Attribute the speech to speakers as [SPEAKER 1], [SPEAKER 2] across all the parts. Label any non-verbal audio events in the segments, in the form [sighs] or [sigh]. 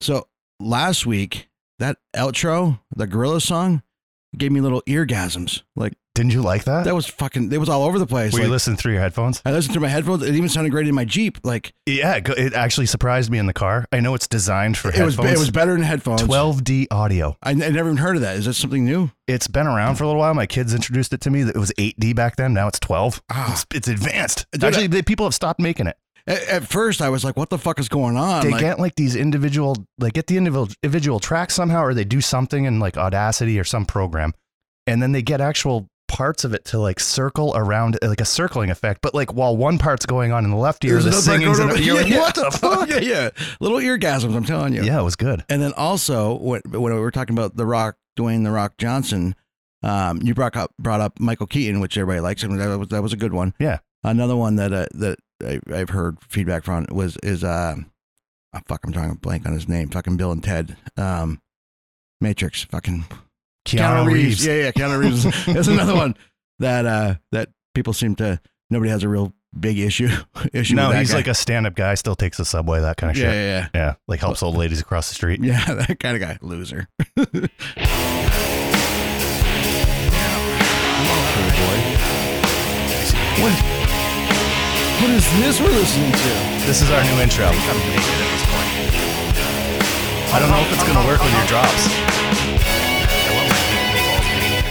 [SPEAKER 1] So last week, that outro, the gorilla song, gave me little eargasms. Like
[SPEAKER 2] Didn't you like that?
[SPEAKER 1] that was fucking. It was all over the place.
[SPEAKER 2] Uh, Were you
[SPEAKER 1] Like,
[SPEAKER 2] listening through your headphones?
[SPEAKER 1] I listened through my headphones. It even sounded great in my Jeep. Like
[SPEAKER 2] Yeah, it go- it actually surprised me in the car. I know it's designed for
[SPEAKER 1] it was.
[SPEAKER 2] headphones.
[SPEAKER 1] It was better than headphones.
[SPEAKER 2] 12D audio.
[SPEAKER 1] I, I never even heard of that. Is that something new?
[SPEAKER 2] It's been around for a little while. My kids introduced it to me. It was 8D back then. Now it's 12. It's, it's advanced.
[SPEAKER 1] Ah. Dude,
[SPEAKER 2] actually, the people have stopped making it.
[SPEAKER 1] At, at first, I was like, "What the fuck is going on?"
[SPEAKER 2] they
[SPEAKER 1] Like,
[SPEAKER 2] get like these individual, like get the individual individual tracks somehow, or they do something in like Audacity or some program, and then they get actual parts of it to like circle around, like a circling effect. But like while one part's going on in the left ear,
[SPEAKER 1] There's
[SPEAKER 2] the
[SPEAKER 1] another part
[SPEAKER 2] singing's in
[SPEAKER 1] going
[SPEAKER 2] the,
[SPEAKER 1] over-
[SPEAKER 2] you're
[SPEAKER 1] [laughs]
[SPEAKER 2] like,
[SPEAKER 1] Yeah.
[SPEAKER 2] what the
[SPEAKER 1] [laughs]
[SPEAKER 2] fuck?
[SPEAKER 1] yeah, yeah, little eargasms. I'm telling you.
[SPEAKER 2] Yeah, it was good.
[SPEAKER 1] And then also when when we were talking about The Rock, Dwayne The Rock Johnson, um, you brought up brought up Michael Keaton, which everybody likes. I mean, that was that was a good one.
[SPEAKER 2] Yeah.
[SPEAKER 1] Another one that uh, that I, I've heard feedback from was is um, oh, fuck, I'm drawing a blank on his name. Fucking Bill and Ted, um, Matrix, fucking
[SPEAKER 2] Keanu, Reeves.
[SPEAKER 1] Yeah, yeah, Keanu
[SPEAKER 2] [laughs]
[SPEAKER 1] Reeves. [laughs] That's another one that uh that people seem to nobody has a real big issue [laughs] issue.
[SPEAKER 2] No,
[SPEAKER 1] with that
[SPEAKER 2] he's
[SPEAKER 1] guy.
[SPEAKER 2] like a stand up guy, still takes the subway, that kind of
[SPEAKER 1] yeah,
[SPEAKER 2] shit.
[SPEAKER 1] yeah,
[SPEAKER 2] Yeah. Like helps old ladies across the
[SPEAKER 1] [laughs]
[SPEAKER 2] street.
[SPEAKER 1] yeah, yeah, that kind of guy, loser. [laughs]
[SPEAKER 3] What, what is this we're listening to?
[SPEAKER 2] This is our new intro. I don't know if it's going to work with your drops.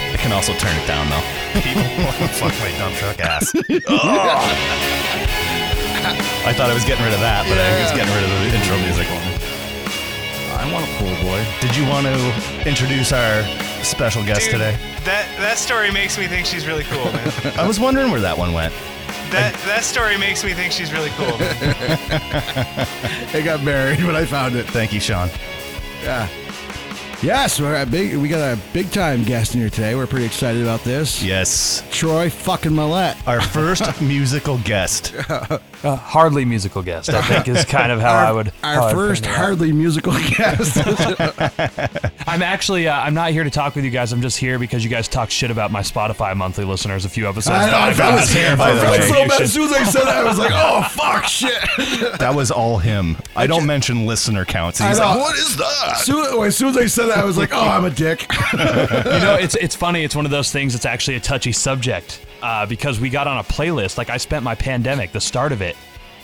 [SPEAKER 3] I can also turn it down though.
[SPEAKER 2] [laughs] People want to fuck my dump truck ass. [laughs] I thought I was getting rid of that, but I was getting rid of the intro music one.
[SPEAKER 3] I want a pool boy.
[SPEAKER 2] Did you want to introduce our special guest
[SPEAKER 4] Dude,
[SPEAKER 2] today?
[SPEAKER 4] That that story makes me think she's really cool, man.
[SPEAKER 5] [laughs]
[SPEAKER 2] I was wondering where that one went.
[SPEAKER 4] that that story makes me think she's really cool.
[SPEAKER 1] It got buried, but I found it.
[SPEAKER 2] Thank you, Sean.
[SPEAKER 1] Yeah. Yes, we're a big, we got a big time guest in here today. We're pretty excited about this.
[SPEAKER 2] Yes.
[SPEAKER 1] Troy fucking Millette.
[SPEAKER 2] Our
[SPEAKER 1] [laughs]
[SPEAKER 2] first musical guest.
[SPEAKER 5] Uh, hardly musical guest, I think, is kind of how
[SPEAKER 2] Oh,
[SPEAKER 5] I would.
[SPEAKER 1] [laughs] Our
[SPEAKER 5] how I'd
[SPEAKER 1] first
[SPEAKER 5] frame it.
[SPEAKER 1] hardly musical [laughs] guest.
[SPEAKER 5] I'm actually. Uh, I'm not here to talk with you guys. I'm just here because you guys talk shit about my Spotify monthly listeners a few episodes. back.
[SPEAKER 1] I felt
[SPEAKER 2] was here, by the
[SPEAKER 1] I felt
[SPEAKER 2] way.
[SPEAKER 1] so bad as soon as I said that. I was like, oh, fuck,
[SPEAKER 2] [laughs]
[SPEAKER 1] shit.
[SPEAKER 2] That was all him. I don't mention listener counts. And
[SPEAKER 1] I
[SPEAKER 2] He's
[SPEAKER 1] know.
[SPEAKER 2] like, what is that?
[SPEAKER 1] Soon, wait, as soon as I said that, I was like, oh, I'm a dick.
[SPEAKER 5] you know, it's it's funny. It's one of those things that's actually a touchy subject uh, because we got on a playlist. Like I spent my pandemic, the start of it,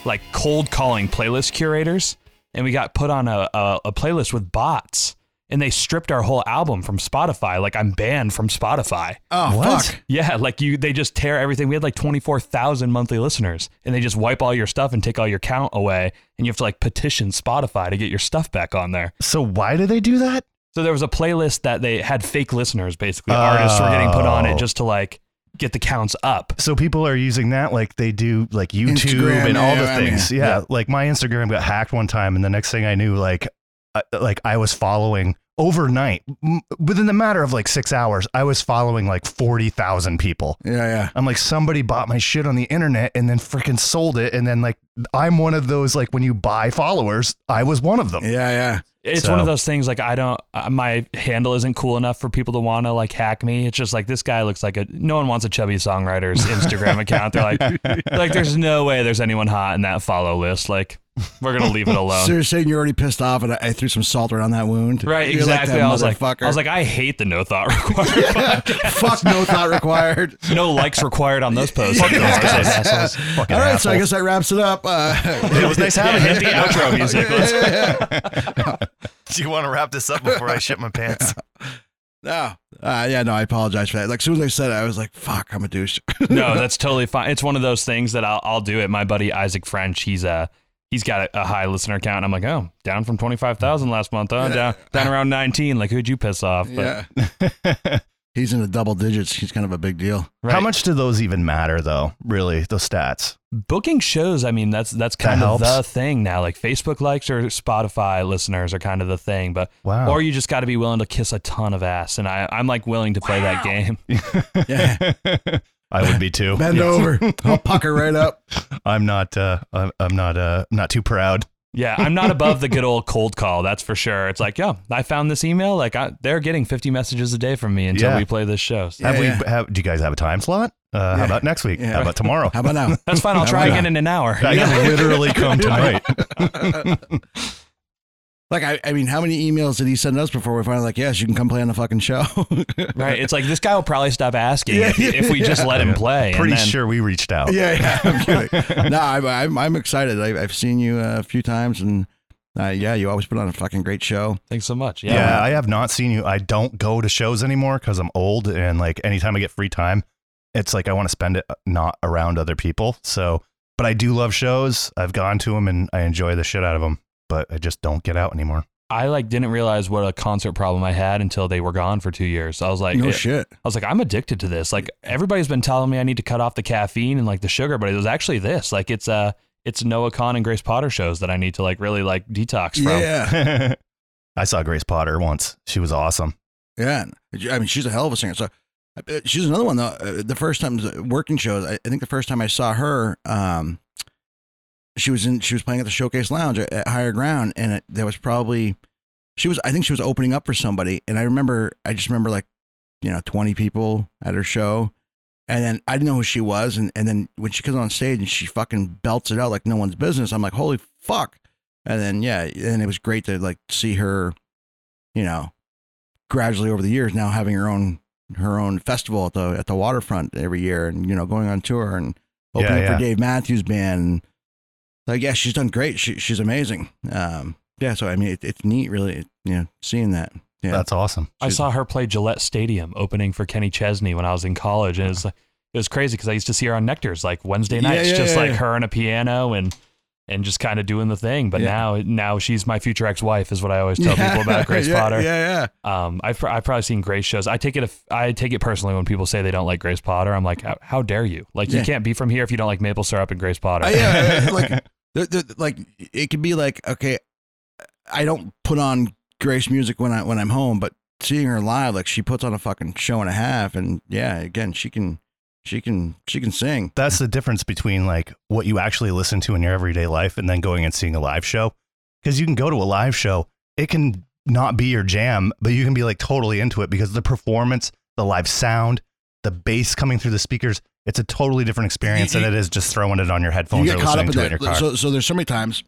[SPEAKER 5] like cold calling playlist curators, and we got put on a a, a playlist with bots, and they stripped our whole album from Spotify. Like I'm banned from Spotify.
[SPEAKER 1] Oh,
[SPEAKER 2] What?
[SPEAKER 1] fuck.
[SPEAKER 5] Yeah, like you, they just tear everything. We had like twenty four thousand monthly listeners, and they just wipe all your stuff and take all your count away, and you have to like petition Spotify to get your stuff back on there.
[SPEAKER 2] So why do they do that?
[SPEAKER 5] So there was a playlist that they had fake listeners, basically artists were getting put on
[SPEAKER 2] Oh.
[SPEAKER 5] it just to like get the counts up.
[SPEAKER 2] So people are using that like they do like YouTube
[SPEAKER 1] Instagram,
[SPEAKER 2] and all the
[SPEAKER 1] yeah, I mean,
[SPEAKER 2] things. yeah, like my Instagram got hacked one time, and the next thing I knew, like, I, like I was following overnight m- within the matter of like six hours, I was following like forty thousand people.
[SPEAKER 1] Yeah, yeah.
[SPEAKER 2] I'm like, somebody bought my shit on the internet and then freaking sold it, and then like I'm one of those like when you buy followers, I was one of them.
[SPEAKER 1] Yeah, yeah.
[SPEAKER 5] It's
[SPEAKER 2] So-
[SPEAKER 5] one of those things like I don't, uh, my handle isn't cool enough for people to want to like hack me. It's just like this guy looks like a no one wants a chubby songwriter's Instagram account. They're like, like there's no way there's anyone hot in that follow list. Like we're gonna leave it alone.
[SPEAKER 1] So you're saying you're already pissed off and I, I threw some salt around that wound?
[SPEAKER 5] Right,
[SPEAKER 1] You're
[SPEAKER 5] exactly.
[SPEAKER 1] Like
[SPEAKER 5] I was like,
[SPEAKER 1] fucker.
[SPEAKER 5] I was like, [laughs] I hate the no thought [laughs] required.
[SPEAKER 1] [laughs] fuck, no thought required.
[SPEAKER 5] no likes required on those
[SPEAKER 2] [laughs]
[SPEAKER 5] posts.
[SPEAKER 2] Fuck those guys,
[SPEAKER 5] Yeah.
[SPEAKER 2] assholes. Fucking
[SPEAKER 1] All right, so I
[SPEAKER 2] assholes.
[SPEAKER 1] guess that wraps it up.
[SPEAKER 5] [laughs]
[SPEAKER 1] Uh, [laughs]
[SPEAKER 2] it was nice
[SPEAKER 5] Yeah,
[SPEAKER 2] having
[SPEAKER 5] hit
[SPEAKER 2] you. [laughs]
[SPEAKER 5] the outro music. Let's-
[SPEAKER 2] Do you want to wrap this up before I shit my pants?
[SPEAKER 1] No. Uh, yeah, no, I apologize for that. Like, as soon as I said it, I was like, fuck, I'm a douche. [laughs]
[SPEAKER 5] no, that's totally fine. It's one of those things that I'll, I'll do it. My buddy Isaac French, he's a he's got a, a high listener count. and I'm like, oh, down from twenty five thousand last month. Oh,
[SPEAKER 2] [laughs]
[SPEAKER 5] down down around nineteen. Like, who'd you piss off? But, [laughs]
[SPEAKER 1] yeah. He's in the double digits. He's kind of a big
[SPEAKER 5] [laughs]
[SPEAKER 1] deal.
[SPEAKER 5] right.
[SPEAKER 2] How much do those even matter, though? Really, those stats?
[SPEAKER 5] booking shows? I mean, that's that's kind of
[SPEAKER 2] helps.
[SPEAKER 5] the thing now. Like Facebook likes or Spotify listeners are kind of the thing. But
[SPEAKER 2] Wow.
[SPEAKER 5] or you just got to be willing to kiss a ton of ass. And I I'm like willing to play that game.
[SPEAKER 1] Yeah.
[SPEAKER 2] [laughs] I would be too.
[SPEAKER 1] Bend
[SPEAKER 5] [laughs]
[SPEAKER 1] over. I'll pucker right up.
[SPEAKER 2] I'm not. Uh, I'm I'm not. Uh, not too proud.
[SPEAKER 5] Yeah, I'm not above the good old cold call. That's for sure. It's like, yeah, I found this email. Like, I, they're getting 50 messages a day from me until
[SPEAKER 2] Yeah.
[SPEAKER 5] we play this show. So
[SPEAKER 2] have
[SPEAKER 1] yeah.
[SPEAKER 2] we? Have, do you guys have a time slot? Uh, How
[SPEAKER 1] Yeah.
[SPEAKER 2] about next week?
[SPEAKER 1] Yeah.
[SPEAKER 2] How about tomorrow?
[SPEAKER 1] How about now?
[SPEAKER 5] that's fine. I'll
[SPEAKER 1] Why
[SPEAKER 2] [laughs]
[SPEAKER 5] try
[SPEAKER 1] not?
[SPEAKER 5] again in an hour.
[SPEAKER 2] I can literally come tonight.
[SPEAKER 1] Like, I, I mean, how many emails did he send us before we finally like, yes, you can come play on the fucking show? [laughs]
[SPEAKER 5] Right. It's like this guy will probably stop asking if, if we just let him play. and
[SPEAKER 2] Pretty
[SPEAKER 5] then-
[SPEAKER 2] sure we reached
[SPEAKER 5] Oh.
[SPEAKER 2] out.
[SPEAKER 1] yeah,
[SPEAKER 5] [laughs]
[SPEAKER 1] yeah. I'm kidding. no, I'm, I'm, I'm excited. I, I've seen you uh, a few times, and uh, yeah, you always put on a fucking great show.
[SPEAKER 5] Thanks so much.
[SPEAKER 2] Yeah,
[SPEAKER 5] Yeah.
[SPEAKER 2] I have not seen you. I don't go to shows anymore because I'm old, and like anytime I get free time, it's like I want to spend it uh, not around other people. So, but I do love shows. I've gone to them and I enjoy the shit out of them, but I just don't get out anymore. [laughs]
[SPEAKER 5] I like didn't realize what a concert problem I had until they were gone for two years. I was like, eh,
[SPEAKER 1] no
[SPEAKER 5] I
[SPEAKER 1] shit.
[SPEAKER 5] was like, I'm addicted to this. Like everybody's been telling me I need to cut off the caffeine and like the sugar, but it was actually this. Like it's uh it's Noah Kahn and Grace Potter shows that I need to like really like detox from.
[SPEAKER 1] Yeah,
[SPEAKER 2] I saw Grace Potter once. She was awesome.
[SPEAKER 1] yeah. I mean, she's a hell of a singer. So uh, she's another one though. Uh, The first time uh, working shows, I I think the first time I saw her, um, she was in she was playing at the Showcase Lounge at, at Higher Ground, and it, there was probably she was I think she was opening up for somebody, and I remember I just remember like you know twenty people at her show. And then I didn't know who she was, and, and then when she comes on stage and she fucking belts it out like no one's business, I'm like, holy fuck! And then yeah, and it was great to like see her, you know, gradually over the years now having her own her own festival at the at the waterfront every year, and you know going on tour and opening
[SPEAKER 2] Yeah,
[SPEAKER 1] up
[SPEAKER 2] yeah.
[SPEAKER 1] for Dave Matthews Band. Like yeah, she's done great. She, she's amazing. Um, yeah, so I mean, it, it's neat, really, you know, seeing that. Yeah.
[SPEAKER 2] That's awesome.
[SPEAKER 5] I
[SPEAKER 1] She's-
[SPEAKER 5] saw her play Gillette Stadium opening for Kenny Chesney when I was in college, and it was like it was crazy because I used to see her on Nectar's like Wednesday
[SPEAKER 1] Yeah,
[SPEAKER 5] nights,
[SPEAKER 1] yeah,
[SPEAKER 5] just
[SPEAKER 1] yeah,
[SPEAKER 5] like
[SPEAKER 1] yeah.
[SPEAKER 5] her and a piano and and just kind of doing the thing. But
[SPEAKER 1] Yeah.
[SPEAKER 5] now now she's my future ex wife is what I always tell people about
[SPEAKER 1] [laughs]
[SPEAKER 5] Grace
[SPEAKER 1] yeah,
[SPEAKER 5] Potter.
[SPEAKER 1] Yeah,
[SPEAKER 5] [laughs]
[SPEAKER 1] yeah.
[SPEAKER 5] Um, I've pr- I've probably seen Grace shows. I take it if, I take it personally when people say they don't like Grace Potter. I'm like, how, how dare you? Like
[SPEAKER 1] Yeah.
[SPEAKER 5] you can't be from here if you don't like maple syrup and Grace Potter.
[SPEAKER 1] Uh, yeah,
[SPEAKER 2] [laughs]
[SPEAKER 1] uh, like, there- there- like it could be like, okay, I don't put on Grace music when I when I'm home, but seeing her live, like she puts on a fucking show and a half, and yeah, again, she can, she can, she can sing.
[SPEAKER 2] That's the difference between like what you actually listen to in your everyday life and then going and seeing a live show. Because you can go to a live show, it can not be your jam, but you can be like totally into it because the performance, the live sound, the bass coming through the speakers, it's a totally different experience than it is just throwing it on your headphones or listening to it in your car.
[SPEAKER 1] So, so there's so many times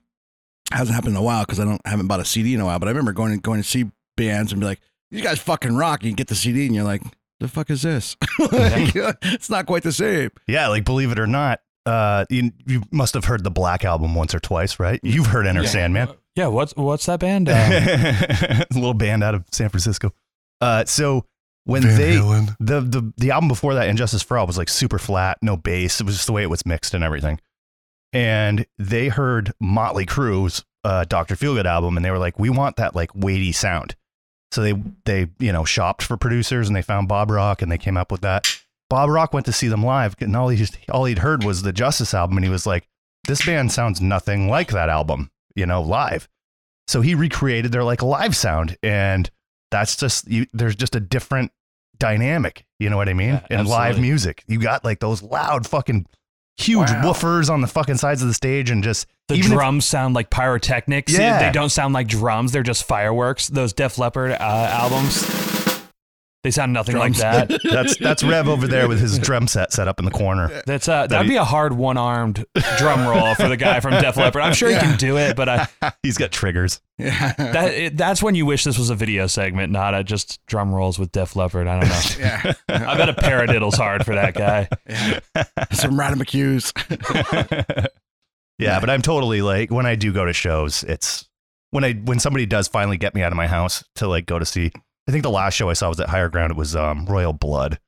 [SPEAKER 1] hasn't happened in a while because I don't haven't bought a CD in a while, but I remember going going to see bands and be like, these guys fucking rock. And you get the CD and you're like. The fuck is this? [laughs] Like, it's not quite the same.
[SPEAKER 2] yeah, like believe it or not, uh, you, you must have heard the Black Album once or twice, right? You've heard Enter Sandman.
[SPEAKER 5] [laughs] yeah. What's what's that band?
[SPEAKER 1] [laughs]
[SPEAKER 5] Um,
[SPEAKER 2] [laughs] a little band out of San Francisco. Uh, so when they the, the the album before that, Injustice for All, was like super flat, no bass. It was just the way it was mixed and everything. And they heard Motley Crue's uh, Doctor Feelgood album, and they were like, "We want that like weighty sound." So they they you know shopped for producers, and they found Bob Rock, and they came up with that. Bob Rock went to see them live, and all he just, all he'd heard was the Justice album, and he was like, "This band sounds nothing like that album, you know, live." So he recreated their like live sound, and that's just you, there's just a different dynamic. You know what I mean?
[SPEAKER 5] Yeah,
[SPEAKER 2] in live
[SPEAKER 5] absolutely.
[SPEAKER 2] music, you got like those loud fucking huge woofers on the fucking sides of the stage, and just
[SPEAKER 5] the
[SPEAKER 2] even if-
[SPEAKER 5] drums sound like pyrotechnics.
[SPEAKER 2] Yeah.
[SPEAKER 5] They don't sound like drums. They're just fireworks. Those Def Leppard uh, albums. They sound nothing like that.
[SPEAKER 2] that's that's Rev over there with [laughs] his drum set set up in the corner.
[SPEAKER 5] That's uh, that'd be a hard one-armed drum roll for the guy from
[SPEAKER 2] [laughs]
[SPEAKER 5] Def Leppard. I'm sure he can do it, but I,
[SPEAKER 2] He's got triggers.
[SPEAKER 1] Yeah.
[SPEAKER 5] that it, that's when you wish this was a video segment, not a just drum rolls with Def Leppard. I don't know.
[SPEAKER 1] [laughs] yeah.
[SPEAKER 5] I bet a paradiddle's hard for
[SPEAKER 2] [laughs]
[SPEAKER 5] that guy.
[SPEAKER 1] yeah. Some Radha McHughes.
[SPEAKER 2] yeah, but I'm totally like when I do go to shows, it's when I when somebody does finally get me out of my house to like go to see. I think the last show I saw was at Higher Ground. It was um, Royal Blood,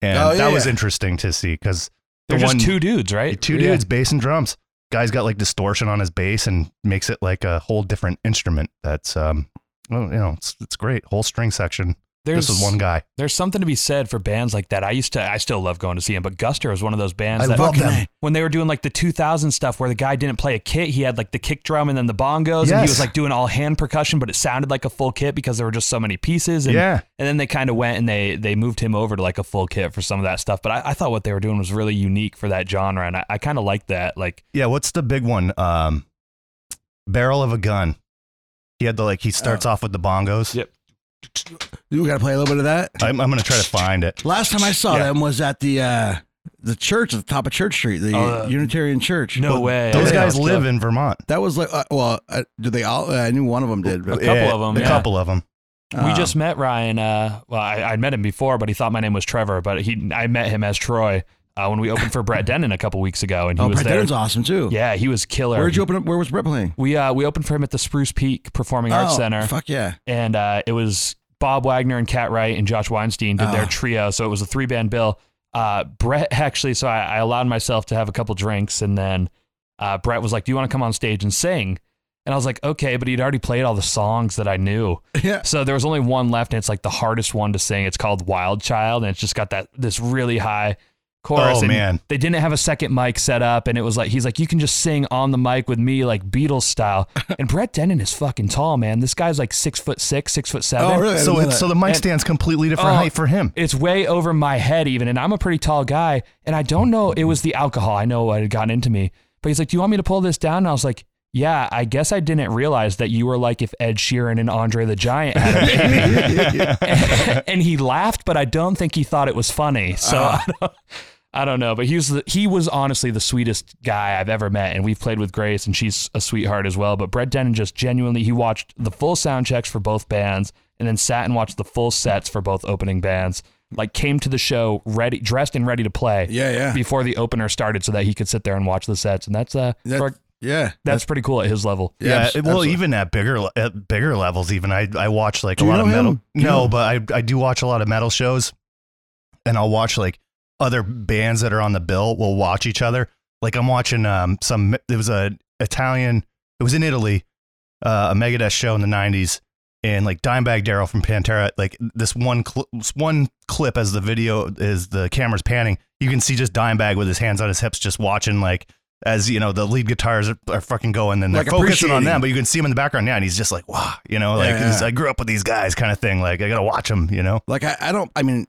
[SPEAKER 2] and
[SPEAKER 1] Oh, yeah,
[SPEAKER 2] that was
[SPEAKER 1] yeah.
[SPEAKER 2] interesting to see because
[SPEAKER 5] They're just two dudes, right?
[SPEAKER 2] two
[SPEAKER 5] Yeah.
[SPEAKER 2] dudes, bass and drums. Guy's got like distortion on his bass and makes it like a whole different instrument. That's um, well, you know, it's it's great. Whole string section.
[SPEAKER 5] There's
[SPEAKER 2] this is one guy.
[SPEAKER 5] There's something to be said for bands like that. I used to, I still love going to see him, but Guster was one of those bands
[SPEAKER 2] I
[SPEAKER 5] that
[SPEAKER 2] love them.
[SPEAKER 5] when they were doing like the 2000 stuff where the guy didn't play a kit, he had like the kick drum and then the bongos, and he
[SPEAKER 2] Yes.
[SPEAKER 5] was like doing all hand percussion, but it sounded like a full kit because there were just so many pieces. And,
[SPEAKER 2] Yeah.
[SPEAKER 5] and then they kind of went and they they moved him over to like a full kit for some of that stuff. But I, I thought what they were doing was really unique for that genre, and I, I kind of like that. Like,
[SPEAKER 2] Yeah, what's the big one? Um, barrel of a gun. He had the like. He
[SPEAKER 5] Oh.
[SPEAKER 2] starts off with the bongos.
[SPEAKER 5] Yep.
[SPEAKER 1] You got to play a little bit of that.
[SPEAKER 2] I'm, I'm gonna try to find it.
[SPEAKER 1] Last time I saw
[SPEAKER 2] Yeah.
[SPEAKER 1] them was at the uh, the church at the top of Church Street, the
[SPEAKER 5] Uh,
[SPEAKER 1] Unitarian Church.
[SPEAKER 5] No way.
[SPEAKER 2] Those
[SPEAKER 5] Yeah.
[SPEAKER 2] guys live in Vermont.
[SPEAKER 1] That was like, uh, well, uh, did they all? Uh, I knew one of them did. But,
[SPEAKER 5] couple of 'em,
[SPEAKER 2] A
[SPEAKER 5] yeah.
[SPEAKER 2] couple of them.
[SPEAKER 5] we
[SPEAKER 1] um,
[SPEAKER 5] just met Ryan. Uh, well, I, I'd met him before, but he thought my name was Trevor. But he, I met him as Troy uh, when we opened for
[SPEAKER 2] [laughs]
[SPEAKER 5] Brett Denon a couple weeks ago, and he
[SPEAKER 1] Oh,
[SPEAKER 5] was
[SPEAKER 1] Brett
[SPEAKER 5] there.
[SPEAKER 1] Denon's awesome too.
[SPEAKER 5] Yeah, he was killer.
[SPEAKER 1] Where'd you open up? Where was Brett playing?
[SPEAKER 5] We uh, we opened for him at the Spruce Peak Performing Arts
[SPEAKER 1] Oh,
[SPEAKER 5] Center,
[SPEAKER 1] Fuck yeah. [laughs]
[SPEAKER 5] and uh, it was Bob Wagner and Cat Wright and Josh Weinstein did their
[SPEAKER 1] Ah.
[SPEAKER 5] trio. So it was a three band bill. Uh, Brett [laughs] actually, so I, I allowed myself to have a couple drinks, and then uh, Brett was like, "Do you want to come on stage and sing?" And I was like, "Okay," but he'd already played all the songs that I knew.
[SPEAKER 1] Yeah.
[SPEAKER 5] So there was only one left, and it's like the hardest one to sing. It's called Wild Child, and it's just got that this really high chorus.
[SPEAKER 2] Oh,
[SPEAKER 5] and
[SPEAKER 2] man.
[SPEAKER 5] they didn't have a second mic set up, and it was like he's like, you can just sing on the mic with me, like
[SPEAKER 1] [laughs]
[SPEAKER 5] Beatles style. and Brett Denon is fucking tall, man. This guy's like six foot six, six foot seven.
[SPEAKER 1] Oh, really? I didn't
[SPEAKER 2] So
[SPEAKER 1] know
[SPEAKER 2] it's
[SPEAKER 1] that.
[SPEAKER 2] so the mic
[SPEAKER 5] And-
[SPEAKER 2] stand's completely different
[SPEAKER 5] Oh.
[SPEAKER 2] height for him.
[SPEAKER 5] It's way over my head even, and I'm a pretty tall guy, and I don't know it was the alcohol. I know what had gotten into me, but he's like, "Do you want me to pull this down?" And I was like, "Yeah, I guess I didn't realize that you were like if Ed Sheeran and Andre the Giant had a baby." [laughs] and he laughed, but I don't think he thought it was funny. So I, don't, I don't know. But he was the, he was honestly the sweetest guy I've ever met, and we've played with Grace, and she's a sweetheart as well. But Brett Denon just genuinely he watched the full sound checks for both bands, and then sat and watched the full sets for both opening bands. Like came to the show ready, dressed and ready to play.
[SPEAKER 1] Yeah, yeah.
[SPEAKER 5] Before the opener started, so that he could sit there and watch the sets, and that's uh,
[SPEAKER 1] That-
[SPEAKER 5] for-
[SPEAKER 1] yeah.
[SPEAKER 5] that's pretty cool at his level.
[SPEAKER 1] Yeah,
[SPEAKER 2] Yeah,
[SPEAKER 1] abs-
[SPEAKER 2] it- well,
[SPEAKER 1] absolutely.
[SPEAKER 2] even at bigger le- at bigger levels, even I I watch like
[SPEAKER 1] Do
[SPEAKER 2] a
[SPEAKER 1] you
[SPEAKER 2] lot of
[SPEAKER 1] know him?
[SPEAKER 2] metal.
[SPEAKER 1] Do you know
[SPEAKER 2] No,
[SPEAKER 1] him?
[SPEAKER 2] but I I do watch a lot of metal shows, and I'll watch like other bands that are on the bill. will watch each other. Like I'm watching um some it was a Italian it was in Italy uh, a Megadeth show in the '90s, and like Dimebag Daryl from Pantera, like this one cl- this one clip as the video is the camera's panning, you can see just Dimebag with his hands on his hips, just watching like as you know the lead guitars are, are fucking going, and they're
[SPEAKER 1] Like
[SPEAKER 2] focusing on
[SPEAKER 1] appreciating.
[SPEAKER 2] them, but you can see him in the background now, and he's just like, wow, you know, like
[SPEAKER 1] Yeah, yeah.
[SPEAKER 2] this- I grew up with these guys, kind of thing. Like I gotta watch them, you know.
[SPEAKER 1] Like I, I don't. I mean,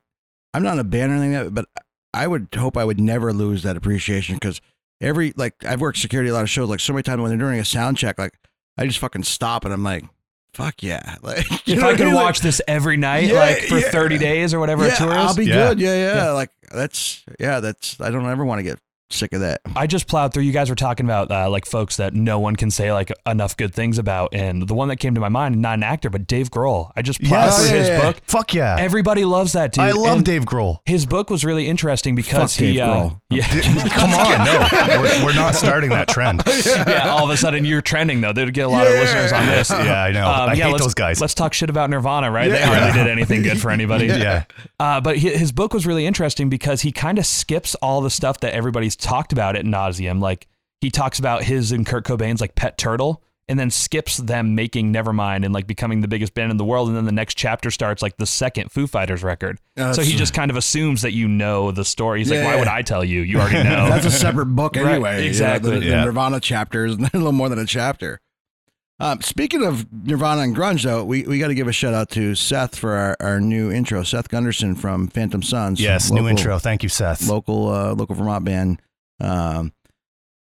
[SPEAKER 1] I'm not a band or anything, like that, but I would hope I would never lose that appreciation because every like I've worked security a lot of shows. Like so many times when they're doing a sound check, like I just fucking stop and I'm like, fuck yeah. [laughs] Like you
[SPEAKER 5] if
[SPEAKER 1] know
[SPEAKER 5] I
[SPEAKER 1] what
[SPEAKER 5] could
[SPEAKER 1] mean? Like,
[SPEAKER 5] watch this every night,
[SPEAKER 1] Yeah,
[SPEAKER 5] like for
[SPEAKER 1] yeah.
[SPEAKER 5] 30 days or whatever
[SPEAKER 1] yeah,
[SPEAKER 5] a tour is,
[SPEAKER 1] I'll be
[SPEAKER 2] Yeah.
[SPEAKER 1] good. Yeah, yeah, Like that's yeah. That's I don't ever want to get sick of that.
[SPEAKER 5] I just plowed through. You guys were talking about uh, like folks that no one can say like enough good things about, and the one that came to my mind, not an actor, but Dave Grohl. I just plowed
[SPEAKER 2] Yes.
[SPEAKER 5] through
[SPEAKER 1] Oh, yeah,
[SPEAKER 5] his
[SPEAKER 1] yeah, yeah.
[SPEAKER 5] book.
[SPEAKER 2] Fuck yeah,
[SPEAKER 5] Everybody loves that dude.
[SPEAKER 2] I love
[SPEAKER 5] And
[SPEAKER 2] Dave Grohl.
[SPEAKER 5] His book was really interesting because
[SPEAKER 1] Fuck
[SPEAKER 5] he,
[SPEAKER 1] Dave
[SPEAKER 5] uh,
[SPEAKER 1] Grohl.
[SPEAKER 5] [laughs]
[SPEAKER 2] [laughs]
[SPEAKER 5] yeah,
[SPEAKER 2] Come on, no, we're, we're not starting that trend.
[SPEAKER 5] yeah. All of a sudden, you're trending though. They'd get a lot of
[SPEAKER 1] Yeah.
[SPEAKER 5] listeners on this.
[SPEAKER 2] Yeah, I know.
[SPEAKER 5] Um,
[SPEAKER 2] I
[SPEAKER 5] yeah,
[SPEAKER 2] hate
[SPEAKER 5] let's-
[SPEAKER 2] those guys.
[SPEAKER 5] Let's talk shit about Nirvana, right? They
[SPEAKER 1] Yeah.
[SPEAKER 2] [laughs]
[SPEAKER 5] hardly did anything good for anybody.
[SPEAKER 2] Yeah.
[SPEAKER 5] Uh, but hi- his book was really interesting because he kind of skips all the stuff that everybody's talked about at nauseum. Like he talks about his and Kurt Cobain's like pet turtle, and then skips them making Nevermind and like becoming the biggest band in the world. And then the next chapter starts like the second Foo Fighters record.
[SPEAKER 1] Yeah,
[SPEAKER 5] so he
[SPEAKER 1] that's-
[SPEAKER 5] just kind of assumes that you know the story. He's
[SPEAKER 1] Yeah,
[SPEAKER 5] like, why
[SPEAKER 1] yeah.
[SPEAKER 5] would I tell you? You
[SPEAKER 1] [laughs]
[SPEAKER 5] already know.
[SPEAKER 1] That's a separate
[SPEAKER 2] [laughs]
[SPEAKER 1] book
[SPEAKER 5] Right,
[SPEAKER 1] anyway. you know, the-
[SPEAKER 5] exactly.
[SPEAKER 1] the,
[SPEAKER 2] Oh. Yeah.
[SPEAKER 1] Nirvana chapters, [laughs] a little more than a chapter. Um, speaking of Nirvana and grunge, though, we, we got to give a shout out to Seth for our, our new intro. Seth Gunderson from Phantom Sons.
[SPEAKER 2] Yes,
[SPEAKER 1] local-
[SPEAKER 2] new intro. Thank you, Seth.
[SPEAKER 1] Local uh, local Vermont band. Um,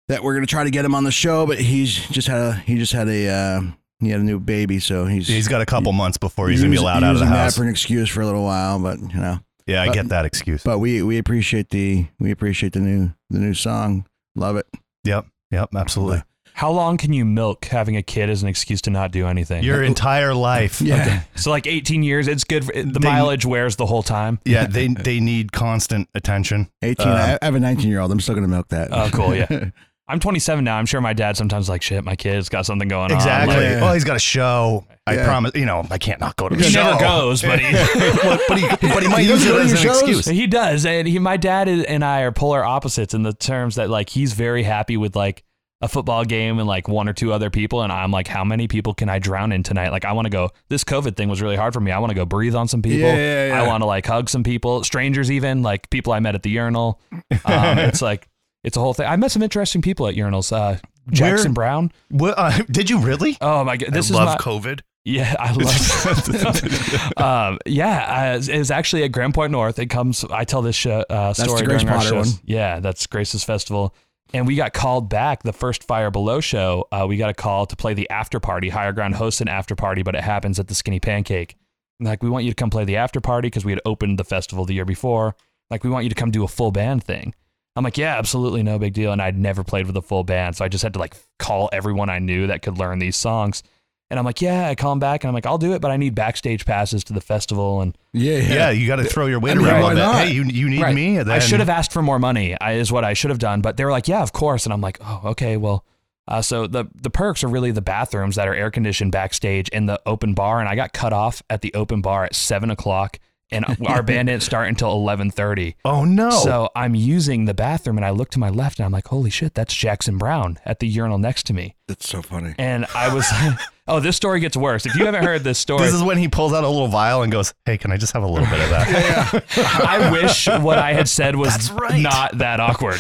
[SPEAKER 1] that we're gonna try to get him on the show, but he's just had a he just had a uh, he had a new baby, so he's
[SPEAKER 2] He's got a couple months before he's gonna be
[SPEAKER 1] using-
[SPEAKER 2] allowed out of the
[SPEAKER 1] using that
[SPEAKER 2] house.
[SPEAKER 1] for an excuse for a little while, but you know.
[SPEAKER 2] Yeah, I
[SPEAKER 1] But-
[SPEAKER 2] get that excuse.
[SPEAKER 1] But we we appreciate the we appreciate the new the new song. Love it.
[SPEAKER 2] Yep, absolutely.
[SPEAKER 5] How long can you milk having a kid as an excuse to not do anything?
[SPEAKER 2] Your entire life.
[SPEAKER 1] Yeah.
[SPEAKER 5] so like 18 years, it's good. For, the
[SPEAKER 2] They-
[SPEAKER 5] mileage wears the whole time.
[SPEAKER 2] Yeah, they they need constant attention.
[SPEAKER 1] 18.
[SPEAKER 2] Um,
[SPEAKER 1] I I have a 19 year old. I'm still going to milk that.
[SPEAKER 5] Oh,
[SPEAKER 1] [laughs]
[SPEAKER 5] cool, yeah. I'm 27 now. I'm sure my dad sometimes is like shit. My kid's got something going on.
[SPEAKER 2] Exactly.
[SPEAKER 5] Like,
[SPEAKER 1] Yeah.
[SPEAKER 2] Well, he's got a show. I
[SPEAKER 1] Yeah.
[SPEAKER 2] promise. You know, I can't not go to the
[SPEAKER 5] he
[SPEAKER 2] show.
[SPEAKER 5] never goes,
[SPEAKER 1] [laughs]
[SPEAKER 5] but he,
[SPEAKER 2] [laughs] but, but he, but he might
[SPEAKER 1] He
[SPEAKER 2] use
[SPEAKER 1] doesn't
[SPEAKER 2] it
[SPEAKER 1] go to
[SPEAKER 2] as an
[SPEAKER 1] your shows?
[SPEAKER 2] excuse.
[SPEAKER 5] he does. And he, my dad is- and I are polar opposites in the terms that like he's very happy with like a football game and like one or two other people, and I'm like, how many people can I drown in tonight? Like, I want to go. This COVID thing was really hard for me. I want to go breathe on some people.
[SPEAKER 1] Yeah, yeah, yeah.
[SPEAKER 5] I want to like hug some people, strangers even, like people I met at the urinal. Um, it's like it's a whole thing. I met some interesting people at urinals. Uh, Jackson Brown.
[SPEAKER 2] What, uh, did you really?
[SPEAKER 5] Oh my god,
[SPEAKER 2] I
[SPEAKER 5] this is
[SPEAKER 2] love
[SPEAKER 5] my,
[SPEAKER 1] [laughs]
[SPEAKER 2] COVID. [laughs]
[SPEAKER 5] Yeah, I love. [laughs] um, yeah, uh, it was actually at Grand Point North. It comes. I tell this show, uh,
[SPEAKER 1] the
[SPEAKER 5] story
[SPEAKER 1] Grace
[SPEAKER 5] during our
[SPEAKER 1] Potter
[SPEAKER 5] shows.
[SPEAKER 1] one.
[SPEAKER 5] Yeah, that's Grace's festival, and we got called back the first Fire Below show. Uh, we got a call to play the after party. Higher Ground hosts an after party, but it happens at the Skinny Pancake. And, like, we want you to come play the after party because we had opened the festival the year before. Like, we want you to come do a full band thing. I'm like, yeah, absolutely, no big deal. And I'd never played with a full band, so I just had to like call everyone I knew that could learn these songs. And I'm like, yeah, I call them back, and I'm like, I'll do it, but I need backstage passes to the festival, and
[SPEAKER 1] Yeah, yeah.
[SPEAKER 2] Yeah, you got to throw your weight
[SPEAKER 1] mean,
[SPEAKER 2] around.
[SPEAKER 1] why
[SPEAKER 2] a bit.
[SPEAKER 1] not?
[SPEAKER 2] Hey, you you need
[SPEAKER 5] Right.
[SPEAKER 2] me. Then.
[SPEAKER 5] I should have asked for more money, I, is what I should have done. But they were like, yeah, of course. And I'm like, oh, okay, well. Uh, so the the perks are really the bathrooms that are air conditioned backstage and the open bar. And I got cut off at the open bar at seven o'clock, and our band didn't start until eleven thirty.
[SPEAKER 2] Oh no.
[SPEAKER 5] So I'm using the bathroom, and I look to my left, and I'm like, holy shit, that's Jackson Brown at the urinal next to me.
[SPEAKER 1] That's so funny.
[SPEAKER 5] And
[SPEAKER 2] [laughs]
[SPEAKER 5] I was like, oh, this story gets worse. If you haven't heard this story,
[SPEAKER 2] this is when he pulls out a little vial and goes, "Hey, can I just have a little bit of
[SPEAKER 1] [laughs]
[SPEAKER 2] that?"
[SPEAKER 5] I
[SPEAKER 2] [laughs]
[SPEAKER 5] wish what I had said was
[SPEAKER 2] That's right.
[SPEAKER 5] not that awkward.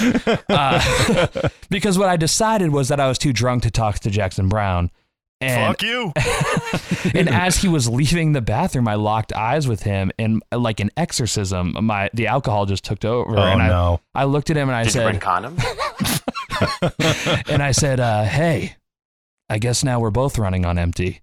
[SPEAKER 5] Uh, [laughs] because what I decided was that I was too drunk to talk to Jackson Brown. And,
[SPEAKER 2] Fuck you.
[SPEAKER 5] and as he was leaving the bathroom, I locked eyes with him, and uh, like an exorcism, my the alcohol just took over.
[SPEAKER 2] Oh
[SPEAKER 5] and I,
[SPEAKER 2] [laughs] no.
[SPEAKER 5] I looked at him and I
[SPEAKER 6] Did you
[SPEAKER 5] said,
[SPEAKER 6] bring condoms?
[SPEAKER 5] [laughs] and I said, uh, "Hey, I guess now we're both running on empty."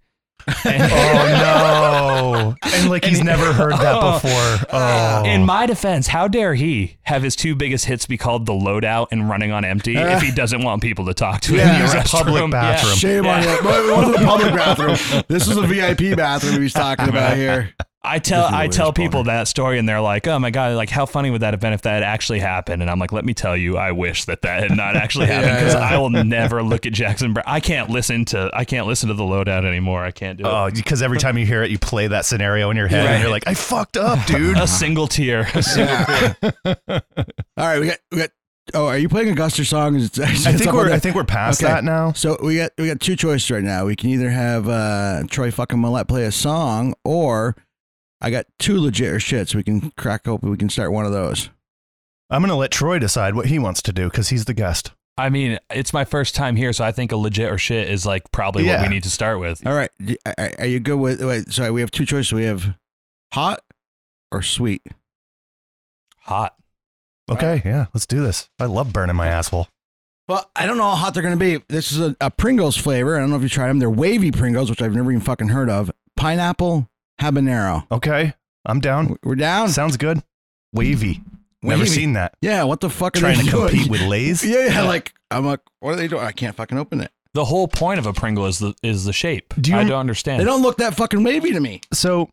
[SPEAKER 5] And-
[SPEAKER 2] Oh no. And like he's never heard that
[SPEAKER 5] Oh.
[SPEAKER 2] before. Oh.
[SPEAKER 5] In my defense, how dare he have his two biggest hits be called "The Loadout" and "Running on Empty" if
[SPEAKER 1] [laughs]
[SPEAKER 5] he doesn't want people to talk to him
[SPEAKER 1] Yeah.
[SPEAKER 5] in the
[SPEAKER 1] Use
[SPEAKER 2] a public
[SPEAKER 5] restroom? Yeah.
[SPEAKER 2] bathroom.
[SPEAKER 1] Shame on you. But it wasn't a public bathroom. This is a VIP bathroom he's talking
[SPEAKER 2] [laughs]
[SPEAKER 1] about here.
[SPEAKER 5] I tell
[SPEAKER 1] This is the
[SPEAKER 5] I tell
[SPEAKER 1] weirdest
[SPEAKER 5] people
[SPEAKER 1] boner.
[SPEAKER 5] that story, and they're like, "Oh my god! Like, how funny would that have been if that had actually happened?" And I'm like, "Let me tell you, I wish that that had not
[SPEAKER 1] [laughs]
[SPEAKER 5] actually happened
[SPEAKER 1] Yeah,
[SPEAKER 5] because
[SPEAKER 1] yeah.
[SPEAKER 5] I will never look at Jackson Brown. I can't listen to I can't listen to the Loadout anymore. I can't do it.
[SPEAKER 2] Oh, because every time you hear it, you play that scenario in your head, and you're like, "I fucked up, [laughs] dude."
[SPEAKER 5] a
[SPEAKER 1] [laughs]
[SPEAKER 5] single tear.
[SPEAKER 1] All right, we got we got. Oh, are you playing Augusta songs? It's, it's
[SPEAKER 2] I
[SPEAKER 1] up
[SPEAKER 2] think
[SPEAKER 1] on
[SPEAKER 2] we're
[SPEAKER 1] the-
[SPEAKER 2] I think we're past
[SPEAKER 1] Okay.
[SPEAKER 2] that now.
[SPEAKER 1] So we got we got two choices right now. We can either have uh, Troy fucking Millette play a song, or I got two legit or shits. We can crack open. We can start one of those.
[SPEAKER 2] I'm gonna let Troy decide what he wants to do because he's the guest.
[SPEAKER 5] I mean, it's my first time here, so I think a legit or shit is like probably what
[SPEAKER 2] Yeah.
[SPEAKER 5] we need to start with.
[SPEAKER 1] All right, d- are- are are you good with? Wait, sorry, we have two choices. We have hot or sweet.
[SPEAKER 5] Hot.
[SPEAKER 2] Okay, yeah, let's do this. I love burning my asshole.
[SPEAKER 1] Well, I don't know how hot they're going to be. This is a, a Pringles flavor. I don't know if you tried them. They're wavy Pringles, which I've never even fucking heard of. Pineapple habanero.
[SPEAKER 2] Okay, I'm down.
[SPEAKER 1] We're down.
[SPEAKER 2] Sounds good. Wavy. Never
[SPEAKER 1] Wavy.
[SPEAKER 2] seen that.
[SPEAKER 1] Yeah, what the fuck are
[SPEAKER 2] Trying
[SPEAKER 1] they
[SPEAKER 2] to
[SPEAKER 1] doing?
[SPEAKER 2] compete with [laughs] Lay's.
[SPEAKER 1] [laughs] Yeah, yeah, like I'm like, what are they doing? I can't fucking open it.
[SPEAKER 5] The whole point of a Pringle is the is the shape.
[SPEAKER 2] Do you
[SPEAKER 5] I
[SPEAKER 2] rem-
[SPEAKER 5] don't understand.
[SPEAKER 1] They don't look that fucking wavy to me.
[SPEAKER 2] So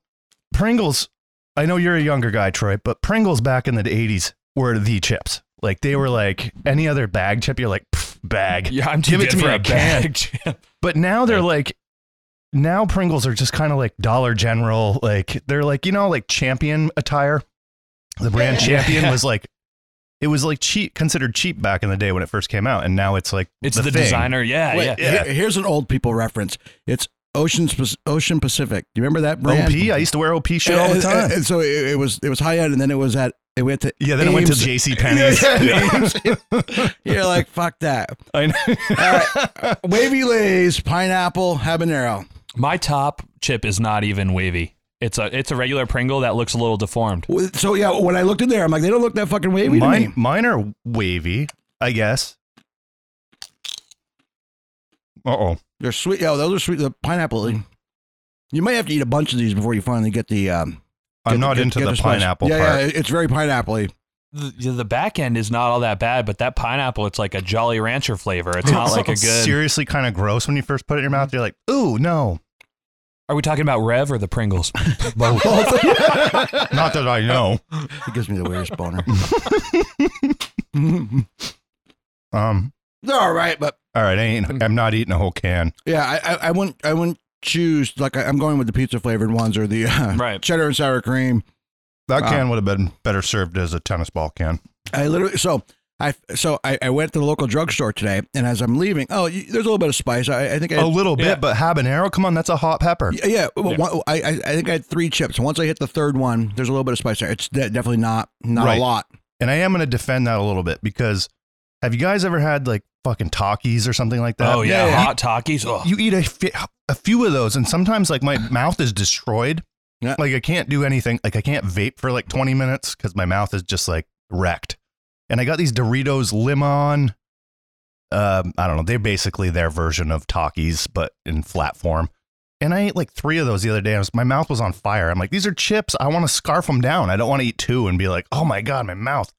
[SPEAKER 2] Pringles, I know you're a younger guy, Troy, but Pringles back in the 80s were the chips. Like they were like any other bag chip. You're like "Pff, bag.
[SPEAKER 5] yeah, I'm too
[SPEAKER 2] Give it to
[SPEAKER 5] good
[SPEAKER 2] me
[SPEAKER 5] for
[SPEAKER 2] in
[SPEAKER 5] a
[SPEAKER 2] a can.
[SPEAKER 5] bag. [laughs] Jim.
[SPEAKER 2] But now they're like, now Pringles are just kind of like Dollar General. Like they're like, you know, like champion attire. The brand champion was like, it was like cheap, considered cheap back in the day when it first came out. And now it's like,
[SPEAKER 5] it's the,
[SPEAKER 2] thing.
[SPEAKER 5] designer. Yeah,
[SPEAKER 1] Wait,
[SPEAKER 5] yeah.
[SPEAKER 2] Ah, yeah.
[SPEAKER 1] here- here's an old people reference. It's Ocean Sp- Ocean Pacific. Do you remember that brand?
[SPEAKER 2] OP. I used to wear OP shit
[SPEAKER 1] [laughs]
[SPEAKER 2] all the
[SPEAKER 1] And-
[SPEAKER 2] time.
[SPEAKER 1] And, and so it, it was it was high end, and then it was at it went to
[SPEAKER 2] yeah, then it went to
[SPEAKER 1] Ames.
[SPEAKER 2] [laughs] JC Penney's.
[SPEAKER 1] You're like fuck that.
[SPEAKER 2] [laughs] I know.
[SPEAKER 1] Wavy Lays pineapple habanero.
[SPEAKER 5] My top chip is not even wavy. It's a it's a regular Pringle that looks a little deformed.
[SPEAKER 1] With- So yeah, when I looked in there, I'm like, they don't look that fucking wavy to
[SPEAKER 2] mine,
[SPEAKER 1] me.
[SPEAKER 2] mine are wavy, I guess. Uh oh.
[SPEAKER 1] They're sweet. Yeah, those are sweet. The pineapple.
[SPEAKER 2] Mm.
[SPEAKER 1] You might have to eat a bunch of these before you finally get the. Um,
[SPEAKER 2] I'm
[SPEAKER 1] get-
[SPEAKER 2] not
[SPEAKER 1] get-
[SPEAKER 2] into
[SPEAKER 1] get
[SPEAKER 2] the
[SPEAKER 1] spice.
[SPEAKER 2] pineapple
[SPEAKER 1] yeah,
[SPEAKER 2] part.
[SPEAKER 1] Yeah, it's very
[SPEAKER 2] [laughs]
[SPEAKER 1] pineapple
[SPEAKER 5] The, the back end is not all that bad, but that pineapple, it's like a Jolly Rancher flavor.
[SPEAKER 2] [laughs]
[SPEAKER 5] It's not like a good.
[SPEAKER 2] Seriously, kind of gross when you first put it in your mouth. You're like, ooh, no. [laughs]
[SPEAKER 5] Are we talking about Rev or the Pringles?
[SPEAKER 2] Both. not that I know.
[SPEAKER 1] [laughs] It gives me the weirdest boner. [laughs]
[SPEAKER 2] Um.
[SPEAKER 1] They're all right, but
[SPEAKER 2] All right, I ain't, I'm not eating a whole can.
[SPEAKER 1] yeah, I, I, I wouldn't. I wouldn't choose like I, I'm going with the pizza flavored ones or the uh,
[SPEAKER 5] Right.
[SPEAKER 1] cheddar and sour cream.
[SPEAKER 2] That
[SPEAKER 1] Wow.
[SPEAKER 2] can would have been better served as a tennis ball can.
[SPEAKER 1] I literally so I so I, I went to the local drugstore today, and as I'm leaving, oh, you, there's a little bit of spice. I, I think I
[SPEAKER 2] a little
[SPEAKER 5] yeah.
[SPEAKER 2] bit, but habanero. Come on, that's a hot pepper.
[SPEAKER 1] Yeah, yeah. Well, one- I, I I think I had three chips. Once I hit the third one, there's a little bit of spice there. It's de- definitely not not
[SPEAKER 2] Right.
[SPEAKER 1] a lot.
[SPEAKER 2] And I am going to defend that a little bit because have you guys ever had like fucking Takis or something like that?
[SPEAKER 5] oh yeah,
[SPEAKER 1] yeah.
[SPEAKER 5] hot Takis. Oh.
[SPEAKER 2] you eat a, fi- a few of those and sometimes like my mouth is destroyed
[SPEAKER 1] Yeah.
[SPEAKER 2] like i can't do anything like i can't vape for like 20 minutes because my mouth is just like wrecked and i got these doritos limon um, i don't know they're basically their version of takis but in flat form And I ate like three of those the other day. I was, my mouth was on fire. I'm like, these are chips. I want to scarf them down. I don't want to eat two and be like, oh my God, my mouth.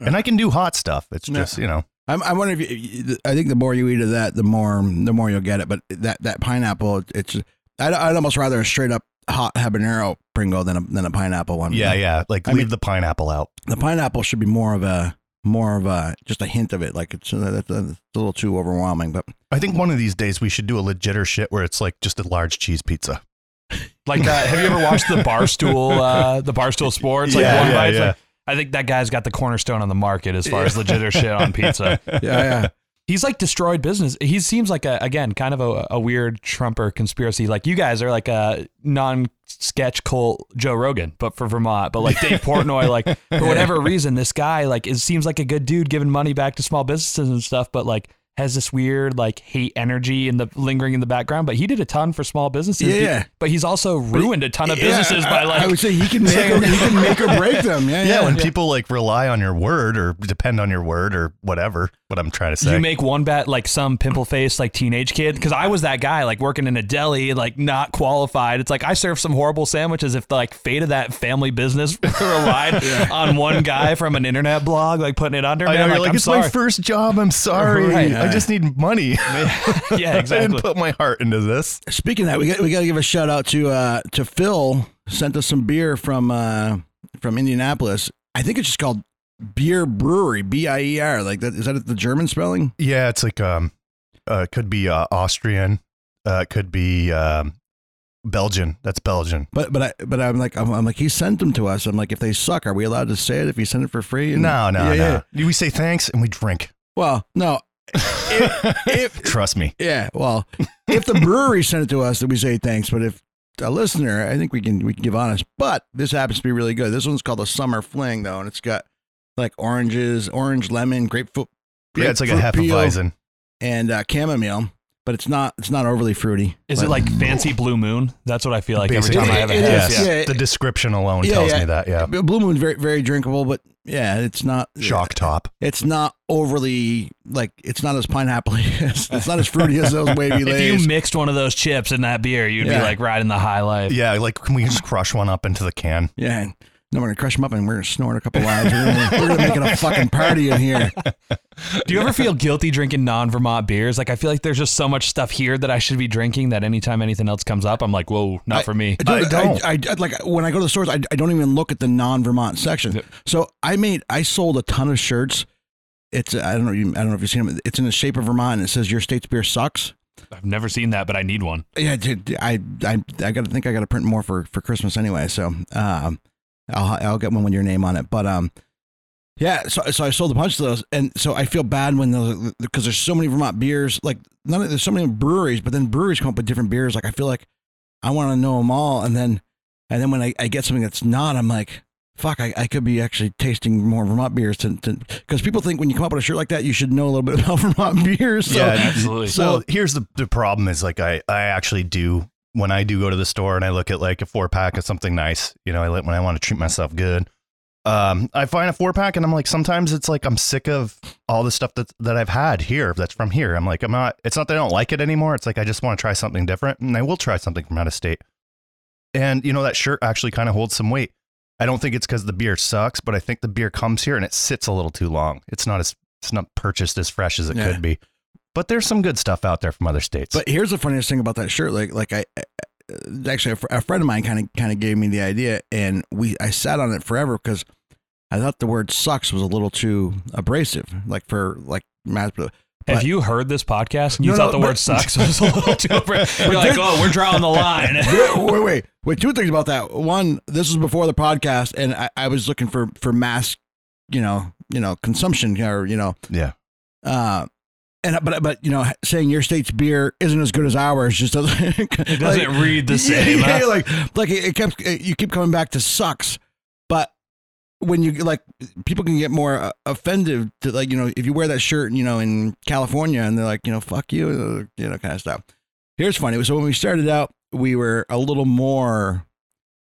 [SPEAKER 2] And I can do hot stuff. It's
[SPEAKER 1] Yeah.
[SPEAKER 2] just, you know,
[SPEAKER 1] I'm, I wonder if you, I think the more you eat of that, the more the more you'll get it. But that that pineapple, it's I'd, I'd almost rather a straight up hot habanero Pringle than a, than a pineapple one.
[SPEAKER 2] yeah, yeah. Like
[SPEAKER 1] Um, I
[SPEAKER 2] leave
[SPEAKER 1] mean-
[SPEAKER 2] the pineapple out.
[SPEAKER 1] the pineapple should be more of a more of a just a hint of it. Like it's, uh, that's, uh, it's a little too overwhelming. But
[SPEAKER 2] I think one of these days we should do a legitter shit where it's like just a large cheese pizza.
[SPEAKER 5] Like, uh, have you ever watched the Barstool, uh, the Barstool Sports? Like
[SPEAKER 2] Yeah,
[SPEAKER 5] one
[SPEAKER 2] yeah,
[SPEAKER 5] bite.
[SPEAKER 2] yeah.
[SPEAKER 5] Like, I think that guy's got the cornerstone on the market as far as legit or shit
[SPEAKER 2] [laughs]
[SPEAKER 5] on pizza.
[SPEAKER 1] yeah, [laughs] yeah.
[SPEAKER 5] He's like destroyed business. He seems like a again kind of a, a weird Trumper conspiracy. Like you guys are like a non-sketch cult Joe Rogan, but for Vermont. But like Dave Portnoy, like
[SPEAKER 1] [laughs]
[SPEAKER 5] for whatever reason, this guy like it seems like a good dude giving money back to small businesses and stuff, but like has this weird like hate energy and the lingering in the background. But he did a ton for small businesses.
[SPEAKER 1] Yeah, yeah.
[SPEAKER 5] But he's also ruined a ton of businesses
[SPEAKER 1] Yeah, I-
[SPEAKER 5] by like
[SPEAKER 1] I would say he can make or, he can make or break them. Yeah,
[SPEAKER 2] Yeah,
[SPEAKER 1] yeah.
[SPEAKER 2] when people like rely on your word or depend on your word or whatever, what I'm trying to say.
[SPEAKER 5] You make one bet like some pimple faced like teenage kid because I was that guy like working in a deli like not qualified. It's like I served some horrible sandwiches if the like fate of that family business [laughs] relied on one guy from an internet blog like putting it under.
[SPEAKER 2] I know,
[SPEAKER 5] man,
[SPEAKER 2] you're
[SPEAKER 5] like,
[SPEAKER 2] like,
[SPEAKER 5] I'm
[SPEAKER 2] it's my
[SPEAKER 5] sorry.
[SPEAKER 2] first job. I'm sorry.
[SPEAKER 5] Right.
[SPEAKER 2] I just need money.
[SPEAKER 5] [laughs] yeah,
[SPEAKER 2] [laughs] I didn't
[SPEAKER 5] exactly.
[SPEAKER 2] put my heart into this.
[SPEAKER 1] Speaking of that, we got we got to give a shout out to uh to Phil sent us some beer from uh from Indianapolis. I think it's just called Beer Brewery, B I E R. Like that is that the German spelling?
[SPEAKER 2] Yeah, it's like um, uh, it could be uh, Austrian, uh, it could be um, Belgian. That's Belgian.
[SPEAKER 1] But but I but I'm like I'm, I'm like he sent them to us. I'm like if they suck, are we allowed to say it if he sent it for free? And-
[SPEAKER 2] No, no,
[SPEAKER 1] Mm. Yeah, yeah.
[SPEAKER 2] no. We say thanks and we drink.
[SPEAKER 1] Well, no. If, if
[SPEAKER 2] Trust me.
[SPEAKER 1] yeah, well, [laughs] if the brewery sent it to us, then we say thanks. But if a listener, I think we can we can give honest. But this happens to be really good. This one's called the Summer Fling though, and it's got like oranges, orange, lemon, grapefruit.
[SPEAKER 2] Yeah, it's like a
[SPEAKER 1] grapefruit peel,
[SPEAKER 2] Hefeweizen.
[SPEAKER 1] and uh, chamomile, but it's not it's not overly fruity.
[SPEAKER 5] Is it
[SPEAKER 1] But-
[SPEAKER 5] like fancy blue moon? That's what I feel like every
[SPEAKER 2] Basically.
[SPEAKER 5] time I have a
[SPEAKER 1] It- it
[SPEAKER 5] head.
[SPEAKER 1] is,
[SPEAKER 5] Yeah.
[SPEAKER 1] yeah.
[SPEAKER 2] The description alone
[SPEAKER 1] Yeah,
[SPEAKER 2] tells
[SPEAKER 1] yeah.
[SPEAKER 2] me that. Yeah.
[SPEAKER 1] Blue Moon very very drinkable, but yeah, it's not
[SPEAKER 2] Shock top.
[SPEAKER 1] It's not overly like it's not as pineapple [laughs] as it's not as fruity as those
[SPEAKER 2] [laughs]
[SPEAKER 1] wavy
[SPEAKER 5] If
[SPEAKER 1] lays.
[SPEAKER 5] you mixed one of those chips in that beer, you'd
[SPEAKER 1] Yeah.
[SPEAKER 5] be like riding the high life.
[SPEAKER 2] Yeah, like can we just crush one up into the can?
[SPEAKER 1] yeah. And then we're gonna crush them up and we're gonna snort a couple lines. We're gonna, we're gonna make it a fucking party in here.
[SPEAKER 5] Do you ever feel guilty drinking non-Vermont beers? Like I feel like there's just so much stuff here that I should be drinking that anytime anything else comes up, I'm like, whoa, not for me.
[SPEAKER 1] I
[SPEAKER 2] I don't.
[SPEAKER 1] I, I- like when I go to the stores. I, I don't even look at the non-Vermont section.
[SPEAKER 5] Yeah.
[SPEAKER 1] So I made I sold a ton of shirts. It's I don't know you, I don't know if you've seen them. It's in the shape of Vermont. and It says your state's beer sucks.
[SPEAKER 5] I've never seen that, but I need one.
[SPEAKER 1] Yeah, dude, I I I got to think I got to print more for for Christmas anyway. So um, I'll I'll get one with your name on it. But um, yeah. So so I sold a bunch of those, and so I feel bad when those because there's so many Vermont beers. Like none of there's so many breweries, but then breweries come up with different beers. Like I feel like I want to know them all, and then and then when I, I get something that's not, I'm like. Fuck, I, I could be actually tasting more Vermont beers because people think when you come up with a shirt like that, you should know a little bit [laughs] about Vermont beers. So
[SPEAKER 2] Yeah,
[SPEAKER 5] absolutely.
[SPEAKER 2] So here's the, the problem is like I, I actually do when I do go to the store and I look at like a four pack of something nice, you know, I let when I want to treat myself good. Um, I find a four pack and I'm like, sometimes it's like I'm sick of all the stuff that that I've had here that's from here. I'm like, I'm not it's not that I don't like it anymore. It's like I just want to try something different and I will try something from out of state. And you know, that shirt actually kind of holds some weight. I don't think it's because the beer sucks, but I think the beer comes here and it sits a little too long. It's not as it's not purchased as fresh as it
[SPEAKER 1] Yeah.
[SPEAKER 2] could be but there's some good stuff out there from other states.
[SPEAKER 1] But here's the funniest thing about that shirt. Like, like I, I- actually a, fr- a friend of mine kind of kind of gave me the idea, and we I sat on it forever because I thought the word "sucks" was a little too abrasive, like for like mass. But
[SPEAKER 5] Have you heard this podcast and you
[SPEAKER 1] No,
[SPEAKER 5] thought
[SPEAKER 1] no,
[SPEAKER 5] the
[SPEAKER 1] but-
[SPEAKER 5] word sucks was a little too
[SPEAKER 1] [laughs]
[SPEAKER 5] over? You're like,
[SPEAKER 1] there-
[SPEAKER 5] oh, we're drawing
[SPEAKER 1] [laughs]
[SPEAKER 5] the
[SPEAKER 1] [laughs]
[SPEAKER 5] line.
[SPEAKER 1] wait, wait, wait. Two things about that. One, this was before the podcast, and I, I was looking for for mass, you know, you know, consumption or you know,
[SPEAKER 2] yeah,
[SPEAKER 1] uh, and but but you know, saying your state's beer isn't as good as ours just doesn't [laughs]
[SPEAKER 5] it doesn't read the same.
[SPEAKER 1] Yeah,
[SPEAKER 5] huh?
[SPEAKER 1] like like it, it kept it, you keep coming back to sucks, but when you like people can get more uh, offended to like you know if you wear that shirt you know in California and they're like you know fuck you uh, you know kind of stuff. Here's funny. So when we started out, we were a little more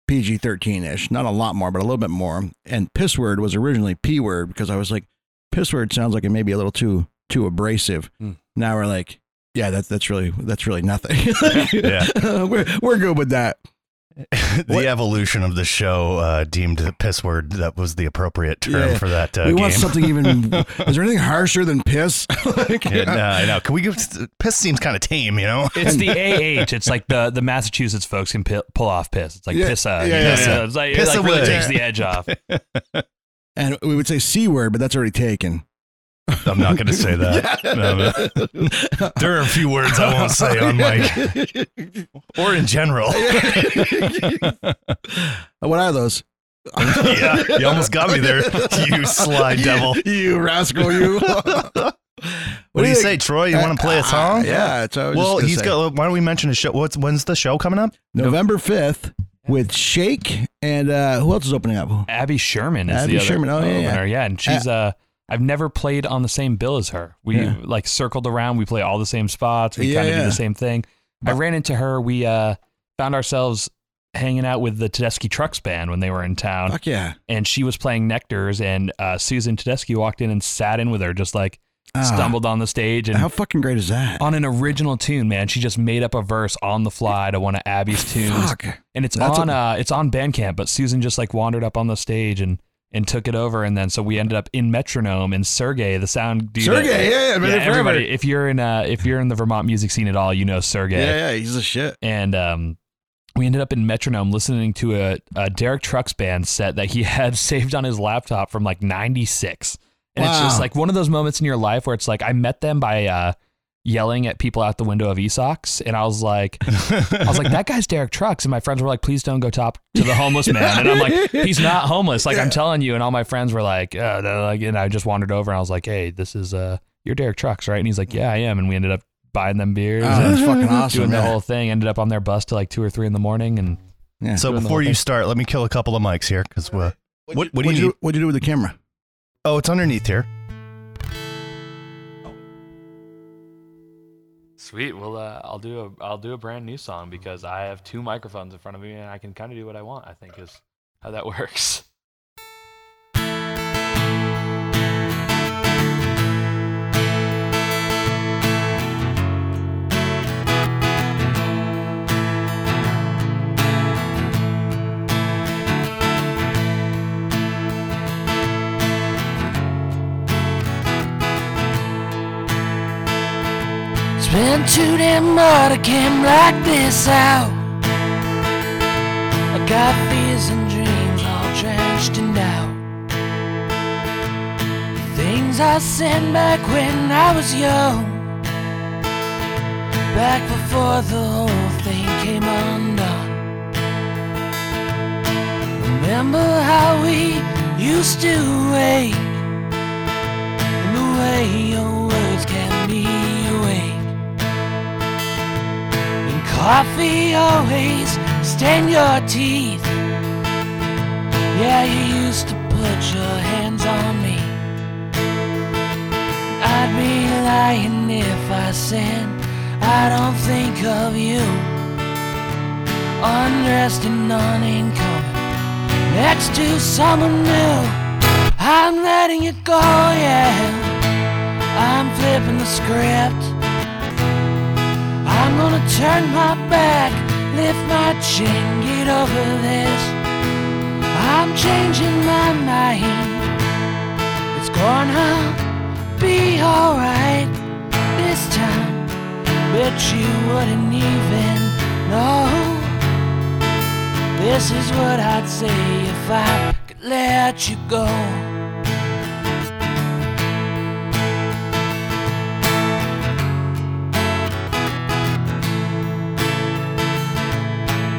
[SPEAKER 1] PG thirteen ish, not a lot more, but a little bit more. And piss word was originally P word because I was like piss word sounds like it may be a little too too abrasive.
[SPEAKER 5] Hmm.
[SPEAKER 1] Now we're like yeah, that's that's really that's really
[SPEAKER 2] [laughs]
[SPEAKER 1] nothing. [laughs] we're we're good with that.
[SPEAKER 2] [laughs] the evolution of the show uh, deemed the piss word that was the appropriate term
[SPEAKER 1] Yeah.
[SPEAKER 2] for that uh,
[SPEAKER 1] we
[SPEAKER 2] game.
[SPEAKER 1] want
[SPEAKER 2] [laughs]
[SPEAKER 1] something even. is there anything harsher than piss? [laughs] Like,
[SPEAKER 2] yeah, no, no. uh, Can we give piss seems kind of tame, you know?
[SPEAKER 5] It's the AH. It's like the, the Massachusetts folks can pi- pull off piss. It's like
[SPEAKER 1] Yeah.
[SPEAKER 5] piss a.
[SPEAKER 1] Yeah, yeah,
[SPEAKER 5] piss
[SPEAKER 2] yeah.
[SPEAKER 5] a. It's like,
[SPEAKER 2] Piss
[SPEAKER 5] it like
[SPEAKER 2] away.
[SPEAKER 5] really takes the edge off.
[SPEAKER 1] and we would say c word, but that's already taken.
[SPEAKER 2] [laughs] I'm not going to
[SPEAKER 1] [laughs]
[SPEAKER 2] say [laughs] that. No, no. There are a few words I won't
[SPEAKER 1] [laughs]
[SPEAKER 2] say on mic [laughs] or in general.
[SPEAKER 1] what are those?
[SPEAKER 2] [laughs] yeah, you almost got me there, [laughs] you sly devil.
[SPEAKER 1] [laughs] you rascal!
[SPEAKER 2] [laughs]
[SPEAKER 1] You.
[SPEAKER 2] What do you Uh, say, Troy? You want to play a song?
[SPEAKER 1] yeah, it's.
[SPEAKER 2] Well,
[SPEAKER 1] he's
[SPEAKER 2] he's got. uh, Why don't we mention his show? What's when's the show coming up?
[SPEAKER 1] November fifth with Shake and uh, who else is opening up?
[SPEAKER 5] Abby Sherman is
[SPEAKER 1] Abby
[SPEAKER 5] the other
[SPEAKER 1] Sherman. Oh, yeah, yeah.
[SPEAKER 5] opener. Yeah, and she's uh I've never played on the same bill as her. We
[SPEAKER 1] Yeah.
[SPEAKER 5] like circled around, we play all the same spots, we
[SPEAKER 1] Yeah,
[SPEAKER 5] kind of do
[SPEAKER 1] yeah.
[SPEAKER 5] the same thing. I ran into her, we uh found ourselves hanging out with the Tedeschi Trucks band when they were in town
[SPEAKER 1] Fuck yeah!
[SPEAKER 5] and she was playing Nectars and uh Susan Tedeschi walked in and sat in with her just like
[SPEAKER 1] Ah.
[SPEAKER 5] stumbled on the stage and
[SPEAKER 1] How fucking great is that?
[SPEAKER 5] on an original tune, man. She just made up a verse on the fly to one of Abby's tunes
[SPEAKER 1] Fuck.
[SPEAKER 5] and it's
[SPEAKER 1] That's
[SPEAKER 5] on
[SPEAKER 1] a-
[SPEAKER 5] uh it's on Bandcamp, but Susan just like wandered up on the stage and and took it over, and then so we ended up in Metronome and Sergey, the sound dude.
[SPEAKER 1] Sergey, yeah, yeah, man,
[SPEAKER 5] yeah,
[SPEAKER 1] forever.
[SPEAKER 5] everybody. If you're in uh if you're in the Vermont music scene at all, you know Sergey,
[SPEAKER 1] Yeah, yeah, he's a shit.
[SPEAKER 5] and um. We ended up in Metronome listening to a, a Derek Trucks band set that he [laughs] had saved on his laptop from like 96. And it's just
[SPEAKER 1] Wow.
[SPEAKER 5] like one of those moments in your life where it's like, I met them by uh, yelling at people out the window of Esox. And I was
[SPEAKER 1] [laughs]
[SPEAKER 5] like, I was like, that guy's Derek Trucks. And my friends were like, please don't go top to the homeless man. And I'm like, he's not homeless. Like, I'm telling you. And all my friends were like, uh, they're like, and I just wandered over and I was like, hey, this is, uh, you're Derek Trucks, right? And he's like, yeah, I am. And we ended up buying them beers
[SPEAKER 1] Oh, that's
[SPEAKER 5] and
[SPEAKER 1] fucking awesome.
[SPEAKER 5] doing the
[SPEAKER 1] man.
[SPEAKER 5] whole thing. Ended up on their bus till like two or three in the morning. And
[SPEAKER 2] So
[SPEAKER 5] Doing the
[SPEAKER 2] before
[SPEAKER 5] whole
[SPEAKER 2] you
[SPEAKER 5] thing.
[SPEAKER 2] start, let me kill a couple of mics here because what what what do
[SPEAKER 1] What'd
[SPEAKER 2] you need?
[SPEAKER 1] What'd you do with the camera?
[SPEAKER 2] Oh, it's underneath here.
[SPEAKER 5] sweet. Well, uh, I'll do a, I'll do a brand new song because I have two microphones in front of me and I can kind of do what I want. I think is how that [laughs] works.
[SPEAKER 3] It's been too damn hard, I can't block this out. I got fears and dreams all drenched in doubt. Things I sent back when I was young. Back before the whole thing came undone. Remember how we used to wait. And the way your words kept me awake. And coffee always stained your teeth. Yeah, you used to put your hands on me. I'd be lying if I said I don't think of you. Undressed and unincoming, next to someone new. I'm letting it go, yeah. I'm flipping the script. I'm gonna turn my back, lift my chin, get over this. I'm changing my mind. It's gonna be alright this time. Bet you wouldn't even know. This is what I'd say if I could let you go.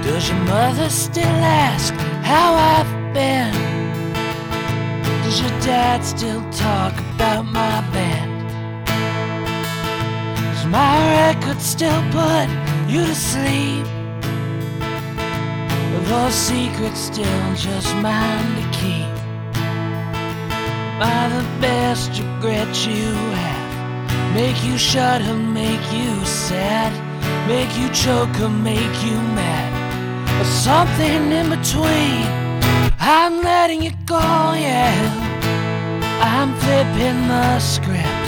[SPEAKER 3] Does your mother still ask how I've been? Does your dad still talk about my band? Does my record still put you to sleep? Are those secrets still just mine to keep? By the best regret you have, make you shudder, make you sad, make you choke or make you mad, or something in between. I'm letting it go, yeah. I'm flipping the script.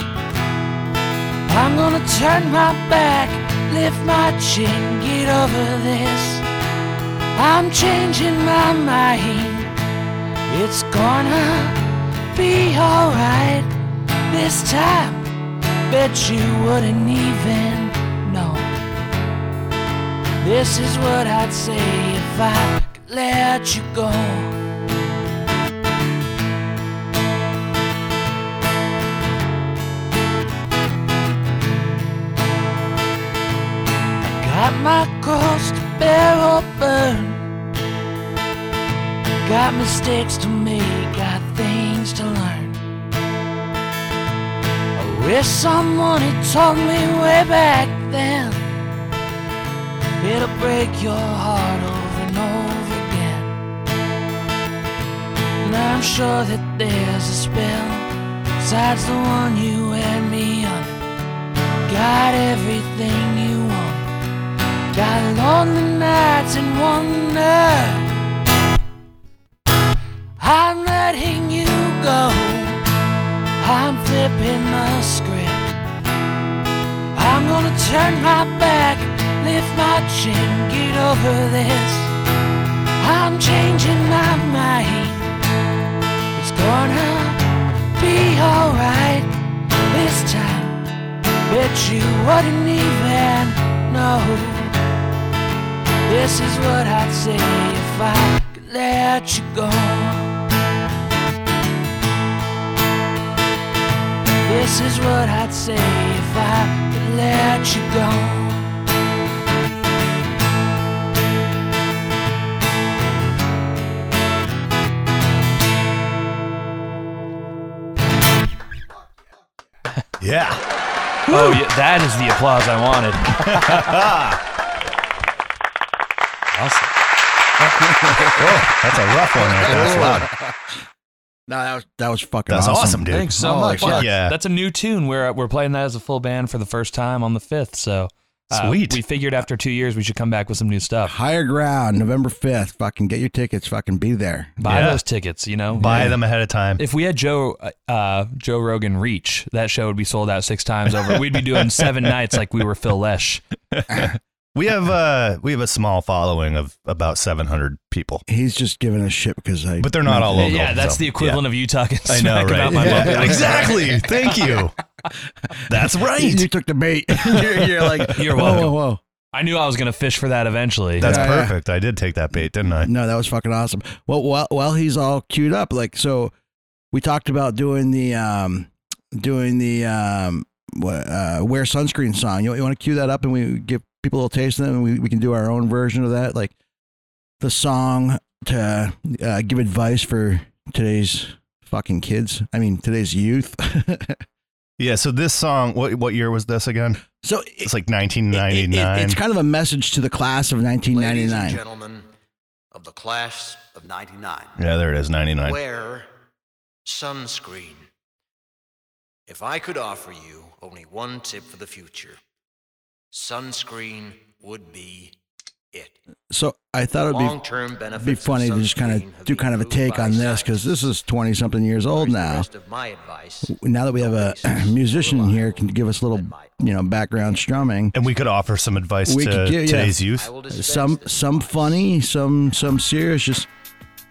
[SPEAKER 3] I'm gonna turn my back, lift my chin, get over this. I'm changing my mind. It's gonna be alright this time. Bet you wouldn't even know. This is what I'd say if I could let you go. Got my cross to bear or burn. Got mistakes to make, got things to learn. I wish someone had told me way back then. It'll break your heart over and over again. And I'm sure that there's a spell besides the one you had me on. Got everything you want. Got lonely nights and wonder. I'm letting you go. I'm flipping the script. I'm gonna turn my back, lift my chin, get over this. I'm changing my mind. It's gonna be alright this time. Bet you wouldn't even know. This is what I'd say if I could let you go. This is what I'd say if I could let you go.
[SPEAKER 2] Yeah.
[SPEAKER 5] Oh, yeah, that is the applause I wanted.
[SPEAKER 2] [laughs] Awesome. Whoa, that's a rough one right there. That's loud.
[SPEAKER 1] [laughs] No, that was that was fucking
[SPEAKER 2] That's awesome, dude.
[SPEAKER 5] Thanks so
[SPEAKER 1] Oh,
[SPEAKER 5] much.
[SPEAKER 1] fuck.
[SPEAKER 2] Yeah.
[SPEAKER 5] That's a new tune. We're we're playing that as a full band for the first time on the fifth. So uh,
[SPEAKER 2] Sweet.
[SPEAKER 5] We figured after two years we should come back with some new stuff.
[SPEAKER 1] Higher ground, November fifth. Fucking get your tickets. Fucking be there.
[SPEAKER 5] Buy
[SPEAKER 2] Yeah.
[SPEAKER 5] those tickets. You know,
[SPEAKER 2] Buy them ahead of time.
[SPEAKER 5] If we had Joe uh, uh, Joe Rogan reach, that show would be sold out six times over. We'd
[SPEAKER 2] [laughs]
[SPEAKER 5] be doing seven nights like we were Phil Lesh.
[SPEAKER 2] We have uh we have a small following of about 700 people.
[SPEAKER 1] He's just giving a shit because I.
[SPEAKER 2] But they're not all local.
[SPEAKER 5] yeah, that's
[SPEAKER 2] so,
[SPEAKER 5] the equivalent of you talking
[SPEAKER 2] yeah. I
[SPEAKER 5] smack
[SPEAKER 2] know, right?
[SPEAKER 5] about my
[SPEAKER 2] Yeah. [laughs]
[SPEAKER 5] mom.
[SPEAKER 2] Exactly. Thank you. That's
[SPEAKER 1] You
[SPEAKER 2] right.
[SPEAKER 1] took the bait. [laughs] you're, you're like.
[SPEAKER 5] You're
[SPEAKER 1] whoa,
[SPEAKER 5] welcome.
[SPEAKER 1] whoa, whoa.
[SPEAKER 5] I knew I was gonna fish for that eventually.
[SPEAKER 2] That's
[SPEAKER 1] Yeah, yeah.
[SPEAKER 2] perfect. I did take that bait, didn't
[SPEAKER 1] [laughs]
[SPEAKER 2] I?
[SPEAKER 1] No, that was fucking awesome. Well, while while he's all queued up, like so, we talked about doing the um, doing the um, what, uh, wear sunscreen song. You, you want to cue that up, and we give people a little taste of them, and we, we can do our own version of that, like the song to uh, give advice for today's fucking kids. I mean, today's youth. [laughs]
[SPEAKER 2] Yeah, so this song, what what year was this again?
[SPEAKER 1] so. It,
[SPEAKER 2] It's like
[SPEAKER 1] it- it-
[SPEAKER 2] 1999.
[SPEAKER 1] it's kind of a message to the class of
[SPEAKER 6] Ladies and
[SPEAKER 1] 1999.
[SPEAKER 6] gentlemen of the class of 99,
[SPEAKER 2] yeah, there it is, 99.
[SPEAKER 6] wear sunscreen. If I could offer you only one tip for the future, sunscreen would be it.
[SPEAKER 1] So I thought it would be
[SPEAKER 6] Long-term benefits.
[SPEAKER 1] be funny
[SPEAKER 6] of
[SPEAKER 1] to just kind
[SPEAKER 6] sunscreen
[SPEAKER 1] of
[SPEAKER 6] have
[SPEAKER 1] do
[SPEAKER 6] been
[SPEAKER 1] kind of a
[SPEAKER 6] proved
[SPEAKER 1] take
[SPEAKER 6] by
[SPEAKER 1] on this because
[SPEAKER 6] science.
[SPEAKER 1] this is 20 something years old
[SPEAKER 6] Here's the
[SPEAKER 1] now.
[SPEAKER 6] rest of my advice.
[SPEAKER 1] Now that we have [clears throat] a musician here, can give us a little, you know, background strumming.
[SPEAKER 2] And we could offer some advice
[SPEAKER 1] We
[SPEAKER 2] to
[SPEAKER 1] could give- yeah.
[SPEAKER 2] today's
[SPEAKER 6] I
[SPEAKER 2] youth.
[SPEAKER 6] will dispense
[SPEAKER 1] Some
[SPEAKER 6] this
[SPEAKER 1] some
[SPEAKER 6] advice.
[SPEAKER 1] funny, some some serious. Just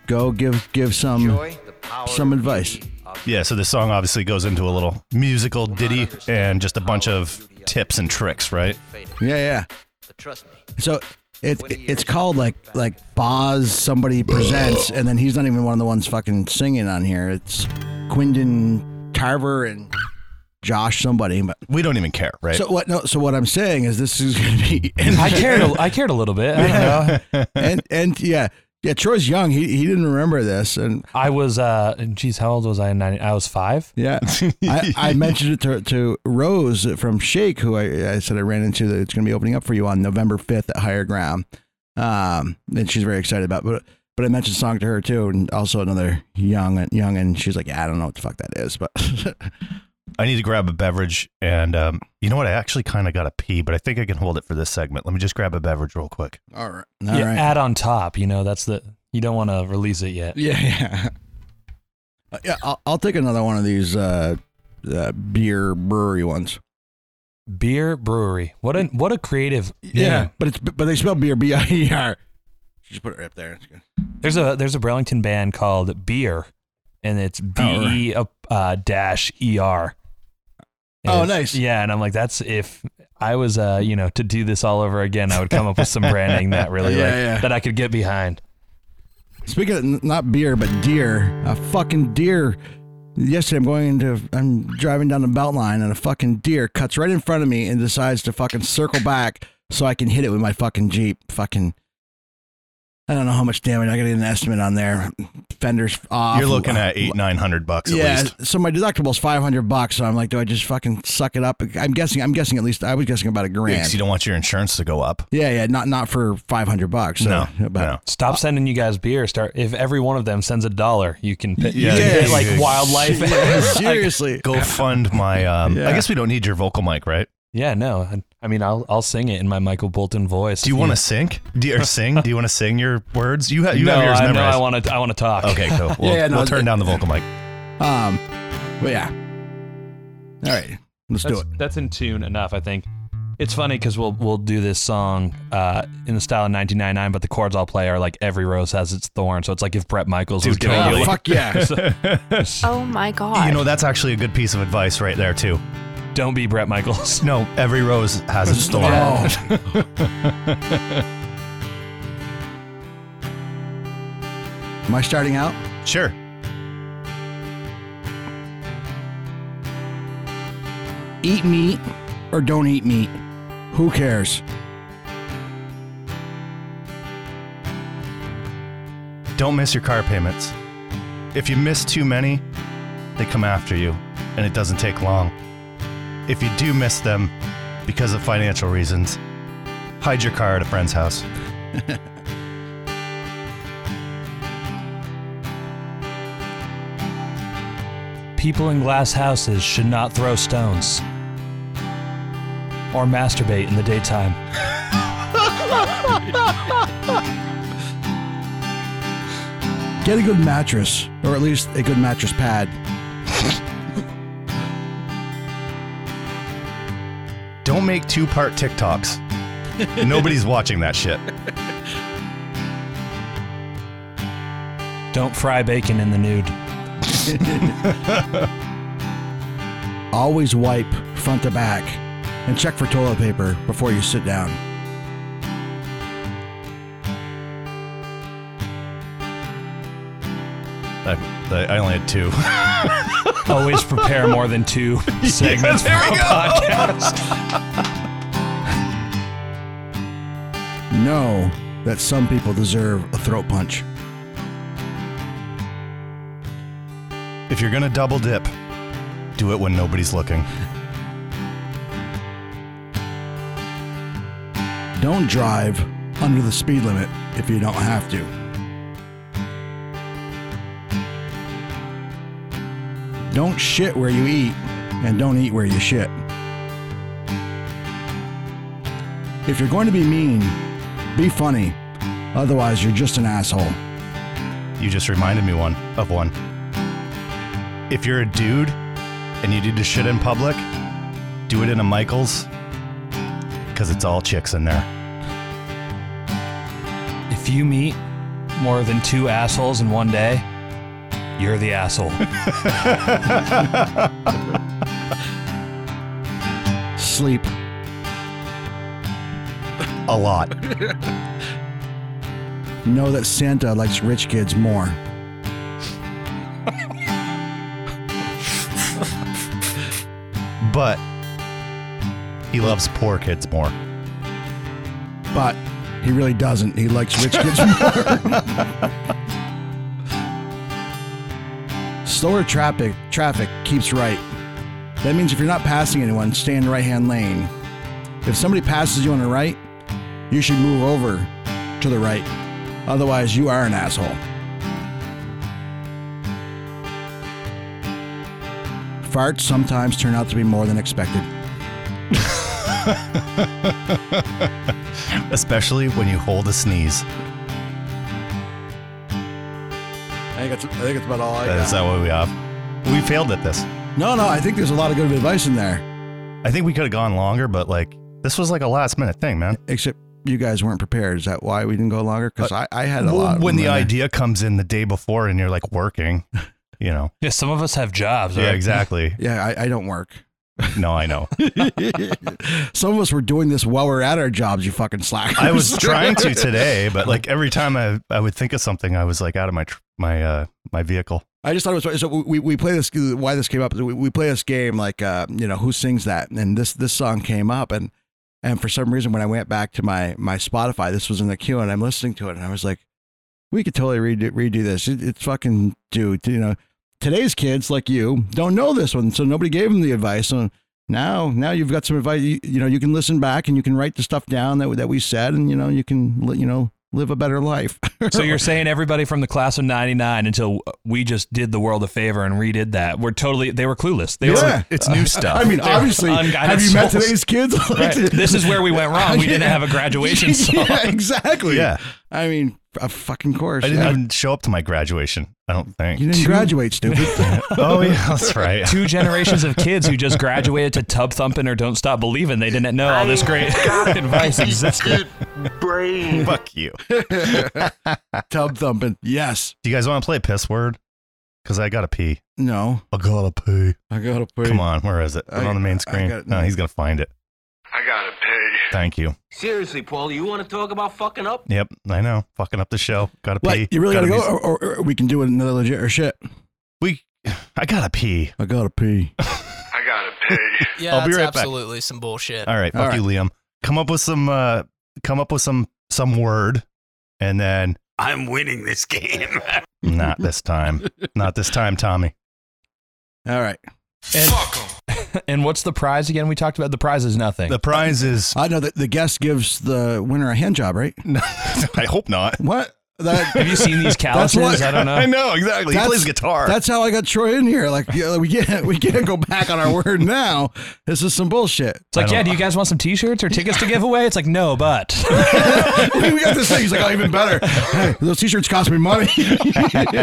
[SPEAKER 1] go give give some.
[SPEAKER 6] Enjoy the power
[SPEAKER 1] some
[SPEAKER 6] and
[SPEAKER 1] advice.
[SPEAKER 6] beauty of
[SPEAKER 2] Yeah, so this song obviously goes into a little musical ditty and just a bunch of tips and tricks, right?
[SPEAKER 6] faded.
[SPEAKER 1] Yeah, yeah.
[SPEAKER 6] But trust me,
[SPEAKER 1] So it's it's called like like Boz somebody presents, and then he's not even one of the ones fucking singing on here. It's Quindon Tarver and Josh somebody. But
[SPEAKER 2] We don't even care, right?
[SPEAKER 1] so what? No. So what I'm saying is this is going to be. [laughs]
[SPEAKER 5] I cared. A, I cared a little bit. I don't know.
[SPEAKER 1] and and yeah, yeah. Troy's young. He he didn't remember this, and
[SPEAKER 5] I was. Uh, and geez, how old was I? In 90, I was five.
[SPEAKER 1] yeah,
[SPEAKER 2] [laughs]
[SPEAKER 1] I, I mentioned it to, to Rose from Shake, who I, I said I ran into that it's going to be opening up for you on November fifth at Higher Ground, um, and she's very excited about. It. But but I mentioned the song to her too, and also another young young, and she's like, yeah, I don't know what the fuck that is, but [laughs]
[SPEAKER 2] I need to grab a beverage, and um, you know what? I actually kind of got to pee, but I think I can hold it for this segment. Let me just grab a beverage real quick.
[SPEAKER 1] all right, all right,
[SPEAKER 5] You Add on top. You know, that's the. You don't want to release it yet.
[SPEAKER 1] yeah, [laughs] yeah. Uh, yeah, I'll, I'll take another one of these uh, uh, beer brewery ones.
[SPEAKER 5] Beer Brewery. What a what a creative. name.
[SPEAKER 1] but it's but they spell beer B I E R. Just put it up there. It's good.
[SPEAKER 5] There's a there's a Burlington band called Beer, and it's
[SPEAKER 2] Oh,
[SPEAKER 5] B E uh, dash E R. And
[SPEAKER 1] Oh,
[SPEAKER 5] it's-
[SPEAKER 1] nice.
[SPEAKER 5] Yeah, and I'm like, that's if I was uh you know to do this all over again, I would come up with some branding that really
[SPEAKER 1] Yeah,
[SPEAKER 5] like
[SPEAKER 1] yeah.
[SPEAKER 5] that I could get behind.
[SPEAKER 1] Speaking of n- not beer, but deer, a fucking deer. Yesterday, I'm going into, I'm driving down the Beltline, and a fucking deer cuts right in front of me and decides to fucking circle back so I can hit it with my fucking Jeep. Fucking, I don't know how much damage. I got to get an estimate on there. Fenders off.
[SPEAKER 2] You're looking at eight, nine hundred bucks at
[SPEAKER 1] yeah,
[SPEAKER 2] least.
[SPEAKER 1] so my deductible's five hundred bucks. So I'm like, do I just fucking suck it up? I'm guessing. I'm guessing at least I was guessing about a grand.
[SPEAKER 2] Because you don't want your insurance to go up.
[SPEAKER 1] yeah, yeah, not not for five hundred bucks. So,
[SPEAKER 2] no,
[SPEAKER 1] [laughs] but
[SPEAKER 2] no.
[SPEAKER 5] Stop sending you guys beer. Start if every one of them sends a dollar, you can pit, you
[SPEAKER 2] Yeah,
[SPEAKER 5] can
[SPEAKER 1] yeah,
[SPEAKER 5] pit,
[SPEAKER 2] [laughs]
[SPEAKER 5] like
[SPEAKER 2] yeah.
[SPEAKER 1] [laughs]
[SPEAKER 5] wildlife.
[SPEAKER 1] Yeah, seriously,
[SPEAKER 2] Go fund my.
[SPEAKER 1] [laughs]
[SPEAKER 2] Um,
[SPEAKER 1] Yeah.
[SPEAKER 2] I guess we don't need your vocal mic, right?
[SPEAKER 5] yeah, no. I, I mean, I'll I'll sing it in my Michael Bolton voice.
[SPEAKER 2] Do you want to sing?
[SPEAKER 1] [laughs]
[SPEAKER 2] Do you, or sing? Do you want to sing your words? You have you
[SPEAKER 5] no,
[SPEAKER 2] have yours
[SPEAKER 5] I, no,
[SPEAKER 2] memorized.
[SPEAKER 5] I want to. I want to talk.
[SPEAKER 2] okay,
[SPEAKER 1] [laughs]
[SPEAKER 2] cool. We'll,
[SPEAKER 1] yeah, no,
[SPEAKER 2] we'll turn down the vocal mic.
[SPEAKER 1] Um, but yeah. All right, let's
[SPEAKER 5] that's,
[SPEAKER 1] do it.
[SPEAKER 5] that's in tune enough, I think. It's funny because we'll we'll do this song uh, in the style of 1999, but the chords I'll play are like every rose has its thorn. So it's like if Brett Michaels was
[SPEAKER 2] Dude,
[SPEAKER 5] doing
[SPEAKER 2] totally.
[SPEAKER 5] it.
[SPEAKER 1] Oh, fuck yeah. [laughs]
[SPEAKER 7] Oh my god.
[SPEAKER 2] You know, that's actually a good piece of advice right there too.
[SPEAKER 5] Don't be Brett Michaels. [laughs]
[SPEAKER 2] No, every rose
[SPEAKER 1] [laughs]
[SPEAKER 2] has its thorn.
[SPEAKER 1] Oh, Am I starting out?
[SPEAKER 2] Sure.
[SPEAKER 1] Eat meat or don't eat meat. Who cares?
[SPEAKER 2] Don't miss your car payments. If you miss too many, they come after you, and it doesn't take long. If you do miss them because of financial reasons, hide your car at a friend's house.
[SPEAKER 5] People in glass houses should not throw stones or masturbate in the daytime.
[SPEAKER 1] Get a good mattress, or at least a good mattress pad.
[SPEAKER 2] Don't make two part TikToks. Nobody's watching that shit.
[SPEAKER 5] Don't fry bacon in the nude.
[SPEAKER 1] Always wipe front to back, and check for toilet paper before you sit down.
[SPEAKER 2] I, I only had two. [laughs]
[SPEAKER 5] Always prepare more than two [laughs] segments
[SPEAKER 2] there
[SPEAKER 5] for
[SPEAKER 2] we
[SPEAKER 5] a
[SPEAKER 2] go.
[SPEAKER 5] podcast.
[SPEAKER 1] Know that some people deserve a throat punch.
[SPEAKER 2] If you're gonna double dip, do it when nobody's looking.
[SPEAKER 1] Don't drive under the speed limit if you don't have to. Don't shit where you eat and don't eat where you shit. If you're going to be mean, be funny. Otherwise, you're just an asshole.
[SPEAKER 2] You just reminded me one of one. If you're a dude and you need to shit in public, do it in a Michaels, because it's all chicks in there.
[SPEAKER 5] If you meet more than two assholes in one day, you're
[SPEAKER 2] [laughs]
[SPEAKER 5] the asshole.
[SPEAKER 1] Sleep. [laughs]
[SPEAKER 2] A lot.
[SPEAKER 1] Know that Santa likes rich kids more.
[SPEAKER 2] But he loves poor kids more.
[SPEAKER 1] But he really doesn't. He likes rich kids more. Slower traffic traffic keeps right. That means if you're not passing anyone, stay in the right hand lane. If somebody passes you on the right, you should move over to the right. Otherwise, you are an asshole. Farts sometimes turn out to be more than expected.
[SPEAKER 2] Especially when you hold a sneeze.
[SPEAKER 1] I think that's, I think that's about all I
[SPEAKER 2] Is that what we have? We failed at this.
[SPEAKER 1] No, no, I think there's a lot of good advice in there.
[SPEAKER 2] I think we could have gone longer, but like this was like a last minute thing, man.
[SPEAKER 1] Except you guys weren't prepared. Is that why we didn't go longer? Because I, I had a lot. of
[SPEAKER 2] Uh, when
[SPEAKER 1] them
[SPEAKER 2] the
[SPEAKER 1] in there.
[SPEAKER 2] idea comes in the day before and you're like working,
[SPEAKER 1] [laughs]
[SPEAKER 2] you know.
[SPEAKER 5] Yeah, some of us have jobs.
[SPEAKER 2] Yeah,
[SPEAKER 5] right?
[SPEAKER 2] exactly.
[SPEAKER 1] Yeah, I, I don't
[SPEAKER 2] [laughs]
[SPEAKER 1] work. [laughs]
[SPEAKER 2] No, I know.
[SPEAKER 1] Some of us were doing this while we're at our jobs. You fucking slack. [laughs]
[SPEAKER 2] I was trying to today, but like every time I, I would think of something, I was like out of my tr- my uh my vehicle.
[SPEAKER 1] I just thought it was so. We, we play this. Why this came up? is We, we play this game like uh, you know who sings that, and this this song came up, and and for some reason when I went back to my my Spotify, this was in the queue, and I'm listening to it, and I was like, we could totally redo redo this. It, it's fucking dude, you know, today's kids like you don't know this one, so nobody gave them the advice. So now now you've got some advice. You, you know, you can listen back and you can write the stuff down that that we said, and you know you can li- you know live a better life. [laughs]
[SPEAKER 5] So you're saying everybody from the class of '99 until we just did the world a favor and redid that. We're totally. They were clueless. They were.
[SPEAKER 1] Yeah.
[SPEAKER 2] It's new stuff.
[SPEAKER 1] I mean, obviously,
[SPEAKER 5] [laughs] unguided
[SPEAKER 1] have you met
[SPEAKER 5] souls.
[SPEAKER 1] today's kids? [laughs] Like,
[SPEAKER 5] Right. This is where we went wrong. We
[SPEAKER 1] [laughs]
[SPEAKER 5] didn't
[SPEAKER 1] Yeah.
[SPEAKER 5] have a graduation song.
[SPEAKER 1] yeah, exactly.
[SPEAKER 2] yeah,
[SPEAKER 1] I mean, a fucking course.
[SPEAKER 2] I didn't
[SPEAKER 1] Yeah.
[SPEAKER 2] even show up to my graduation. I don't think. [laughs]
[SPEAKER 1] you didn't graduate, stupid. [laughs]
[SPEAKER 2] oh yeah, that's right.
[SPEAKER 5] [laughs] Two generations of kids who just graduated to Tub Thumping or Don't Stop Believing. They didn't know all this great [laughs] advice existed.
[SPEAKER 8] Brain.
[SPEAKER 2] [laughs] Fuck you.
[SPEAKER 1] Tub thumping. Yes.
[SPEAKER 2] Do you guys want to play piss word? Because I gotta pee.
[SPEAKER 1] No.
[SPEAKER 2] I gotta pee.
[SPEAKER 1] I gotta put.
[SPEAKER 2] Come on, where is it? Put it
[SPEAKER 1] I-
[SPEAKER 2] on the main
[SPEAKER 1] I
[SPEAKER 2] screen.
[SPEAKER 1] got it.
[SPEAKER 2] no, he's gonna find it.
[SPEAKER 8] I gotta pay.
[SPEAKER 2] Thank you.
[SPEAKER 8] Seriously, Paul, you want to talk about fucking up?
[SPEAKER 2] Yep, I know. Fucking up the show. Gotta pee.
[SPEAKER 1] Like, you really gotta,
[SPEAKER 2] be-
[SPEAKER 1] go, or, or, or we can do another legit or shit.
[SPEAKER 2] we. I gotta pee.
[SPEAKER 1] I gotta
[SPEAKER 2] [laughs]
[SPEAKER 1] pee.
[SPEAKER 8] I gotta pay.
[SPEAKER 9] Yeah,
[SPEAKER 2] I'll be
[SPEAKER 9] that's
[SPEAKER 2] right back.
[SPEAKER 9] absolutely some bullshit.
[SPEAKER 2] All right, fuck
[SPEAKER 1] All
[SPEAKER 2] you, Liam. Come up with some. Uh, come up with some some word, and then
[SPEAKER 8] I'm winning this game.
[SPEAKER 2] not this [laughs] time. not this time, Tommy.
[SPEAKER 1] All right.
[SPEAKER 5] And what's the prize again? We talked about the prize is nothing.
[SPEAKER 2] The prize [laughs] is.
[SPEAKER 1] I know that the guest gives the winner a hand job, right?
[SPEAKER 2] I hope not.
[SPEAKER 1] What?
[SPEAKER 2] [laughs]
[SPEAKER 1] That,
[SPEAKER 5] have you seen these calluses?
[SPEAKER 1] what-
[SPEAKER 5] I don't know.
[SPEAKER 2] I know exactly.
[SPEAKER 1] That's-
[SPEAKER 2] he plays guitar.
[SPEAKER 1] That's how I got Troy in here. Like, yeah, we can't, we can't go back on our word now. This is some bullshit.
[SPEAKER 5] It's like,
[SPEAKER 2] I don't-
[SPEAKER 5] yeah, do you guys want some T-shirts or tickets to give away? It's like, no, but [laughs]
[SPEAKER 1] we got this thing. He's like, oh, even better. Hey, those t-shirts cost me [laughs] money.
[SPEAKER 5] yeah,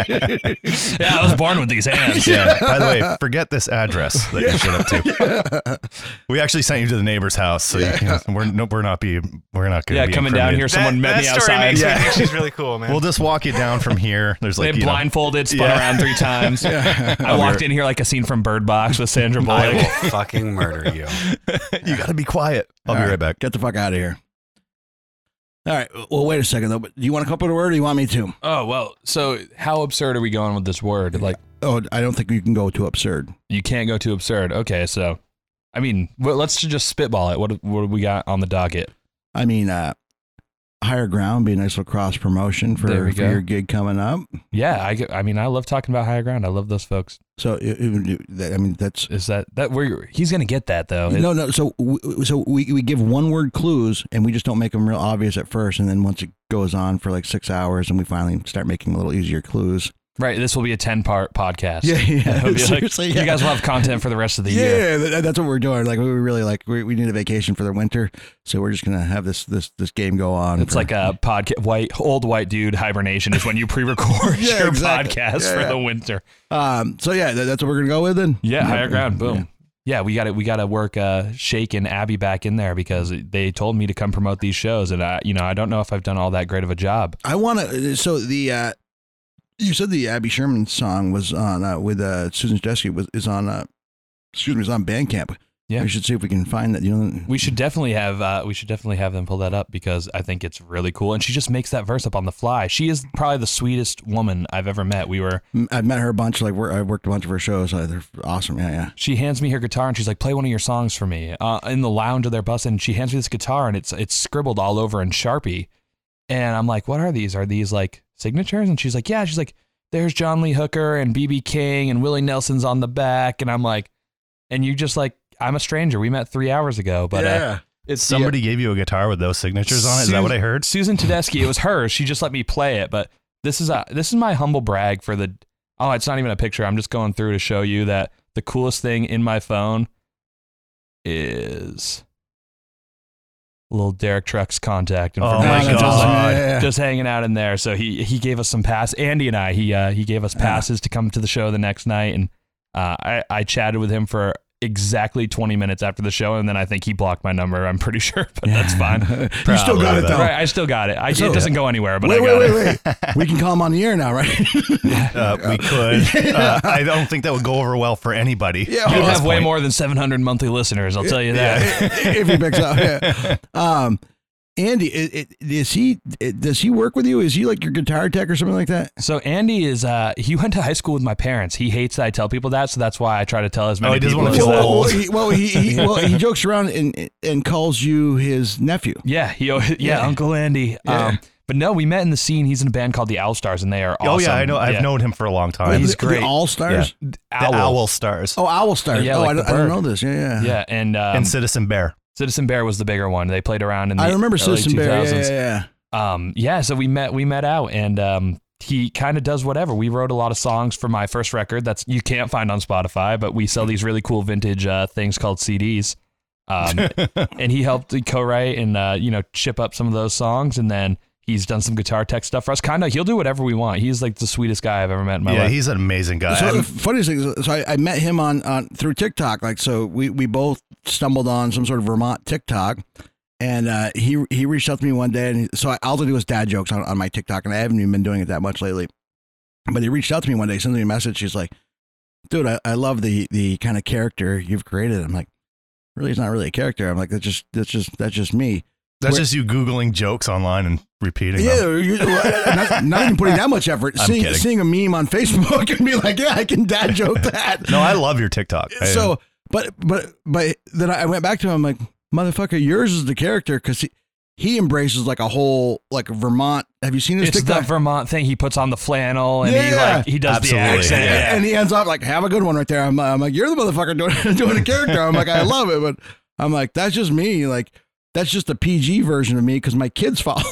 [SPEAKER 5] I was born with these
[SPEAKER 2] [laughs]
[SPEAKER 5] hands.
[SPEAKER 2] yeah. [laughs] By the way, forget this address that you showed up to. [laughs] We actually sent you to the neighbor's house, so you can, we're no, we're not be we're not going to
[SPEAKER 5] Yeah,
[SPEAKER 2] be
[SPEAKER 5] coming down
[SPEAKER 2] incriminated.
[SPEAKER 5] here, someone
[SPEAKER 4] that,
[SPEAKER 5] met me
[SPEAKER 4] that story
[SPEAKER 5] outside.
[SPEAKER 4] makes
[SPEAKER 5] Yeah.
[SPEAKER 4] me think she's really cool, man.
[SPEAKER 2] We'll just walk you down from here. There's like
[SPEAKER 5] they
[SPEAKER 2] you know,
[SPEAKER 5] blindfolded, spun around three times. I walked in here like a scene from Bird Box with [laughs] Sandra
[SPEAKER 10] I
[SPEAKER 5] Bullock.
[SPEAKER 10] will fucking murder you.
[SPEAKER 2] you got to be quiet. I'll be
[SPEAKER 1] All
[SPEAKER 2] right back.
[SPEAKER 1] Get the fuck out of here. All right. Well, wait a second though. But do you want to come up with a word, or do you want me to?
[SPEAKER 5] oh well, so how absurd are we going with this word? Like,
[SPEAKER 1] Oh, I don't think you can go too absurd.
[SPEAKER 5] you can't go too absurd. Okay, so, I mean, well, let's just spitball it. What what do we got on the docket?
[SPEAKER 1] I mean, uh, higher ground be a nice little cross promotion
[SPEAKER 5] There
[SPEAKER 1] for,
[SPEAKER 5] we
[SPEAKER 1] for
[SPEAKER 5] go.
[SPEAKER 1] your gig coming up.
[SPEAKER 5] Yeah, I, get- I mean, I love talking about higher ground. I love those folks.
[SPEAKER 1] So it, it would do that. I mean, that's
[SPEAKER 5] Is that that where he's gonna get that though?
[SPEAKER 1] no, no. So we, so we we give one word clues, and we just don't make them real obvious at first, and then once it goes on for like six hours, and we finally start making a little easier clues.
[SPEAKER 5] Right, this will be a ten part podcast.
[SPEAKER 1] Yeah, yeah,
[SPEAKER 5] [laughs] It'll be like,
[SPEAKER 1] seriously, yeah.
[SPEAKER 5] You guys will have content for the rest of the uh, year.
[SPEAKER 1] yeah, tha- that's what we're doing. Like we were really like we, we need a vacation for the winter, so we're just gonna have this this this game go on.
[SPEAKER 5] It's
[SPEAKER 1] for-
[SPEAKER 5] like a podcast. White old white dude hibernation is when you pre-record
[SPEAKER 1] [laughs] Yeah,
[SPEAKER 5] your
[SPEAKER 1] exactly.
[SPEAKER 5] podcast
[SPEAKER 1] Yeah,
[SPEAKER 5] for
[SPEAKER 1] yeah.
[SPEAKER 5] the winter.
[SPEAKER 1] um. So yeah, tha- that's what we're gonna go with then.
[SPEAKER 5] Yeah, higher ground. Boom.
[SPEAKER 1] Yeah.
[SPEAKER 5] Yeah. we got to We got to work uh, Shake and Abby back in there because they told me to come promote these shows, and I, you know, I don't know if I've done all that great of a job.
[SPEAKER 1] I want to. So the uh, you said the Abby Sherman song was on uh, with uh, Susan Studesky was is on uh, excuse me, is on Bandcamp.
[SPEAKER 5] Yeah.
[SPEAKER 1] we should see if we can find that. You know,
[SPEAKER 5] We should definitely have uh, we should definitely have them pull that up because I think it's really cool, and she just makes that verse up on the fly. She is probably the sweetest woman I've ever met. We were
[SPEAKER 1] M- I've met her a bunch. Like we're, I worked a bunch of her shows. Uh, they're awesome. Yeah, yeah.
[SPEAKER 5] she hands me her guitar and she's like, "Play one of your songs for me." Uh, in the lounge of their bus, and she hands me this guitar and it's it's scribbled all over in Sharpie, and I'm like, "What are these? Are these like signatures?" And she's like, "Yeah." She's like, "There's John Lee Hooker and BB King and Willie Nelson's on the back," and I'm like, "And you just like." I'm a stranger. We met three hours ago, but uh, it's the-
[SPEAKER 2] Somebody gave you a guitar with those signatures on it. Is that what I heard?
[SPEAKER 5] Susan Tedeschi. It was her. She just let me play it. But this is a this is my humble brag for the. Oh, it's not even a picture. I'm just going through to show you that the coolest thing in my phone is little Derek Truck's contact
[SPEAKER 2] Oh
[SPEAKER 5] information.
[SPEAKER 2] my
[SPEAKER 5] Just,
[SPEAKER 2] God.
[SPEAKER 1] Yeah, yeah, yeah.
[SPEAKER 5] just hanging out in there. So he he gave us some pass. Andy and I he uh, he gave us passes to come to the show the next night, and uh, I I chatted with him for exactly 20 minutes after the show, and then I think he blocked my number. I'm pretty [laughs] sure, but that's
[SPEAKER 1] [laughs]
[SPEAKER 5] fine.
[SPEAKER 1] you still got it
[SPEAKER 2] Probably,
[SPEAKER 1] though.
[SPEAKER 5] Right, I still got it. I,
[SPEAKER 1] So-
[SPEAKER 5] it doesn't go anywhere, but
[SPEAKER 1] wait,
[SPEAKER 5] I got
[SPEAKER 1] wait,
[SPEAKER 5] it.
[SPEAKER 1] wait,
[SPEAKER 5] [laughs]
[SPEAKER 1] wait. we can call him on the air now, right?
[SPEAKER 2] Uh, we could. Uh, I don't think that would go over well for anybody.
[SPEAKER 1] Yeah,
[SPEAKER 2] at
[SPEAKER 5] You'd
[SPEAKER 1] well,
[SPEAKER 2] this
[SPEAKER 5] have way
[SPEAKER 2] point.
[SPEAKER 5] more than 700 monthly listeners. I'll tell you that.
[SPEAKER 1] [laughs] if he picks up. Yeah. Um, Andy, i i is he? i- Does he work with you? Is he like your guitar tech or something like that?
[SPEAKER 5] So Andy is uh he went to high school with my parents. He hates that I tell people that, so that's why I try to tell as many
[SPEAKER 2] he doesn't
[SPEAKER 5] people
[SPEAKER 2] wanna
[SPEAKER 5] as
[SPEAKER 2] feel
[SPEAKER 5] that.
[SPEAKER 2] old.
[SPEAKER 1] Well, he, well, he, he well he jokes around and and calls you his nephew.
[SPEAKER 5] [laughs] Yeah, he yeah, Uncle Andy. Um but no, we met in the scene. He's in a band called the Owl Stars and they are
[SPEAKER 2] [laughs]
[SPEAKER 5] awesome.
[SPEAKER 2] Oh yeah, I know. I've
[SPEAKER 5] Yeah.
[SPEAKER 2] known him for a long time.
[SPEAKER 5] Oh, He's
[SPEAKER 1] The- the
[SPEAKER 5] great.
[SPEAKER 1] All stars.
[SPEAKER 2] the Owl Stars
[SPEAKER 1] Oh, owl stars.
[SPEAKER 5] Yeah,
[SPEAKER 1] oh,
[SPEAKER 5] like
[SPEAKER 1] I,
[SPEAKER 5] the
[SPEAKER 1] don't- I don't
[SPEAKER 5] bird.
[SPEAKER 1] know this. Yeah, yeah.
[SPEAKER 5] Yeah, and, um,
[SPEAKER 2] and Citizen Bear.
[SPEAKER 5] Citizen Bear was the bigger one. They played around in the
[SPEAKER 1] I remember
[SPEAKER 5] early
[SPEAKER 1] Citizen Bear.
[SPEAKER 5] 2000s.
[SPEAKER 1] Yeah, yeah, yeah.
[SPEAKER 5] um yeah so we met we met out and um he kind of does whatever we wrote a lot of songs for my first record that's you can't find on spotify but we sell these really cool vintage uh, things called cds um,
[SPEAKER 2] [laughs]
[SPEAKER 5] and he helped co-write and uh, you know chip up some of those songs and then he's done some guitar tech stuff for us kind of he'll do whatever we want he's like the sweetest guy i've ever met in my
[SPEAKER 2] yeah,
[SPEAKER 5] life
[SPEAKER 2] he's an amazing guy.
[SPEAKER 1] So the
[SPEAKER 2] I'm-
[SPEAKER 1] funniest thing is, so I, I met him on, on through TikTok. Like, so we, we both stumbled on some sort of Vermont TikTok, and uh, he he reached out to me one day, and he- so I, all I do is dad jokes on, on my TikTok, and I haven't even been doing it that much lately. But he reached out to me one day, sends me a message. He's like, "Dude, I, I love the the kind of character you've created." I'm like, "Really, it's not really a character." I'm like, "That's just that's just that's just me."
[SPEAKER 2] that's
[SPEAKER 1] where-
[SPEAKER 2] just you googling jokes online and repeating them.
[SPEAKER 1] Yeah, you, not, not even putting that much effort.
[SPEAKER 2] [laughs] I'm
[SPEAKER 1] Seeing
[SPEAKER 2] kidding.
[SPEAKER 1] seeing a meme on Facebook [laughs] and be like, "Yeah, I can dad
[SPEAKER 2] [laughs]
[SPEAKER 1] joke that."
[SPEAKER 2] No, I love your TikTok. I-
[SPEAKER 1] so but but but then I went back to him I'm like motherfucker yours is the character because he, he embraces like a whole like Vermont have you seen this
[SPEAKER 5] it's the
[SPEAKER 1] TikTok
[SPEAKER 5] vermont thing he puts on the flannel and he
[SPEAKER 1] Yeah.
[SPEAKER 5] like he does
[SPEAKER 2] Absolutely.
[SPEAKER 5] the accent
[SPEAKER 2] Yeah.
[SPEAKER 1] and he ends up like have a good one right there I'm, I'm like you're the motherfucker doing [laughs] doing a character I'm like
[SPEAKER 2] [laughs]
[SPEAKER 1] I love it but I'm like that's just me like that's just a PG version of me because my kids [laughs] follow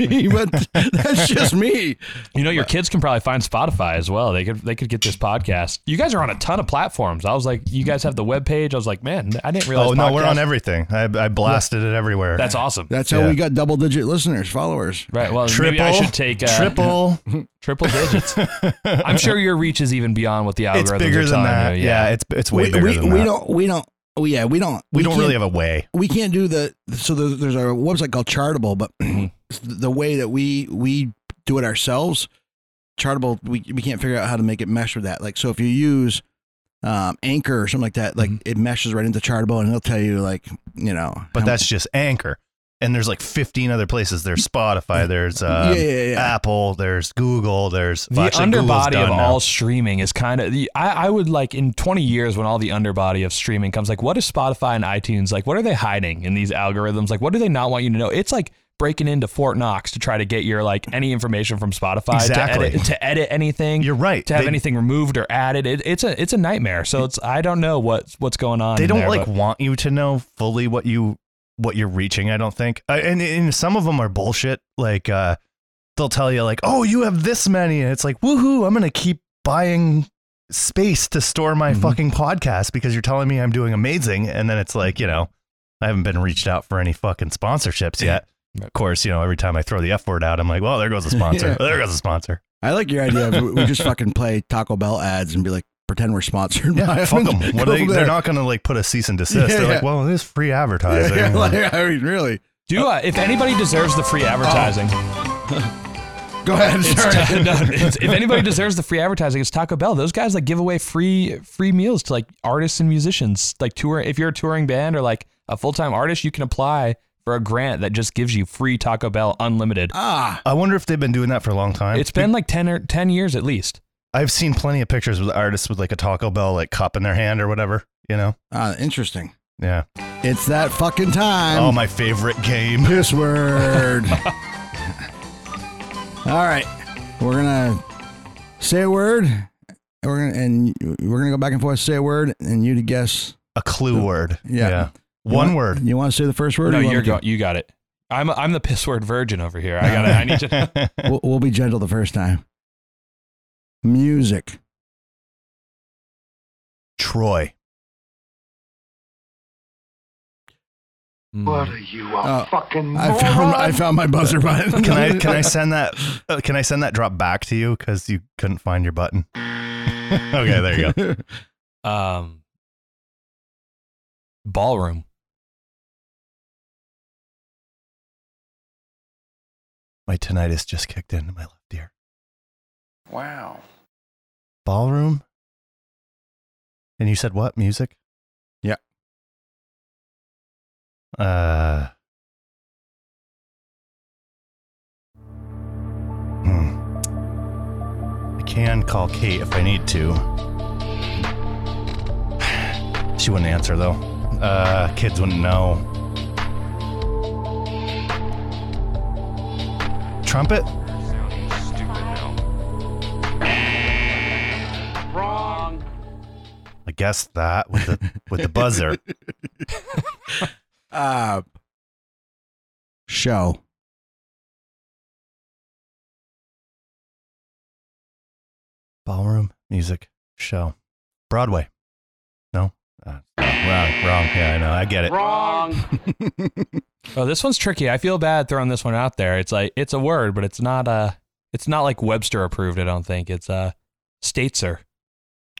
[SPEAKER 1] me but that's just me
[SPEAKER 5] You know, your kids can probably find Spotify as well. They could they could get this podcast. You guys are on a ton of platforms. I was like, you guys have the web page. I was like, man, I didn't realize.
[SPEAKER 2] oh no, we're
[SPEAKER 5] podcasts-
[SPEAKER 2] on everything. I, I blasted it everywhere.
[SPEAKER 5] That's awesome.
[SPEAKER 1] that's how
[SPEAKER 2] Yeah.
[SPEAKER 1] we got double digit listeners followers
[SPEAKER 5] right. Well, maybe I
[SPEAKER 2] Triple.
[SPEAKER 5] should take uh,
[SPEAKER 2] triple.
[SPEAKER 5] [laughs] triple digits. I'm sure your reach is even beyond what the algorithms
[SPEAKER 2] It's bigger
[SPEAKER 5] are
[SPEAKER 2] than
[SPEAKER 5] telling
[SPEAKER 2] that.
[SPEAKER 5] you.
[SPEAKER 2] Yeah. it's it's way
[SPEAKER 1] we,
[SPEAKER 2] bigger
[SPEAKER 1] we,
[SPEAKER 2] than
[SPEAKER 1] we
[SPEAKER 2] that.
[SPEAKER 1] don't we don't we- yeah we don't
[SPEAKER 2] we don't
[SPEAKER 1] can't-
[SPEAKER 2] really have a way.
[SPEAKER 1] we can't do the so there's, there's a website called Chartable, but
[SPEAKER 2] Mm-hmm.
[SPEAKER 1] [clears throat] the way that we we do it ourselves, Chartable, we we can't figure out how to make it mesh with that. Like so, if you use um, Anchor or something like that, like it meshes right into Chartable, and it'll tell you like you know.
[SPEAKER 2] Mm-hmm. But
[SPEAKER 1] how-
[SPEAKER 2] that's just Anchor. And there's like 15 other places. There's Spotify. There's
[SPEAKER 1] yeah,
[SPEAKER 2] um,
[SPEAKER 1] yeah, yeah.
[SPEAKER 2] Apple. There's Google. There's
[SPEAKER 5] The
[SPEAKER 2] well, actually, Google's
[SPEAKER 5] underbody
[SPEAKER 2] done
[SPEAKER 5] of
[SPEAKER 2] now.
[SPEAKER 5] all streaming is kind of. I, I would like in 20 years when all the underbody of streaming comes, like, what is Spotify and iTunes like? What are they hiding in these algorithms? Like, what do they not want you to know? It's like breaking into Fort Knox to try to get your like any information from Spotify
[SPEAKER 2] Exactly.
[SPEAKER 5] to edit to edit anything.
[SPEAKER 2] You're right.
[SPEAKER 5] To have
[SPEAKER 2] They-
[SPEAKER 5] anything removed or added, it, it's a it's a nightmare. So it's I don't know what what's going on.
[SPEAKER 2] they
[SPEAKER 5] in
[SPEAKER 2] don't
[SPEAKER 5] there,
[SPEAKER 2] like
[SPEAKER 5] but-
[SPEAKER 2] want you to know fully what you what you're reaching i don't think I, and, and some of them are bullshit like uh they'll tell you like oh you have this many and it's like woohoo i'm gonna keep buying space to store my
[SPEAKER 1] Mm-hmm.
[SPEAKER 5] Mhm.
[SPEAKER 2] fucking podcast because you're telling me i'm doing amazing and then it's like you know i haven't been reached out for any fucking sponsorships yet of course you know every time i throw the f word out i'm like well there goes a sponsor
[SPEAKER 1] [laughs] Yeah.
[SPEAKER 2] there goes a sponsor
[SPEAKER 1] I like your idea.
[SPEAKER 2] [laughs]
[SPEAKER 1] Of we just fucking play Taco Bell ads and be like pretend we're sponsored. by
[SPEAKER 2] yeah
[SPEAKER 1] them.
[SPEAKER 2] fuck them
[SPEAKER 1] Go [laughs]
[SPEAKER 2] what are they,
[SPEAKER 1] from
[SPEAKER 2] they're
[SPEAKER 1] there.
[SPEAKER 2] not gonna like put a cease and desist
[SPEAKER 1] Yeah,
[SPEAKER 2] they're
[SPEAKER 1] [laughs] yeah.
[SPEAKER 2] like well it is free advertising
[SPEAKER 1] Yeah, like, I mean, really.
[SPEAKER 5] do uh, if anybody deserves the free advertising.
[SPEAKER 1] [laughs] Go ahead.
[SPEAKER 5] It's
[SPEAKER 1] Sorry.
[SPEAKER 5] ta-
[SPEAKER 1] [laughs]
[SPEAKER 5] no, it's- if anybody deserves the free advertising, it's Taco Bell. Those guys like give away free free meals to like artists and musicians. Like tour, if you're a touring band or like a full time artist, you can apply for a grant that just gives you free Taco Bell unlimited.
[SPEAKER 1] ah,
[SPEAKER 2] I wonder if they've been doing that for a long time.
[SPEAKER 5] It's been like 10 or 10 years at least.
[SPEAKER 2] I've seen plenty of pictures with artists with like a Taco Bell like cup in their hand or whatever. You know?
[SPEAKER 1] ah, interesting.
[SPEAKER 2] Yeah.
[SPEAKER 1] It's that fucking time.
[SPEAKER 2] oh, my favorite game.
[SPEAKER 1] Piss
[SPEAKER 2] [laughs]
[SPEAKER 1] word. All right, we're gonna say a word. and We're gonna and we're gonna go back and forth. Say a word, and you to guess.
[SPEAKER 2] A clue word.
[SPEAKER 1] Yeah. You
[SPEAKER 2] One
[SPEAKER 1] want-
[SPEAKER 2] word.
[SPEAKER 1] You want to say the first word?
[SPEAKER 5] No,
[SPEAKER 1] or you
[SPEAKER 5] you're
[SPEAKER 1] want me
[SPEAKER 5] go- you got it. I'm I'm the piss word virgin over here. I got to I need to
[SPEAKER 1] [laughs]
[SPEAKER 5] [laughs]
[SPEAKER 2] [laughs]
[SPEAKER 1] to- We'll, we'll be gentle the first time. Music.
[SPEAKER 2] Troy.
[SPEAKER 5] Mm.
[SPEAKER 8] are you, a
[SPEAKER 1] Oh,
[SPEAKER 8] fucking
[SPEAKER 1] I found I found my buzzer button.
[SPEAKER 2] Can I
[SPEAKER 1] [laughs]
[SPEAKER 2] can I send that uh, can I send that drop back to you cuz you [laughs] couldn't find your button? okay, there you go.
[SPEAKER 5] Um Ballroom.
[SPEAKER 2] My tinnitus just kicked into my left ear.
[SPEAKER 9] Wow.
[SPEAKER 2] Ballroom? And you said what? Music?
[SPEAKER 1] Yeah.
[SPEAKER 2] Uh. Hmm. I can call Kate if I need to. [sighs] She wouldn't answer though. Uh, kids wouldn't know. Trumpet?
[SPEAKER 9] Wrong.
[SPEAKER 2] I guess that with the with
[SPEAKER 1] [laughs]
[SPEAKER 2] the buzzer.
[SPEAKER 1] Uh, show.
[SPEAKER 2] Ballroom music show. Broadway. No. Uh, wrong. Wrong. Yeah, I know. I get it.
[SPEAKER 9] Wrong.
[SPEAKER 5] Oh, this one's tricky. I feel bad throwing this one out there. It's like it's a word, but it's not uh it's not like Webster approved, I don't think. It's uh stateser.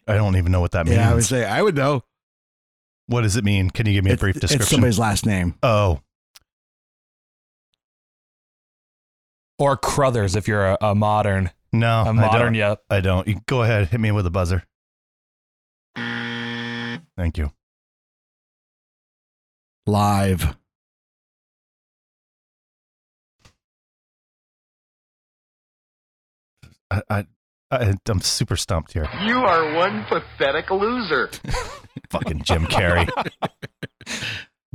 [SPEAKER 2] I don't even know what that means.
[SPEAKER 1] Yeah, I would say I would know.
[SPEAKER 2] what does it mean? Can you give me a
[SPEAKER 1] It's-
[SPEAKER 2] brief description?
[SPEAKER 1] It's somebody's last name.
[SPEAKER 2] oh,
[SPEAKER 5] Or Crothers if you're a, a modern
[SPEAKER 2] no. Oh,
[SPEAKER 5] a
[SPEAKER 2] I don't.
[SPEAKER 5] modern yep.
[SPEAKER 2] I don't. You go ahead. Hit me with a buzzer. Thank you.
[SPEAKER 1] Live.
[SPEAKER 2] I, I, I, I'm super stumped here.
[SPEAKER 9] You are one pathetic loser.
[SPEAKER 2] [laughs] Fucking
[SPEAKER 1] [laughs]
[SPEAKER 2] Jim Carrey.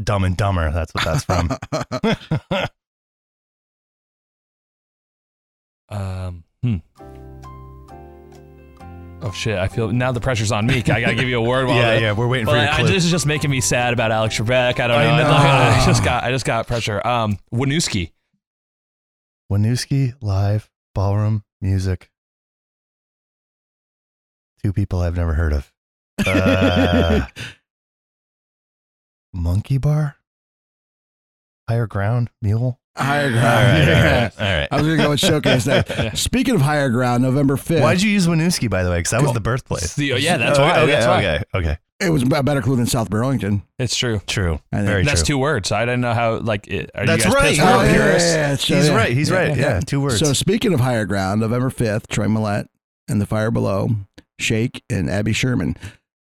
[SPEAKER 2] Dumb and Dumber. That's what
[SPEAKER 1] [laughs]
[SPEAKER 2] that's from.
[SPEAKER 5] Um, hmm. Oh shit! I feel now the pressure's on me. I gotta give you
[SPEAKER 2] [laughs]
[SPEAKER 5] a word. While
[SPEAKER 2] yeah,
[SPEAKER 5] the-
[SPEAKER 2] yeah. We're waiting for
[SPEAKER 5] Well,
[SPEAKER 2] your
[SPEAKER 5] I,
[SPEAKER 2] clue.
[SPEAKER 5] this is just making me sad about Alex Trebek. I don't know.
[SPEAKER 2] I
[SPEAKER 5] I,
[SPEAKER 2] know.
[SPEAKER 5] I just got I just got pressure. Um, Winooski.
[SPEAKER 2] Winooski live ballroom music. Two people I've never heard of. [laughs] Uh, monkey bar. Higher ground mule.
[SPEAKER 1] Higher
[SPEAKER 2] [laughs] All
[SPEAKER 1] ground.
[SPEAKER 2] right, all
[SPEAKER 1] Yeah.
[SPEAKER 2] right, all right.
[SPEAKER 1] I was gonna go with showcase
[SPEAKER 2] [laughs]
[SPEAKER 1] next. Speaking of higher ground, November fifth.
[SPEAKER 2] Why'd you use Winooski by the way? Because that was the birthplace.
[SPEAKER 5] The- yeah, that's
[SPEAKER 2] Oh,
[SPEAKER 5] why.
[SPEAKER 2] Okay,
[SPEAKER 5] that's why.
[SPEAKER 2] okay, okay.
[SPEAKER 1] It was a better clue than South Burlington.
[SPEAKER 5] It's true.
[SPEAKER 2] True.
[SPEAKER 1] I think-
[SPEAKER 2] Very
[SPEAKER 5] That's
[SPEAKER 2] true.
[SPEAKER 5] two words. I didn't know how. Like, it, are
[SPEAKER 2] That's
[SPEAKER 5] you guys
[SPEAKER 2] right.
[SPEAKER 5] pissed we're
[SPEAKER 2] Oh, yeah,
[SPEAKER 5] purists?
[SPEAKER 1] it's-
[SPEAKER 2] He's
[SPEAKER 1] yeah.
[SPEAKER 2] right. He's right. Yeah, two words.
[SPEAKER 1] So speaking of higher ground, November fifth, Troy Millette and the Fire Below, Shake and Abby Sherman.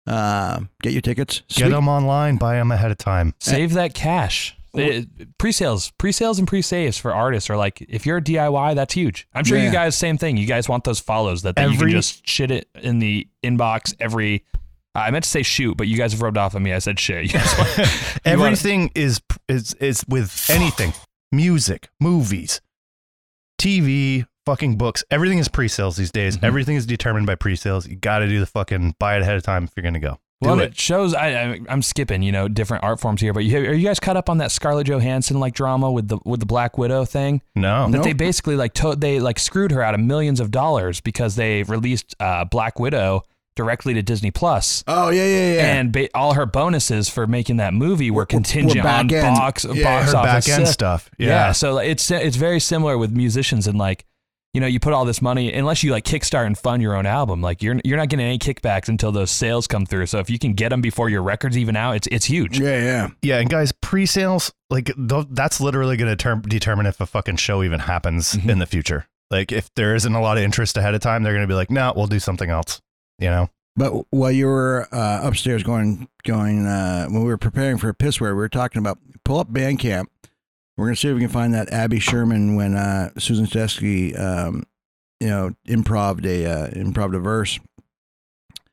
[SPEAKER 1] Uh, get your tickets.
[SPEAKER 2] Get
[SPEAKER 1] Speak-
[SPEAKER 2] them online. Buy them ahead of time.
[SPEAKER 5] Save that cash. It- pre-sales, pre-sales, and pre-saves for artists are like if you're a DIY, that's huge. I'm sure
[SPEAKER 1] Yeah.
[SPEAKER 5] you guys same thing. You guys want those follows that, that you can
[SPEAKER 2] Every-
[SPEAKER 5] just shit it in the inbox every. I meant to say shoot, but you guys have rubbed off on me. I said shit. [laughs] You guys want- you want-
[SPEAKER 2] Everything is is is with
[SPEAKER 5] [sighs]
[SPEAKER 2] anything, music, movies, TV, fucking books. Everything is pre-sales these days.
[SPEAKER 5] Mhm.
[SPEAKER 2] Everything is determined by pre-sales. You got to do the fucking buy it ahead of time if you're gonna go. Do
[SPEAKER 5] well,
[SPEAKER 2] it.
[SPEAKER 5] it. shows. I, I, I'm skipping, you know, different art forms here. But you, are you guys caught up on that Scarlett Johansson like drama with the with the Black Widow thing?
[SPEAKER 2] Oh, No,
[SPEAKER 5] That
[SPEAKER 1] Nope.
[SPEAKER 5] they basically like to, they like screwed her out of millions of dollars because they released uh, Black Widow directly to Disney Plus.
[SPEAKER 1] Oh yeah, yeah, yeah.
[SPEAKER 5] and ba- all her bonuses for making that movie were
[SPEAKER 1] Were- were
[SPEAKER 5] contingent
[SPEAKER 1] back
[SPEAKER 5] on
[SPEAKER 1] end.
[SPEAKER 5] box
[SPEAKER 1] Yeah,
[SPEAKER 5] box
[SPEAKER 2] her
[SPEAKER 5] office
[SPEAKER 2] back end
[SPEAKER 5] sales.
[SPEAKER 2] stuff.
[SPEAKER 5] Yeah.
[SPEAKER 2] Yeah.
[SPEAKER 5] so like, it's it's very similar with musicians and like you know you put all this money unless you like kickstart and fund your own album like you're you're not getting any kickbacks until those sales come through. So if you can get them before your records even out, it's it's huge.
[SPEAKER 1] yeah, yeah.
[SPEAKER 2] yeah, and guys, pre-sales like th- that's literally gonna term- determine if a fucking show even happens
[SPEAKER 5] Mhm.
[SPEAKER 2] in the future. Like if there isn't a lot of interest ahead of time, they're gonna be like, no, we'll do something else. You know.
[SPEAKER 1] But while you were uh, upstairs going, going, uh, when we were preparing for a piss where we were talking about pull up Bandcamp. We're gonna see if we can find that Abby Sherman when uh, Susan Stesky, um, you know, improv a uh, improv a verse.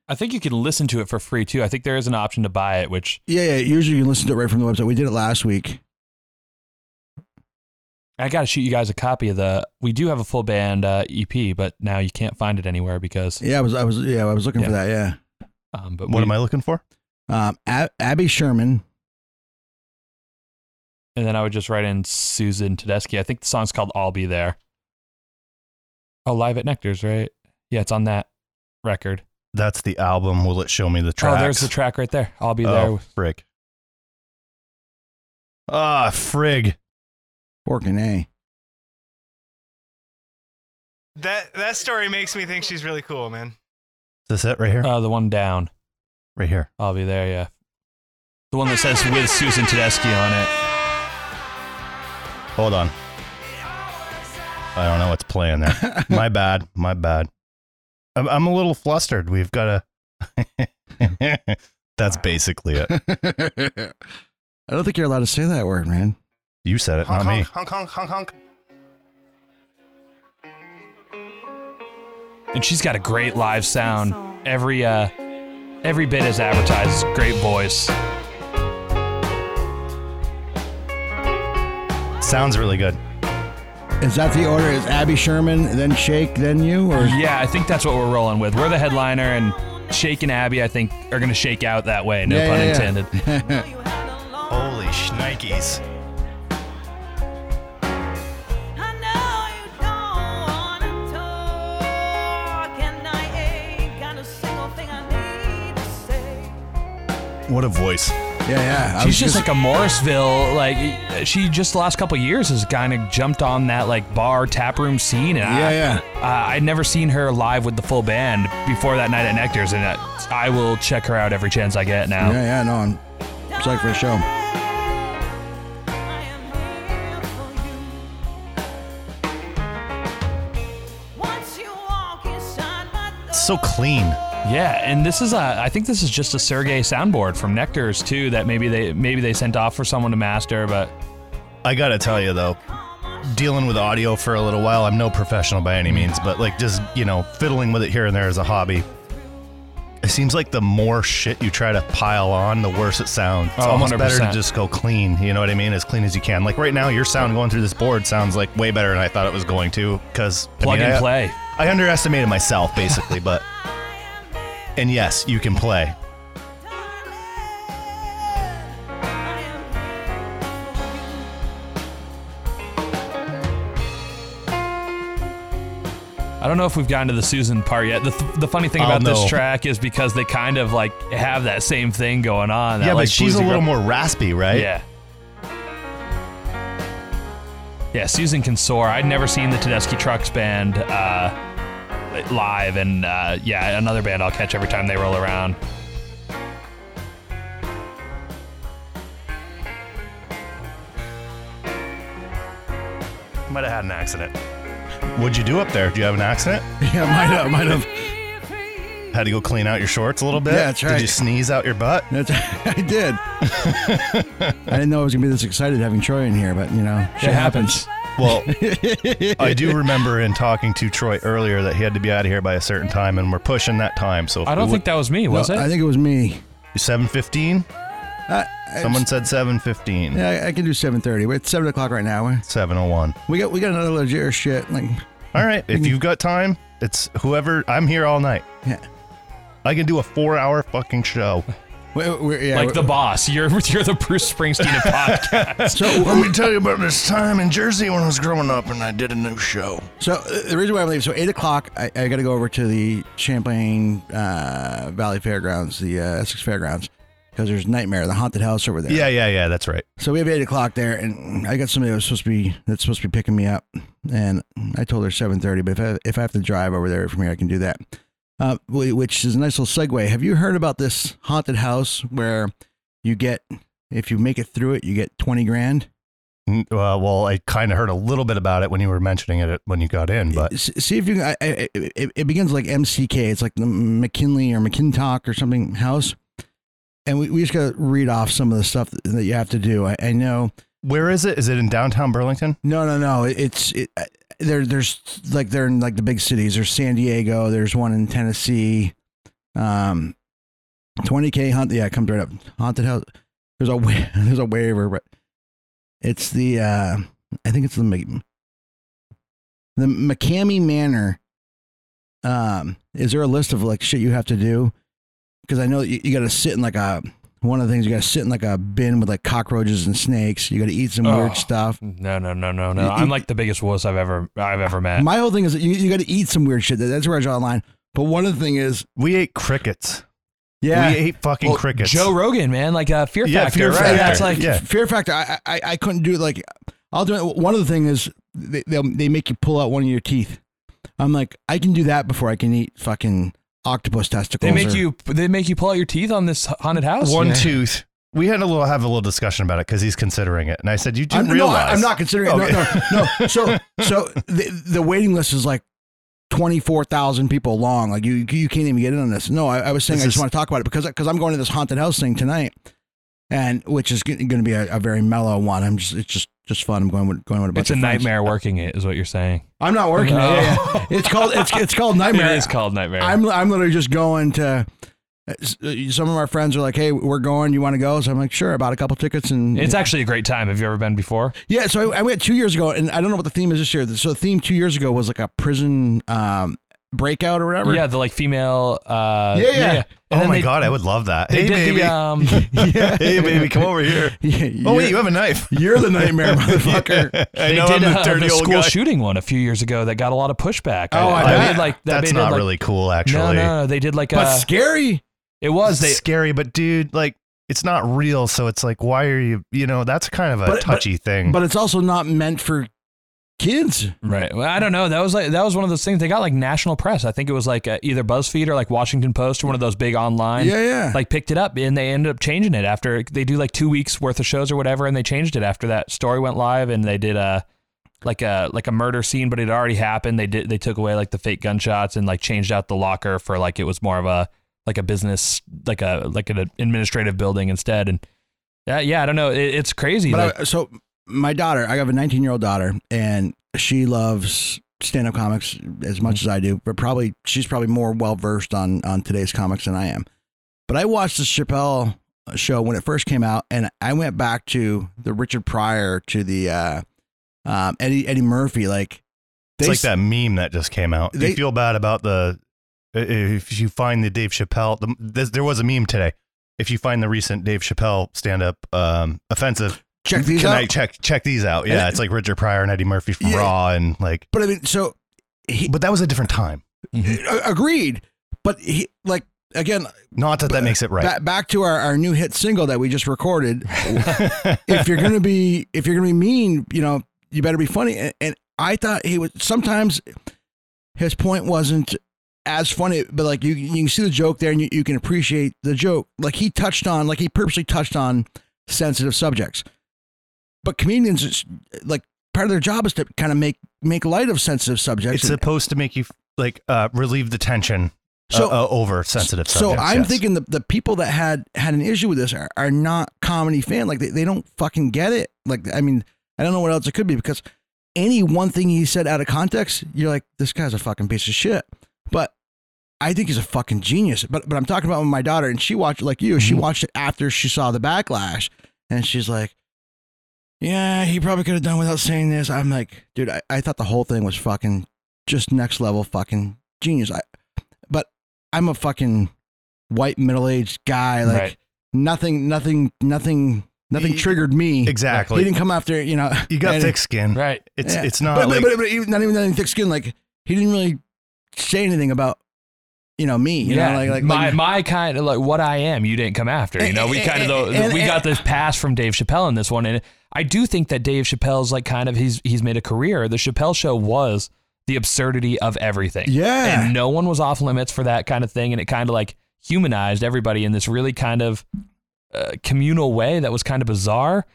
[SPEAKER 5] I think you can listen to it for free too. I think there is an option to buy it, which
[SPEAKER 1] Yeah, yeah. Usually you can listen to it right from the website. We did it last week.
[SPEAKER 5] I got to shoot you guys a copy of the. We do have a full band uh, EP, but now you can't find it anywhere because.
[SPEAKER 1] Yeah, I was, I was, yeah, I was looking for that. Yeah.
[SPEAKER 5] Um, but
[SPEAKER 2] What
[SPEAKER 5] we-
[SPEAKER 2] am I looking for?
[SPEAKER 1] Um, Ab- Abby Sherman.
[SPEAKER 5] And then I would just write in Susan Tedeschi. I think the song's called I'll Be There. Oh, live at Nectar's, right? Yeah, it's on that record.
[SPEAKER 2] That's the album. Will it show me the tracks?
[SPEAKER 5] Oh, there's the track right there. I'll be
[SPEAKER 2] oh,
[SPEAKER 5] there.
[SPEAKER 2] frig. Ah, frig.
[SPEAKER 1] Forking A.
[SPEAKER 4] That that story makes me think she's really cool, man.
[SPEAKER 2] Is this it right here?
[SPEAKER 5] Uh, the one down.
[SPEAKER 2] right here.
[SPEAKER 5] I'll be there, yeah. The one that says with Susan Tedeschi on it.
[SPEAKER 2] Hold on. I don't know what's playing
[SPEAKER 5] [laughs]
[SPEAKER 2] there. my bad. My bad. I'm, I'm a little flustered. We've got a. [laughs] That's basically
[SPEAKER 5] [laughs]
[SPEAKER 2] it.
[SPEAKER 1] [laughs] I don't think you're allowed to say that word, man.
[SPEAKER 2] You said it, not
[SPEAKER 4] Honk,
[SPEAKER 2] me.
[SPEAKER 4] honk, honk, honk, honk, honk.
[SPEAKER 5] And she's got a great live sound. Every uh every bit is advertised. Great voice.
[SPEAKER 2] Sounds really good.
[SPEAKER 1] Is that the order? Is Abby Sherman, then Shake, then you, or
[SPEAKER 5] Yeah, I think that's what we're rolling with. We're the headliner and Shake and Abby, I think, are gonna shake out that way, no
[SPEAKER 1] Yeah,
[SPEAKER 5] pun
[SPEAKER 1] yeah, yeah.
[SPEAKER 5] intended.
[SPEAKER 2] Holy shnikes. What a voice.
[SPEAKER 1] yeah, yeah? I
[SPEAKER 5] She's
[SPEAKER 1] was
[SPEAKER 5] just like a Morrisville, like she just the last couple years has kind of jumped on that like bar tap room scene, and
[SPEAKER 1] yeah,
[SPEAKER 5] I,
[SPEAKER 1] yeah.
[SPEAKER 5] Uh, I'd never seen her live with the full band before that night at Nectar's, and uh, I will check her out every chance I get now.
[SPEAKER 1] Yeah, yeah, no, I'm psyched for the show.
[SPEAKER 2] So clean.
[SPEAKER 5] Yeah, and this is a, I think this is just a Sergey soundboard from Nectar's too that maybe they maybe they sent off for someone to master, but
[SPEAKER 2] I gotta tell you though, dealing with audio for a little while, I'm no professional by any means, but like just, you know, fiddling with it here and there is a hobby. It seems like the more shit you try to pile on, the worse it sounds. It's
[SPEAKER 5] Oh,
[SPEAKER 2] almost better to
[SPEAKER 5] 100%.
[SPEAKER 2] just go clean, you know what I mean? As clean as you can. Like right now, your sound going through this board sounds like way better than I thought it was going to because
[SPEAKER 5] plug and play.
[SPEAKER 2] I uh, underestimated myself basically, but. And yes, you can play.
[SPEAKER 5] I don't know if we've gotten to the Susan part yet. The, th- the funny thing
[SPEAKER 2] Oh,
[SPEAKER 5] about this
[SPEAKER 2] no.
[SPEAKER 5] track is because they kind of like have that same thing going on. that,
[SPEAKER 2] yeah,
[SPEAKER 5] like,
[SPEAKER 2] but she's a
[SPEAKER 5] bluesy girl-
[SPEAKER 2] little more raspy, right?
[SPEAKER 5] Yeah. Yeah, Susan can soar. I'd never seen the Tedeschi Trucks band uh, live, and uh, yeah, another band I'll catch every time they roll around.
[SPEAKER 2] Might have had an accident. What'd you do up there? Do you have an accident?
[SPEAKER 1] Yeah, might have, might have.
[SPEAKER 2] Had to go clean out your shorts a little bit.
[SPEAKER 1] Yeah, that's
[SPEAKER 2] Did
[SPEAKER 1] right.
[SPEAKER 2] you sneeze out your butt?
[SPEAKER 1] That's, [laughs] I did. I didn't know I was gonna be this excited having Troy in here, but you know, shit happens.
[SPEAKER 2] [laughs] Well, I do remember in talking to Troy earlier that he had to be out of here by a certain time, and we're pushing that time. So if
[SPEAKER 5] I don't think that was me, was
[SPEAKER 1] No,
[SPEAKER 5] it?
[SPEAKER 1] I think it was me.
[SPEAKER 2] seven fifteen.
[SPEAKER 1] I,
[SPEAKER 2] Uh,
[SPEAKER 1] I,
[SPEAKER 2] Someone said seven fifteen.
[SPEAKER 1] Yeah, I, I can do seven thirty. We're at seven o'clock right now. We-
[SPEAKER 2] Seven oh one.
[SPEAKER 1] We got we got another legit or shit. Like,
[SPEAKER 2] All right, if you've got time, it's whoever. I'm here all night.
[SPEAKER 1] yeah,
[SPEAKER 2] I can do a four-hour fucking show.
[SPEAKER 1] we, we, yeah
[SPEAKER 5] like the
[SPEAKER 1] we-
[SPEAKER 5] boss. You're [laughs] you're the Bruce Springsteen of [laughs] podcast.
[SPEAKER 2] Let me tell you about this time in Jersey when I was growing up, and I did a new show.
[SPEAKER 1] So uh, the reason why I'm leaving, so eight o'clock, I, I got to go over to the Champlain uh, Valley Fairgrounds, the uh, Essex Fairgrounds, because there's Nightmare, the haunted house over there.
[SPEAKER 2] Yeah, yeah, yeah. That's right.
[SPEAKER 1] So we have eight o'clock there, and I got somebody that was supposed to be that's supposed to be picking me up, and I told her seven thirty. But if I, if I have to drive over there from here, I can do that. Uh, wh- which is a nice little segue. Have you heard about this haunted house where you get if you make it through it, you get twenty grand?
[SPEAKER 2] Mm, Uh, well, I kind of heard a little bit about it when you were mentioning it when you got in, but
[SPEAKER 1] S- see if you can. I, I, it, it begins like MCK. It's like the McKinley or McKintock or something house. And we, we just got to read off some of the stuff that, that you have to do. I, I know.
[SPEAKER 2] where is it? Is it in downtown Burlington?
[SPEAKER 1] No, no, no. It- It's it, I- there. There's like they're in like the big cities. There's San Diego. There's one in Tennessee. Um, 20k hunt. Yeah, it comes right up. Haunted house. There's a [laughs] wa- there's a waiver, but it's the uh, I think it's the Mc- the McCamey Manor. Um, is there a list of like shit you have to do? Because I know you, you got to sit in like a one of the things you got to sit in like a bin with like cockroaches and snakes. You got to eat some
[SPEAKER 5] Oh.
[SPEAKER 1] weird stuff.
[SPEAKER 5] no, no, no, no,
[SPEAKER 1] You-
[SPEAKER 5] no. I'm
[SPEAKER 1] you-
[SPEAKER 5] like the biggest wuss I've ever I've ever met.
[SPEAKER 1] My whole thing is that you, you got to eat some weird shit. That- That's where I draw the line. But one of the thing is,
[SPEAKER 2] We ate crickets.
[SPEAKER 1] yeah,
[SPEAKER 2] We ate fucking
[SPEAKER 1] Oh,
[SPEAKER 5] Well,
[SPEAKER 2] crickets.
[SPEAKER 5] Joe Rogan, man, like uh, Fear
[SPEAKER 2] Yeah,
[SPEAKER 5] Factor,
[SPEAKER 2] Fear
[SPEAKER 5] right?
[SPEAKER 2] Factor.
[SPEAKER 5] That's like
[SPEAKER 2] Yeah.
[SPEAKER 1] Fear Factor. I, I I couldn't do it. Like I'll do it. One of the thing is they they'll- they make you pull out one of your teeth. I'm like I can do that before I can eat fucking octopus testicles.
[SPEAKER 5] they make
[SPEAKER 1] or-
[SPEAKER 5] you they make you pull out your teeth on this haunted house.
[SPEAKER 2] One tooth. we had a little have a little discussion about it because he's considering it, and I said, "You do
[SPEAKER 1] I'm,
[SPEAKER 2] realize
[SPEAKER 1] No, I- I'm not considering
[SPEAKER 2] Okay.
[SPEAKER 1] it. No, no, no. So, so the, the waiting list is like 24,000 people long. Like you, you can't even get in on this. No, I, I was saying
[SPEAKER 2] This
[SPEAKER 1] I just
[SPEAKER 2] is-
[SPEAKER 1] want to talk about it because, because I'm going to this haunted house thing tonight and which is going to be a, a very mellow one. I'm just, it's just, just fun. I'm going with, going with a bunch
[SPEAKER 5] It's a
[SPEAKER 1] of friends.
[SPEAKER 5] nightmare working it, is what you're saying.
[SPEAKER 1] I'm not working.
[SPEAKER 5] No.
[SPEAKER 1] it. Yeah, yeah. It's called, it's, it's called nightmare.
[SPEAKER 5] It is called nightmare.
[SPEAKER 1] I'm I'm literally just going to. uh, Some of our friends are like, "Hey, we're going. You want to go?" So I'm like, "Sure." I bought a couple tickets, and
[SPEAKER 5] it's actually a great time. Have you ever been before?
[SPEAKER 1] yeah. So I, I went two years ago, and I don't know what the theme is this year. So the theme two years ago was like a prison um, breakout or whatever. [laughs]
[SPEAKER 5] Yeah, the like female. Uh,
[SPEAKER 1] Yeah, yeah.
[SPEAKER 5] And
[SPEAKER 2] oh
[SPEAKER 5] then
[SPEAKER 2] my
[SPEAKER 5] they-
[SPEAKER 2] god, I would love that.
[SPEAKER 5] They
[SPEAKER 2] Hey
[SPEAKER 5] did
[SPEAKER 2] baby, [laughs]
[SPEAKER 5] the um, [laughs]
[SPEAKER 2] hey baby, come over here.
[SPEAKER 1] [laughs] yeah
[SPEAKER 2] Oh
[SPEAKER 1] you're-
[SPEAKER 2] wait, you have a knife.
[SPEAKER 1] [laughs] you're the
[SPEAKER 2] [laughs]
[SPEAKER 1] nightmare motherfucker.
[SPEAKER 2] I
[SPEAKER 5] they
[SPEAKER 2] know
[SPEAKER 5] did
[SPEAKER 2] I'm
[SPEAKER 5] uh,
[SPEAKER 2] the dirty old
[SPEAKER 5] school
[SPEAKER 2] guy.
[SPEAKER 5] shooting one a few years ago that got a lot of pushback.
[SPEAKER 1] Oh, I
[SPEAKER 5] they
[SPEAKER 1] bet.
[SPEAKER 5] did like that
[SPEAKER 2] That's
[SPEAKER 5] they did,
[SPEAKER 2] not
[SPEAKER 5] like-
[SPEAKER 2] really cool, actually.
[SPEAKER 5] No, no, no, they did like
[SPEAKER 1] But
[SPEAKER 5] a.
[SPEAKER 1] scary.
[SPEAKER 5] It was they.
[SPEAKER 2] It's scary, but dude, like it's not real, so it's like, why are you? You know, that's kind of a
[SPEAKER 1] But- but-
[SPEAKER 2] touchy thing.
[SPEAKER 1] But it's also not meant for kids.
[SPEAKER 5] Right. Well, I don't know. That was like that was one of those things. They got like national press. I think it was like uh, either BuzzFeed or like Washington Post or one of those big online.
[SPEAKER 1] yeah, yeah.
[SPEAKER 5] Like picked it up and they ended up changing it after they do like two weeks worth of shows or whatever, and they changed it after that story went live and they did a like a like a murder scene, but it already happened. They did they took away like the fake gunshots and like changed out the locker for like it was more of a like a business like a like an administrative building instead. And yeah, yeah, I don't know. It, it's crazy.
[SPEAKER 1] But
[SPEAKER 5] like-
[SPEAKER 1] I, so my daughter, I have a 19 year old daughter, and she loves stand up comics as much
[SPEAKER 2] Mm-hmm.
[SPEAKER 1] as I do. But probably she's probably more well versed on on today's comics than I am. But I watched the Chappelle uh, show when it first came out, and I went back to the Richard Pryor to the uh, um, Eddie Eddie Murphy. Like
[SPEAKER 2] it's like
[SPEAKER 1] s-
[SPEAKER 2] that meme that just came out.
[SPEAKER 1] they-
[SPEAKER 2] you feel bad about the if you find the Dave Chappelle. The, this, there was a meme today. If you find the recent Dave Chappelle stand up um, offensive,
[SPEAKER 1] Check these
[SPEAKER 2] can
[SPEAKER 1] out.
[SPEAKER 2] I check check these out?
[SPEAKER 1] And
[SPEAKER 2] Yeah,
[SPEAKER 1] it-
[SPEAKER 2] it's like Richard Pryor and Eddie Murphy from
[SPEAKER 1] Yeah.
[SPEAKER 2] Raw, and like,
[SPEAKER 1] but I mean, so he
[SPEAKER 2] but that was a different time.
[SPEAKER 1] a- agreed. But he like again
[SPEAKER 2] Not that that makes it right.
[SPEAKER 1] Ba- back to our, our new hit single that we just
[SPEAKER 2] [laughs]
[SPEAKER 1] recorded. if you're gonna be if you're gonna be mean, you know, you better be funny. And, and I thought he was sometimes his point wasn't as funny, but like you you can see the joke there and you, you can appreciate the joke. Like he touched on like he purposely touched on sensitive subjects. But comedians it's, like part of their job is to kind of make make light of sensitive subjects.
[SPEAKER 2] it's
[SPEAKER 1] And-
[SPEAKER 2] supposed to make you like uh, relieve the tension uh,
[SPEAKER 1] So-
[SPEAKER 2] uh, over sensitive.
[SPEAKER 1] So
[SPEAKER 2] subjects,
[SPEAKER 1] I'm
[SPEAKER 2] yes.
[SPEAKER 1] thinking the, the people that had had an issue with this are, are not comedy fan. Like they, they don't fucking get it. Like I mean, I don't know what else it could be because any one thing he said out of context, you're like, this guy's a fucking piece of shit. But I think he's a fucking genius. But but I'm talking about with my daughter and she watched like you.
[SPEAKER 2] Mm-hmm.
[SPEAKER 1] She watched it after she saw the backlash and she's like. Yeah, he probably could have done without saying this. I'm like, dude, I, I thought the whole thing was fucking just next level fucking genius. I, but I'm a fucking white middle aged guy. Like
[SPEAKER 5] Right.
[SPEAKER 1] nothing, nothing, nothing, nothing
[SPEAKER 2] Y-
[SPEAKER 1] triggered me.
[SPEAKER 2] exactly.
[SPEAKER 1] He didn't come after you know.
[SPEAKER 2] you got
[SPEAKER 1] and-
[SPEAKER 2] thick skin.
[SPEAKER 5] right.
[SPEAKER 2] It's
[SPEAKER 1] yeah.
[SPEAKER 2] it's not
[SPEAKER 1] But,
[SPEAKER 2] like
[SPEAKER 1] but, but, but even, not even that thick skin. Like he didn't really say anything about you know me. You know, like like
[SPEAKER 5] my
[SPEAKER 1] like,
[SPEAKER 5] my kind of like what I am. You didn't come after. You know, we kind of though
[SPEAKER 1] And-
[SPEAKER 5] we
[SPEAKER 1] and-
[SPEAKER 5] got this pass from Dave Chappelle in this one, and I do think that Dave Chappelle's like kind of he's he's made a career. The Chappelle Show was the absurdity of everything.
[SPEAKER 1] Yeah.
[SPEAKER 5] and no one was off limits for that kind of thing, and it kind of like humanized everybody in this really kind of uh, communal way that was kind of bizarre.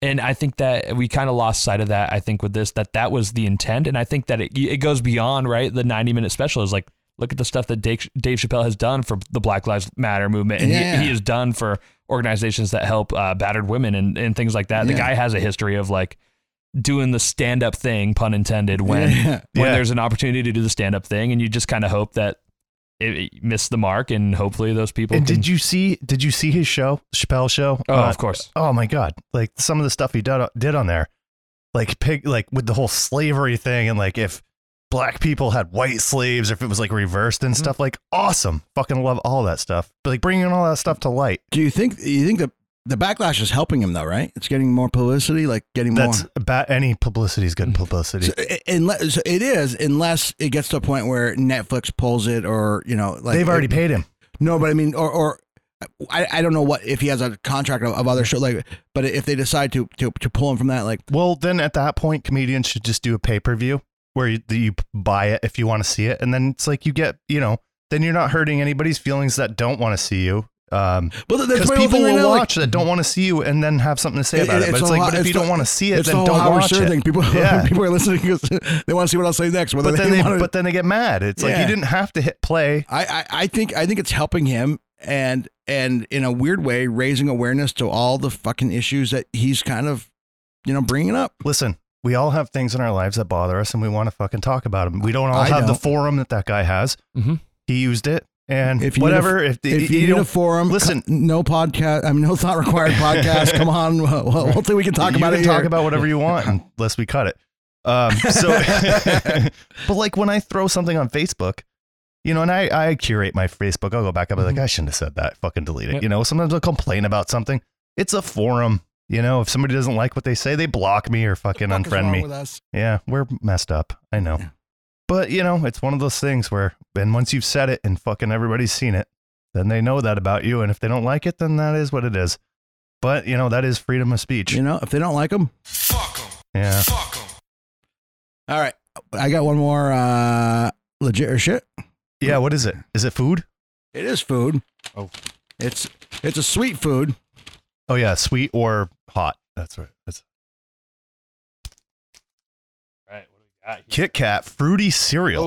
[SPEAKER 5] And I think that we kind of lost sight of that. I think with this, that that was the intent, and I think that it it goes beyond right. The ninety minute special is like look at the stuff that Dave, Dave Chappelle has done for the Black Lives Matter movement, and
[SPEAKER 1] Yeah.
[SPEAKER 5] he, he has done for organizations that help uh, battered women and, and things like that. The
[SPEAKER 1] Yeah.
[SPEAKER 5] guy has a history of like doing the stand up thing, pun intended, when
[SPEAKER 1] Yeah.
[SPEAKER 5] when
[SPEAKER 2] Yeah.
[SPEAKER 5] there's an opportunity to do the stand up thing, and you just kind of hope that it, it missed the mark, and hopefully those people.
[SPEAKER 2] And
[SPEAKER 5] can,
[SPEAKER 2] did you see? Did you see his show, Chappelle show?
[SPEAKER 5] Oh,
[SPEAKER 2] Uh,
[SPEAKER 5] of course.
[SPEAKER 2] Oh my God! Like some of the stuff he did uh, did on there, like pig, like with the whole slavery thing, and like if black people had white slaves, or if it was like reversed
[SPEAKER 1] Mm-hmm.
[SPEAKER 2] and stuff. Like awesome, fucking love all that stuff. But like bringing all that stuff to light.
[SPEAKER 1] Do you think you think the the backlash is helping him though? Right? It's getting more publicity. Like getting more.
[SPEAKER 2] That's about any publicity is good publicity.
[SPEAKER 1] Mm-hmm. So, unless, so it is unless it gets to a point where Netflix pulls it or you know like
[SPEAKER 2] They've already
[SPEAKER 1] it-
[SPEAKER 2] paid him.
[SPEAKER 1] No, but I mean, or or I, I don't know what if he has a contract of, of other shows like, but if they decide to to to pull him from that, like,
[SPEAKER 2] Well, then at that point, comedians should just do a pay per view where you, you buy it if you want to see it, and then it's like you get, you know, then you're not hurting anybody's feelings that don't want to see you. Um,
[SPEAKER 1] Well, that's
[SPEAKER 2] because
[SPEAKER 1] my whole
[SPEAKER 2] people
[SPEAKER 1] thing right
[SPEAKER 2] will
[SPEAKER 1] now, like-
[SPEAKER 2] watch that don't want to see you and then have something to say about it. But it's,
[SPEAKER 1] a
[SPEAKER 2] like,
[SPEAKER 1] ho-
[SPEAKER 2] but if you
[SPEAKER 1] the-
[SPEAKER 2] don't want to see it,
[SPEAKER 1] it's
[SPEAKER 2] then
[SPEAKER 1] the
[SPEAKER 2] don't
[SPEAKER 1] whole Howard
[SPEAKER 2] watch
[SPEAKER 1] Stern
[SPEAKER 2] it.
[SPEAKER 1] Thing. People, [laughs]
[SPEAKER 2] Yeah.
[SPEAKER 1] people are listening because they want to see what I'll say next. Whether
[SPEAKER 2] but then they,
[SPEAKER 1] want
[SPEAKER 2] but then they get mad. It's like
[SPEAKER 1] Yeah.
[SPEAKER 2] you didn't have to hit play.
[SPEAKER 1] I, I, I think I think it's helping him and and in a weird way raising awareness to all the fucking issues that he's kind of you know bringing up.
[SPEAKER 2] Listen, we all have things in our lives that bother us, and we want to fucking talk about them. We don't all
[SPEAKER 1] I
[SPEAKER 2] have the
[SPEAKER 1] don't.
[SPEAKER 2] forum that that guy has.
[SPEAKER 5] Mhm.
[SPEAKER 2] He used it, and
[SPEAKER 1] If
[SPEAKER 2] if
[SPEAKER 1] you need a-
[SPEAKER 2] whatever. if, the-
[SPEAKER 1] If you, need a forum,
[SPEAKER 2] listen.
[SPEAKER 1] co- no podcast. I mean, no thought required podcast. Come on, [laughs] we'll, we'll, we'll think we can talk
[SPEAKER 2] you
[SPEAKER 1] about
[SPEAKER 2] can
[SPEAKER 1] it.
[SPEAKER 2] Talk
[SPEAKER 1] here.
[SPEAKER 2] about whatever you want,
[SPEAKER 1] [laughs]
[SPEAKER 2] unless we cut it. Um, so, [laughs] but like when I throw something on Facebook, you know, and I, I curate my Facebook. I'll go back. I'll be
[SPEAKER 1] Mm-hmm.
[SPEAKER 2] like, I shouldn't have said that. Fucking delete it.
[SPEAKER 5] Yep.
[SPEAKER 2] You know, sometimes I'll complain about something. It's a forum. You know, if somebody doesn't like what they say, they block me or fucking
[SPEAKER 1] Fuck is
[SPEAKER 2] unfriend
[SPEAKER 1] wrong
[SPEAKER 2] me.
[SPEAKER 1] with us?
[SPEAKER 2] Yeah, we're messed up. I know.
[SPEAKER 1] Yeah.
[SPEAKER 2] But, you know, it's one of those things where, and once you've said it and fucking everybody's seen it, then they know that about you. And if they don't like it, then that is what it is. But, you know, that is freedom of speech.
[SPEAKER 1] You know, if they don't like them,
[SPEAKER 2] Yeah.
[SPEAKER 1] all right. I got one more uh, legit or shit.
[SPEAKER 2] Yeah. What is it? Is it food?
[SPEAKER 1] It is food.
[SPEAKER 2] Oh.
[SPEAKER 1] it's it's a sweet food.
[SPEAKER 2] Oh, yeah. Sweet or hot. That's right. That's
[SPEAKER 5] Right, what do we got
[SPEAKER 2] Kit Kat fruity cereal.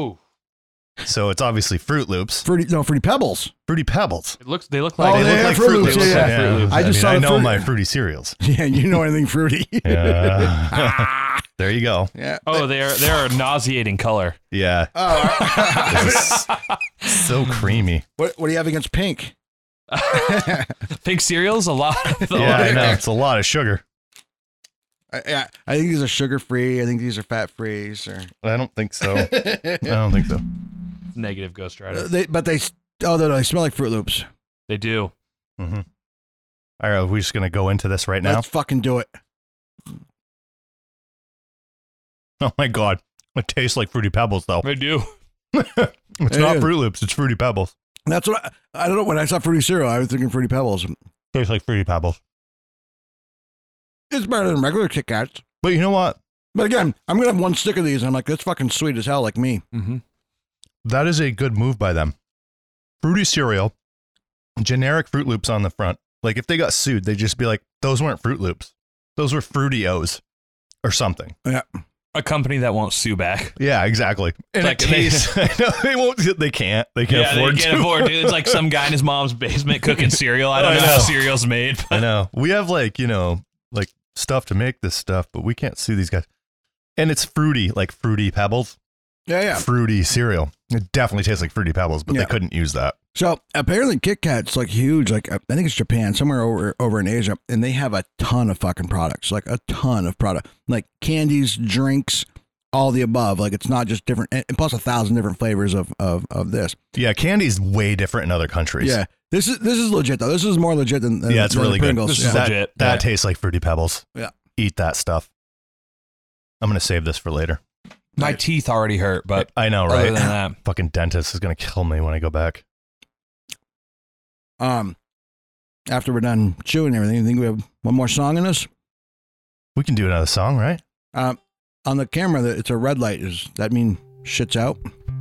[SPEAKER 5] Oh,
[SPEAKER 2] So it's obviously Fruit Loops,
[SPEAKER 1] Fruity, no, fruity pebbles. [laughs]
[SPEAKER 2] Fruity Pebbles.
[SPEAKER 5] it looks. They look
[SPEAKER 1] Oh,
[SPEAKER 5] like.
[SPEAKER 1] they
[SPEAKER 5] they
[SPEAKER 1] have
[SPEAKER 5] look like
[SPEAKER 1] Fruit Loops,
[SPEAKER 5] They look
[SPEAKER 1] yeah,
[SPEAKER 5] like
[SPEAKER 1] yeah.
[SPEAKER 5] Fruit Loops.
[SPEAKER 1] I
[SPEAKER 2] I
[SPEAKER 1] just
[SPEAKER 2] just
[SPEAKER 1] saw
[SPEAKER 2] I
[SPEAKER 1] the
[SPEAKER 2] know
[SPEAKER 1] fruit-
[SPEAKER 2] my
[SPEAKER 1] [laughs]
[SPEAKER 2] fruity cereals.
[SPEAKER 1] Yeah, you know anything
[SPEAKER 2] [laughs]
[SPEAKER 1] fruity?
[SPEAKER 2] Yeah.
[SPEAKER 1] Ah,
[SPEAKER 2] [laughs] there you go.
[SPEAKER 1] yeah.
[SPEAKER 5] Oh, they are. They are a nauseating color.
[SPEAKER 2] Yeah.
[SPEAKER 1] Oh, [laughs]
[SPEAKER 2] This is
[SPEAKER 5] [laughs]
[SPEAKER 2] so creamy.
[SPEAKER 1] what, what do you have against pink? I,
[SPEAKER 5] [laughs] Pink cereals a lot. though.
[SPEAKER 2] Yeah, I know. It's a lot of sugar.
[SPEAKER 1] I, I think these are sugar free. I think these are fat free. Or
[SPEAKER 2] I don't think so. I don't
[SPEAKER 5] [laughs]
[SPEAKER 2] think so.
[SPEAKER 5] Negative Ghost Rider.
[SPEAKER 1] they, but they s- oh no, no, they smell like Fruit Loops.
[SPEAKER 5] They do.
[SPEAKER 2] All right, we're just gonna go into this right now.
[SPEAKER 1] Let's fucking do it.
[SPEAKER 2] [laughs] Oh my god, it tastes like fruity pebbles though.
[SPEAKER 5] They do.
[SPEAKER 2] [laughs] It's
[SPEAKER 1] It
[SPEAKER 2] not
[SPEAKER 1] is.
[SPEAKER 2] Fruit Loops. It's fruity pebbles.
[SPEAKER 1] That's what I, I don't know. When I saw fruity cereal, I was thinking fruity pebbles.
[SPEAKER 2] tastes like fruity pebbles.
[SPEAKER 1] It's better than regular Kit Kats.
[SPEAKER 2] But you know what?
[SPEAKER 1] But again, I'm gonna have one stick of these, and I'm like, that's fucking sweet as hell, like me.
[SPEAKER 5] Mm-hmm.
[SPEAKER 2] That is a good move by them. Fruity cereal, generic Fruit Loops on the front. Like if they got sued, they'd just be like, "Those weren't Fruit Loops. Those were Fruitios, or something."
[SPEAKER 5] A company that won't sue back.
[SPEAKER 2] Yeah, exactly. And [laughs]
[SPEAKER 5] Like,
[SPEAKER 2] it tastes. I know they won't. They can't. They can't
[SPEAKER 5] yeah,
[SPEAKER 2] afford
[SPEAKER 5] they can't
[SPEAKER 2] to. [laughs]
[SPEAKER 5] afford. Dude, it's like some guy in his mom's basement cooking cereal. I don't
[SPEAKER 2] I
[SPEAKER 5] know, how
[SPEAKER 2] know.
[SPEAKER 5] cereal's made.
[SPEAKER 2] I know. We have like, you know, like stuff to make this stuff, but we can't sue these guys. And it's fruity, like fruity pebbles,
[SPEAKER 1] Yeah, yeah.
[SPEAKER 2] fruity cereal. It definitely tastes like fruity pebbles, but
[SPEAKER 1] Yeah.
[SPEAKER 2] they couldn't use that.
[SPEAKER 1] So apparently, Kit Kat's like huge. Like I think it's Japan, somewhere over over in Asia, and they have a ton of fucking products, like a ton of product, like candies, drinks, all the above. Like it's not just different, and and plus a thousand different flavors of of of this.
[SPEAKER 2] Yeah, candy's way different in other countries.
[SPEAKER 1] Yeah, this is this is legit though. This is more legit than, than
[SPEAKER 2] Yeah, it's
[SPEAKER 1] than
[SPEAKER 2] really good.
[SPEAKER 1] Pringles.
[SPEAKER 5] This
[SPEAKER 1] yeah.
[SPEAKER 5] is
[SPEAKER 2] that,
[SPEAKER 5] legit.
[SPEAKER 2] That
[SPEAKER 1] Yeah.
[SPEAKER 2] tastes like fruity pebbles.
[SPEAKER 1] Yeah.
[SPEAKER 2] Eat that stuff. I'm going to save this for later.
[SPEAKER 5] My teeth already hurt, but
[SPEAKER 2] I know,
[SPEAKER 5] other
[SPEAKER 2] right?
[SPEAKER 5] than that,
[SPEAKER 2] [laughs] Fucking dentist is going to kill me when I go back.
[SPEAKER 1] um, after we're done chewing everything, you think we have one more song in us?
[SPEAKER 2] We can do another song, right?
[SPEAKER 1] Um, on the camera, that it's a red light. Does that mean shit's out?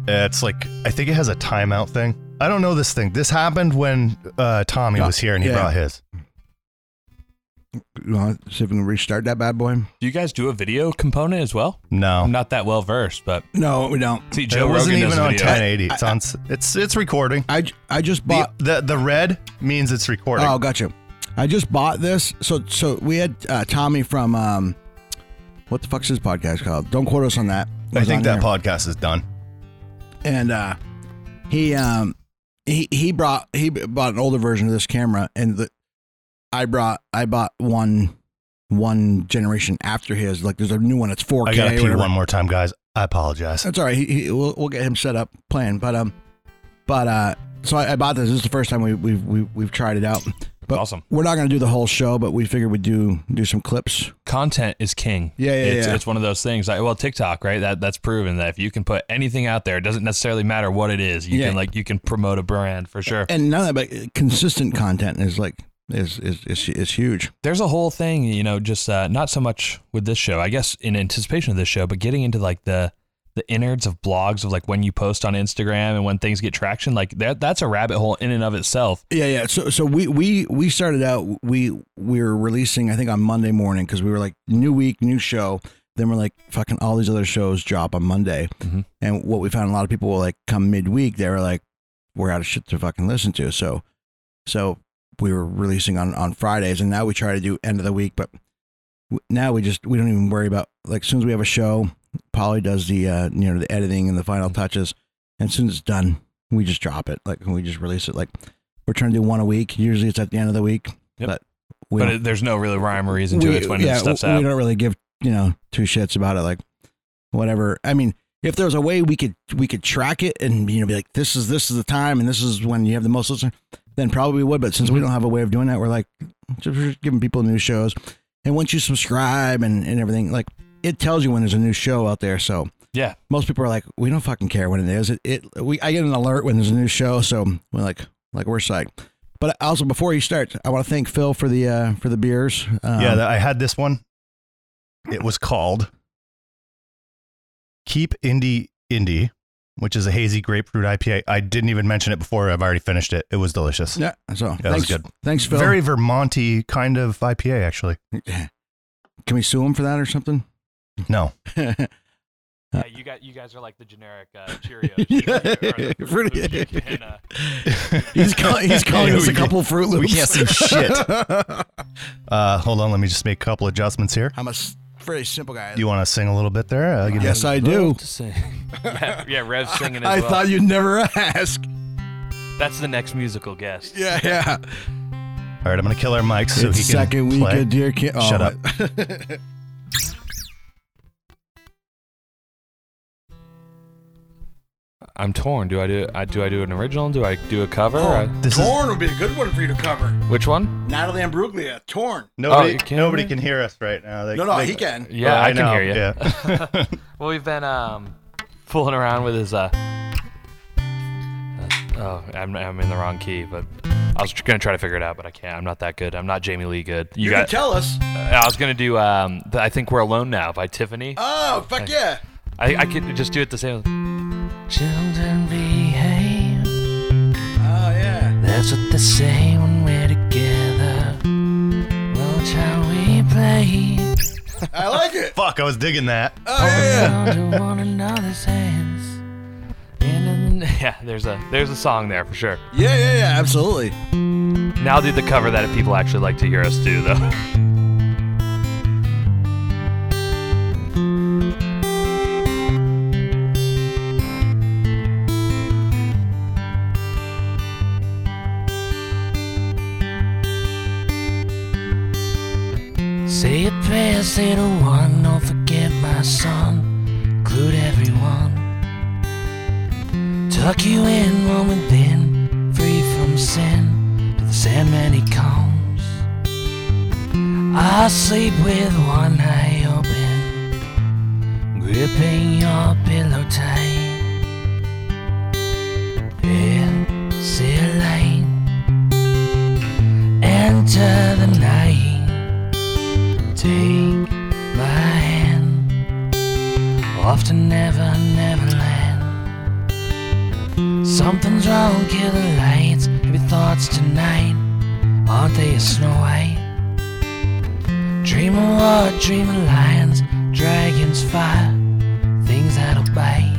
[SPEAKER 2] It's like I think it has a timeout thing. I don't know this thing. This happened when uh, Tommy
[SPEAKER 1] Yeah.
[SPEAKER 2] was here and he
[SPEAKER 1] Yeah.
[SPEAKER 2] brought his.
[SPEAKER 1] You wanna see if we can restart that bad boy.
[SPEAKER 5] do you guys do a video component as well?
[SPEAKER 2] No,
[SPEAKER 5] I'm not that well versed, but
[SPEAKER 1] No, we don't.
[SPEAKER 5] see, Joe
[SPEAKER 2] it wasn't
[SPEAKER 5] Rogan
[SPEAKER 2] even
[SPEAKER 5] does
[SPEAKER 2] on
[SPEAKER 5] video.
[SPEAKER 2] 1080. It's on. s- It's it's recording.
[SPEAKER 1] I, j- I just bought
[SPEAKER 2] The, the the red means it's recording.
[SPEAKER 1] Oh, gotcha. I just bought this. So so we had uh, Tommy from um, what the fuck's his podcast called? Don't quote us on that. It
[SPEAKER 2] I
[SPEAKER 1] was
[SPEAKER 2] think
[SPEAKER 1] on here.
[SPEAKER 2] that podcast is done.
[SPEAKER 1] and uh, he um he he brought he b- bought an older version of this camera, and the I brought I bought one one generation after his. Like there's a new one. It's 4K.
[SPEAKER 2] I gotta
[SPEAKER 1] or
[SPEAKER 2] pee
[SPEAKER 1] whatever.
[SPEAKER 2] one more time, guys. I apologize.
[SPEAKER 1] That's all right. He, he, we'll, we'll get him set up playing. But um, but uh, so I, I bought this. This is the first time we we've we, we've tried it out. But
[SPEAKER 5] Awesome.
[SPEAKER 1] We're not gonna do the whole show, but we figured we'd do do some clips.
[SPEAKER 5] Content is king.
[SPEAKER 1] Yeah, yeah,
[SPEAKER 5] it's,
[SPEAKER 1] yeah.
[SPEAKER 5] It's one of those things. Like, well, TikTok, right? That that's proven that if you can put anything out there, it doesn't necessarily matter what it is. You
[SPEAKER 1] Yeah.
[SPEAKER 5] can like you can promote a brand for sure.
[SPEAKER 1] And none of that, but uh, consistent content is like is is is, is huge.
[SPEAKER 5] there's a whole thing, you know, just uh, not so much with this show, I guess, in anticipation of this show, but getting into like the the innards of blogs of like when you post on Instagram and when things get traction. Like that that's a rabbit hole in and of itself.
[SPEAKER 1] Yeah, yeah. So so we we we started out we we were releasing I think on Monday morning because we were like new week, new show. Then we're like fucking all these other shows drop on Monday,
[SPEAKER 5] Mhm.
[SPEAKER 1] and what we found a lot of people will like come midweek. They were like, we're out of shit to fucking listen to. So so we were releasing on on Fridays, and now we try to do end of the week. But w- now we just we don't even worry about like as soon as we have a show, Polly does the uh, you know the editing and the final
[SPEAKER 5] Mm-hmm.
[SPEAKER 1] touches, and as soon as it's done, we just drop it. Like we just release it. Like we're trying to do one a week. Usually it's at the end of the week,
[SPEAKER 5] Yep.
[SPEAKER 1] but we
[SPEAKER 5] but
[SPEAKER 1] don't-
[SPEAKER 5] it, there's no really rhyme or reason to
[SPEAKER 1] we-
[SPEAKER 5] it. It's when
[SPEAKER 1] yeah,
[SPEAKER 5] the stuff's
[SPEAKER 1] we
[SPEAKER 5] out.
[SPEAKER 1] don't really give you know two shits about it. Like whatever. I mean, if there was a way we could we could track it and you know be like this is this is the time and this is when you have the most listeners, then probably we would. But since we
[SPEAKER 5] Mm-hmm.
[SPEAKER 1] don't have a way of doing that, we're like just we're just giving people new shows. And once you subscribe and, and everything, like it tells you when there's a new show out there. So
[SPEAKER 5] Yeah.
[SPEAKER 1] most people are like, we don't fucking care when it is. It, it we I get an alert when there's a new show, so we're like like we're psyched. But also before you start, I want to thank Phil for the uh, for the beers. Um,
[SPEAKER 2] yeah, that, I had this one. It was called Keep Indie Indie, which is a hazy grapefruit IPA. I didn't even mention it before. I've already finished it. It was delicious.
[SPEAKER 1] Yeah. So
[SPEAKER 2] that was
[SPEAKER 1] thanks,
[SPEAKER 2] good.
[SPEAKER 1] Thanks, Phil.
[SPEAKER 2] Very Vermonty kind of IPA, actually.
[SPEAKER 1] Can we sue him for that or something?
[SPEAKER 2] No,
[SPEAKER 5] Yeah, you got you guys are like the generic uh,
[SPEAKER 1] [laughs]
[SPEAKER 5] Cheerios.
[SPEAKER 1] Fruity- [laughs]
[SPEAKER 5] uh,
[SPEAKER 1] he's call,
[SPEAKER 2] [laughs]
[SPEAKER 1] he's calling us a couple Fruit Loops.
[SPEAKER 2] we can't see shit. Uh, hold on, let me just make a couple adjustments here.
[SPEAKER 1] [laughs] I'm a s- pretty simple guy.
[SPEAKER 2] Do you want to sing a little bit there? Uh, give me-
[SPEAKER 1] yes, I do.
[SPEAKER 10] [laughs]
[SPEAKER 5] yeah, yeah, Rev's singing as
[SPEAKER 1] I
[SPEAKER 5] well.
[SPEAKER 1] thought you'd never ask. [laughs]
[SPEAKER 5] That's the next musical guest.
[SPEAKER 1] Yeah, yeah.
[SPEAKER 2] All right, I'm gonna kill our mics so
[SPEAKER 1] it's
[SPEAKER 2] he can
[SPEAKER 1] second week
[SPEAKER 2] play.
[SPEAKER 1] of Dear Kid. Oh,
[SPEAKER 2] Shut up.
[SPEAKER 5] [laughs]
[SPEAKER 10] I'm torn. Do I do I do I do an original? Do I do a
[SPEAKER 1] oh.
[SPEAKER 10] cover? I-
[SPEAKER 2] This is
[SPEAKER 1] Torn would be a good one for you to cover.
[SPEAKER 10] which one?
[SPEAKER 1] Natalie Ambruglia, Torn.
[SPEAKER 10] Oh,
[SPEAKER 2] nobody.
[SPEAKER 10] you can-
[SPEAKER 2] nobody can hear us right now. They-
[SPEAKER 1] No, no,
[SPEAKER 2] they-
[SPEAKER 1] he can.
[SPEAKER 10] Yeah,
[SPEAKER 2] Oh,
[SPEAKER 10] I, can
[SPEAKER 2] know,
[SPEAKER 10] hear you.
[SPEAKER 2] Yeah. [laughs]
[SPEAKER 10] Well, we've been um fooling around with his uh. Oh, I'm, I'm in the wrong key, but I was gonna try to figure it out, but I can't. I'm not that good. I'm not Jamie Lee good. You,
[SPEAKER 1] You
[SPEAKER 10] got.
[SPEAKER 1] can tell us.
[SPEAKER 10] I was gonna do um. The, I think we're alone now by Tiffany.
[SPEAKER 1] Oh, fuck yeah.
[SPEAKER 10] I, I could just do it the same.
[SPEAKER 3] Children behave,
[SPEAKER 1] Oh, yeah.
[SPEAKER 3] that's what they say when we're together. Watch how we play
[SPEAKER 1] I like it.
[SPEAKER 2] Fuck, I was digging that.
[SPEAKER 1] Oh, yeah.
[SPEAKER 3] under one another's hands. And in the
[SPEAKER 10] [laughs] Yeah, there's a there's a song there for sure.
[SPEAKER 1] Yeah, yeah, yeah. Absolutely.
[SPEAKER 10] Now do the cover that people actually like to hear us do, though.
[SPEAKER 3] Say a prayer, say the one, don't forget my son, include everyone. Tuck you in one within, free from sin, to the Sandman he comes. I sleep with one eye open, gripping your pillow tight. And see a light, enter the night. Take my hand off to never, never land. Something's wrong, kill the lights. Maybe thoughts tonight, aren't they a snow white? Dream of what? Dream of lions, dragons, fire, things that'll bite.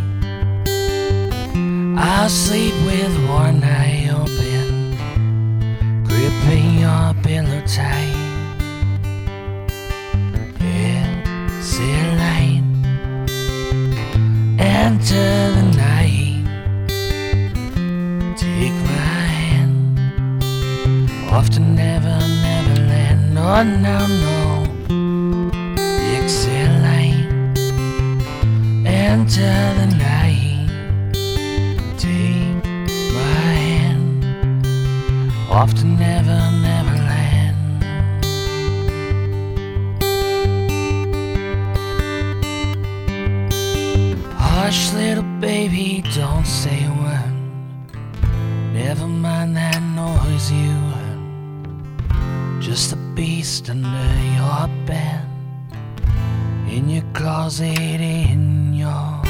[SPEAKER 3] I'll sleep with one eye open, gripping your pillow tight. It's a light. Enter the night. Take my hand. Off to never, never land. No, no, no. It's a light. Enter the night. Take my hand. Off to never, never land. Hush, little baby, don't say a word. Never mind that noise you heard. Just a beast under your bed, in your closet, in your head.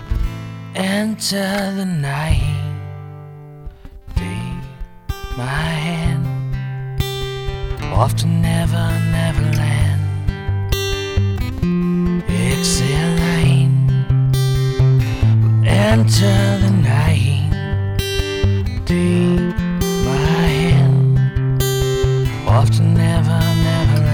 [SPEAKER 3] light of the night, take my hand, off to never, never land. Exhilarating, enter the night, take my hand, off to never, never land.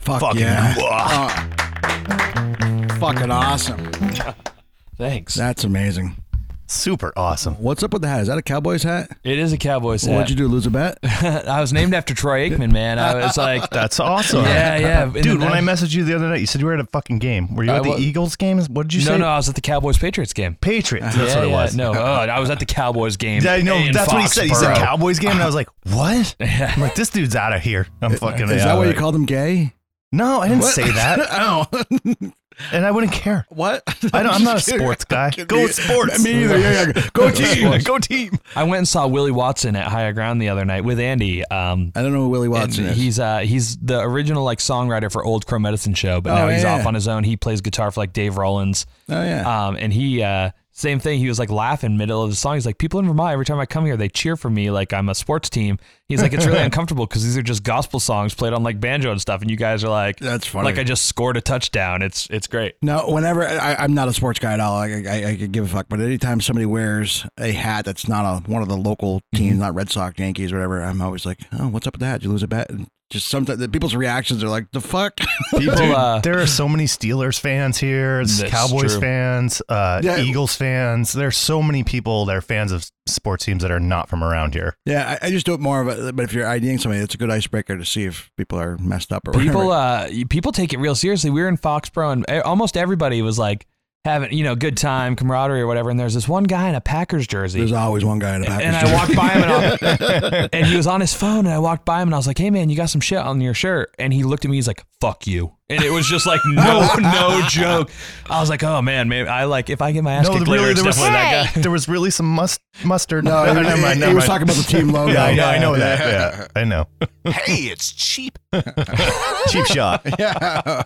[SPEAKER 1] Fuck
[SPEAKER 5] Fucking
[SPEAKER 1] yeah.
[SPEAKER 2] [laughs]
[SPEAKER 5] wah.
[SPEAKER 1] Uh, fucking awesome.
[SPEAKER 5] Thanks.
[SPEAKER 1] That's amazing.
[SPEAKER 2] Super awesome.
[SPEAKER 1] What's up with the hat? Is that a Cowboys hat?
[SPEAKER 5] It is a Cowboys hat.
[SPEAKER 1] What'd you do? Lose a bet?
[SPEAKER 5] [laughs] I was named after Troy Aikman, man. I
[SPEAKER 10] [laughs]
[SPEAKER 5] was like,
[SPEAKER 1] [laughs]
[SPEAKER 5] [laughs]
[SPEAKER 2] That's awesome.
[SPEAKER 5] Yeah, yeah. In the
[SPEAKER 2] Dude, when I
[SPEAKER 5] night-
[SPEAKER 2] messaged you the other night, you said you were at a fucking game. Were you
[SPEAKER 5] I
[SPEAKER 2] at the
[SPEAKER 5] was-
[SPEAKER 2] Eagles game? What did you
[SPEAKER 5] no,
[SPEAKER 2] say?
[SPEAKER 5] no, I was at the Cowboys Patriots game.
[SPEAKER 2] Patriots. That's
[SPEAKER 5] yeah,
[SPEAKER 2] what it
[SPEAKER 5] yeah,
[SPEAKER 2] was.
[SPEAKER 5] No, oh, I was at the Cowboys game.
[SPEAKER 2] Yeah, I know.
[SPEAKER 5] in
[SPEAKER 2] That's what he said. He said
[SPEAKER 5] Foxborough.
[SPEAKER 2] Cowboys game, and I was like,
[SPEAKER 5] [laughs]
[SPEAKER 2] "What?" I'm like, "This dude's out of here." I'm [laughs] fucking.
[SPEAKER 1] Is
[SPEAKER 2] out
[SPEAKER 1] that
[SPEAKER 2] of
[SPEAKER 1] why you
[SPEAKER 2] it.
[SPEAKER 1] called him gay?
[SPEAKER 2] No, I didn't
[SPEAKER 1] What?
[SPEAKER 2] say that,
[SPEAKER 1] [laughs] oh.
[SPEAKER 2] and I wouldn't care.
[SPEAKER 1] [laughs] What?
[SPEAKER 2] I don't, I'm not a
[SPEAKER 1] [laughs]
[SPEAKER 2] sports guy. Go sports.
[SPEAKER 1] Me either. Yeah, yeah. Go team.
[SPEAKER 2] [laughs] Go team.
[SPEAKER 5] I went and saw Willie Watson at Higher Ground the other night with Andy. Um,
[SPEAKER 1] I don't know who Willie
[SPEAKER 5] and
[SPEAKER 1] Watson is.
[SPEAKER 5] he's uh, he's the original like songwriter for Old Crow Medicine Show, but
[SPEAKER 1] Oh,
[SPEAKER 5] now he's
[SPEAKER 1] yeah.
[SPEAKER 5] off on his own. He plays guitar for like Dave Rollins.
[SPEAKER 1] Oh [laughs] yeah.
[SPEAKER 5] Um, and he, uh, same thing. He was like laughing middle of the song. He's like, people in Vermont, every time I come here, they cheer for me like I'm a sports team. He's like, it's really uncomfortable because these are just gospel songs played on like banjo and stuff, and you guys are like,
[SPEAKER 1] That's funny.
[SPEAKER 5] Like I just scored a touchdown. It's it's great.
[SPEAKER 1] No, whenever I, I'm not a sports guy at all. I, I, I could give a fuck. But anytime somebody wears a hat that's not a, one of the local
[SPEAKER 2] Mm-hmm.
[SPEAKER 1] teams, not Red Sox, Yankees, whatever, I'm always like, oh, what's up with that? Did you lose a bet? And just sometimes the, people's reactions are like, the fuck?
[SPEAKER 5] People, [laughs] uh,
[SPEAKER 2] There are so many Steelers fans here, it's
[SPEAKER 5] That's
[SPEAKER 2] Cowboys
[SPEAKER 5] true.
[SPEAKER 2] fans, uh,
[SPEAKER 1] Yeah.
[SPEAKER 2] Eagles fans. There are so many people that are fans of sports teams that are not from around here.
[SPEAKER 1] yeah, I, I just do it more of a, but if you're IDing somebody, it's a good icebreaker to see if people are messed up or
[SPEAKER 5] people
[SPEAKER 1] whatever.
[SPEAKER 5] uh people take it real seriously. We were in Foxborough and e- almost everybody was like having you know good time camaraderie or whatever. And there's this one guy in a Packers jersey.
[SPEAKER 1] There's always one guy in a Packers
[SPEAKER 5] and I
[SPEAKER 1] jersey. [laughs]
[SPEAKER 5] walked by him and, I, and he was on his phone and I walked by him and I was like, "Hey man, you got some shit on your shirt?" And he looked at me. He's like, "Fuck you!" And it was just like,
[SPEAKER 1] [laughs]
[SPEAKER 5] no, no joke. I was like, "Oh man, maybe I like if I get my ass kicked later, it's
[SPEAKER 2] there was,
[SPEAKER 5] definitely that guy."
[SPEAKER 2] there was really some must, mustard. [laughs]
[SPEAKER 1] No, he, he- he was talking about the team logo.
[SPEAKER 2] Yeah, I know, I know that. Yeah, I know.
[SPEAKER 8] Hey, it's cheap.
[SPEAKER 1] [laughs]
[SPEAKER 2] Cheap shot.
[SPEAKER 1] [laughs] yeah.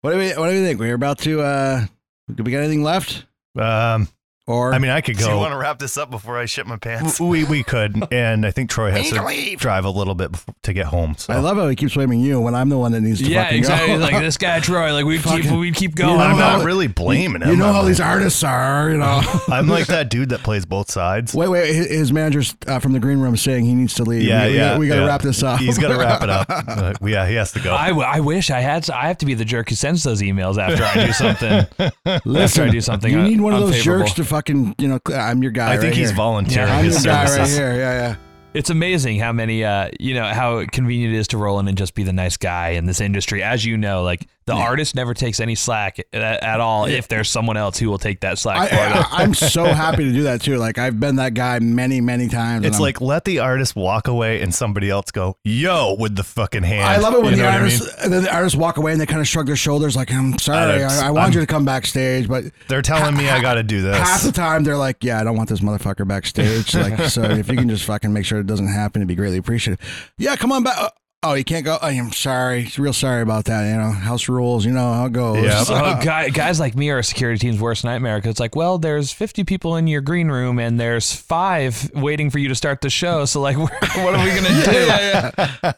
[SPEAKER 1] What do we What do we think? We're about to. uh Do we got anything left?
[SPEAKER 2] Um,
[SPEAKER 1] Or
[SPEAKER 2] I mean, I could
[SPEAKER 8] Do you want
[SPEAKER 2] go.
[SPEAKER 8] to wrap this up before I shit my pants?
[SPEAKER 2] We we could, and I think Troy has
[SPEAKER 8] Need to
[SPEAKER 2] to
[SPEAKER 8] leave.
[SPEAKER 2] drive a little bit bef- to get home. So
[SPEAKER 1] I love how he keeps blaming you when I'm the one that needs to
[SPEAKER 5] Yeah,
[SPEAKER 1] fucking
[SPEAKER 5] exactly.
[SPEAKER 1] go. [laughs]
[SPEAKER 5] Like this guy Troy, like we keep
[SPEAKER 1] Fucking-
[SPEAKER 5] we keep
[SPEAKER 1] you
[SPEAKER 5] going.
[SPEAKER 1] know
[SPEAKER 2] I'm
[SPEAKER 1] how-
[SPEAKER 2] not really blaming him.
[SPEAKER 1] you know
[SPEAKER 2] I'm
[SPEAKER 1] how
[SPEAKER 2] like,
[SPEAKER 1] these artists are, you
[SPEAKER 2] [laughs]
[SPEAKER 1] know.
[SPEAKER 2] I'm like that dude that plays both sides.
[SPEAKER 1] wait, wait. hi- His manager's uh, from the green room saying he needs to leave.
[SPEAKER 2] Yeah,
[SPEAKER 1] we, we-
[SPEAKER 2] yeah.
[SPEAKER 1] We, got to
[SPEAKER 2] yeah.
[SPEAKER 1] wrap this up.
[SPEAKER 2] He's got to wrap it up.
[SPEAKER 1] [laughs]
[SPEAKER 2] Uh, yeah, he has to go.
[SPEAKER 5] I, w- I wish I had. s- I have to be the jerk who sends those emails after I
[SPEAKER 1] [laughs]
[SPEAKER 5] do something. after I do something,
[SPEAKER 1] You
[SPEAKER 5] un-
[SPEAKER 1] need one of those
[SPEAKER 5] unfavorable.
[SPEAKER 1] jerks to fucking, you know. cl- I'm your guy.
[SPEAKER 2] I think
[SPEAKER 1] right
[SPEAKER 2] he's
[SPEAKER 1] here.
[SPEAKER 2] volunteering
[SPEAKER 1] I'm
[SPEAKER 2] his
[SPEAKER 1] your guy
[SPEAKER 2] [laughs]
[SPEAKER 1] right
[SPEAKER 2] services.
[SPEAKER 1] here. Yeah,
[SPEAKER 5] It's amazing how many, uh, you know, how convenient it is to roll in and just be the nice guy in this industry. As you know, like the artist never takes any slack at, at all. If there's someone else who will take that
[SPEAKER 1] yeah. I, uh,
[SPEAKER 5] slack for them.
[SPEAKER 1] I, I'm so happy to do that too. Like I've been that guy many, many times. and
[SPEAKER 2] It's
[SPEAKER 1] I'm-
[SPEAKER 2] like let the artist walk away and somebody else go, yo, with the fucking hand.
[SPEAKER 1] I love it when the
[SPEAKER 2] You know what I mean?
[SPEAKER 1] artists and then the artists walk away and they kind of shrug their shoulders like I'm sorry,
[SPEAKER 2] don't-
[SPEAKER 1] I, I want
[SPEAKER 2] I'm-
[SPEAKER 1] you to come backstage, but
[SPEAKER 2] They're telling me I got to do
[SPEAKER 1] half the
[SPEAKER 2] this.
[SPEAKER 1] time they're like, yeah, I don't want this motherfucker backstage.
[SPEAKER 2] [laughs]
[SPEAKER 1] like, so if you can just fucking make sure it doesn't happen, it'd be greatly appreciated. Yeah, come on back. Uh, Oh, you can't go. I am sorry, real sorry about that. You know, house rules. You know how it goes.
[SPEAKER 2] Yeah.
[SPEAKER 5] So, guy, guys like me are a security team's worst nightmare because it's like, well, there's 50 people in your green room and there's five waiting for you to start the show. So, like, [laughs] what are we going to do?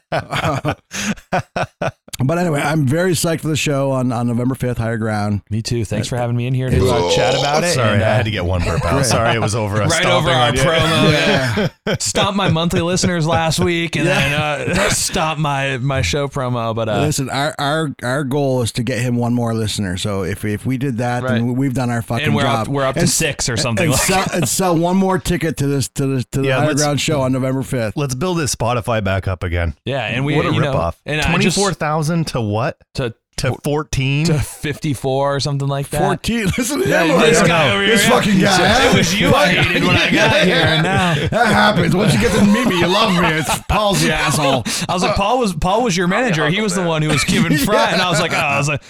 [SPEAKER 1] But anyway, I'm very psyched for the show on on November 5th, Higher Ground.
[SPEAKER 5] Me too. Thanks for having me in here to uh, chat about it.
[SPEAKER 2] Sorry,
[SPEAKER 5] and,
[SPEAKER 2] I
[SPEAKER 5] uh,
[SPEAKER 2] had to get one burp out. Sorry, it was over. a
[SPEAKER 5] [laughs] right over
[SPEAKER 2] stomping
[SPEAKER 5] our
[SPEAKER 2] on you.
[SPEAKER 5] promo. [laughs] Yeah. Stomped my monthly listeners last week and then uh, [laughs] stomped my, my show promo. But uh,
[SPEAKER 1] Listen, our our our goal is to get him one more listener. So if if we did that, then
[SPEAKER 5] Right.
[SPEAKER 1] we've done our fucking
[SPEAKER 5] and we're
[SPEAKER 1] job.
[SPEAKER 5] up, we're up to
[SPEAKER 1] And-
[SPEAKER 5] six or something.
[SPEAKER 1] and
[SPEAKER 5] like
[SPEAKER 1] sell, and sell one more ticket to this to the to the
[SPEAKER 2] Yeah,
[SPEAKER 1] higher
[SPEAKER 2] let's-
[SPEAKER 1] ground show on November fifth.
[SPEAKER 2] [laughs] Let's build this Spotify back up again.
[SPEAKER 5] yeah, and we
[SPEAKER 2] what a
[SPEAKER 5] you know,
[SPEAKER 2] ripoff.
[SPEAKER 5] And I just-
[SPEAKER 2] 24,000 to what?
[SPEAKER 5] to
[SPEAKER 2] To 14?
[SPEAKER 5] to fifty four or something like that.
[SPEAKER 1] Fourteen. [laughs] Listen to
[SPEAKER 5] Yeah,
[SPEAKER 1] him.
[SPEAKER 5] this
[SPEAKER 1] over
[SPEAKER 5] guy
[SPEAKER 1] there.
[SPEAKER 5] over
[SPEAKER 1] This
[SPEAKER 5] here, yeah.
[SPEAKER 1] fucking guy.
[SPEAKER 5] It was you I hated when I got here, and now
[SPEAKER 1] That happens. Once you get to meet me, you love me. It's Paul's the asshole.
[SPEAKER 5] I was like, Paul was Paul was your manager. He was the one who was giving front, and I was like, oh, I was like.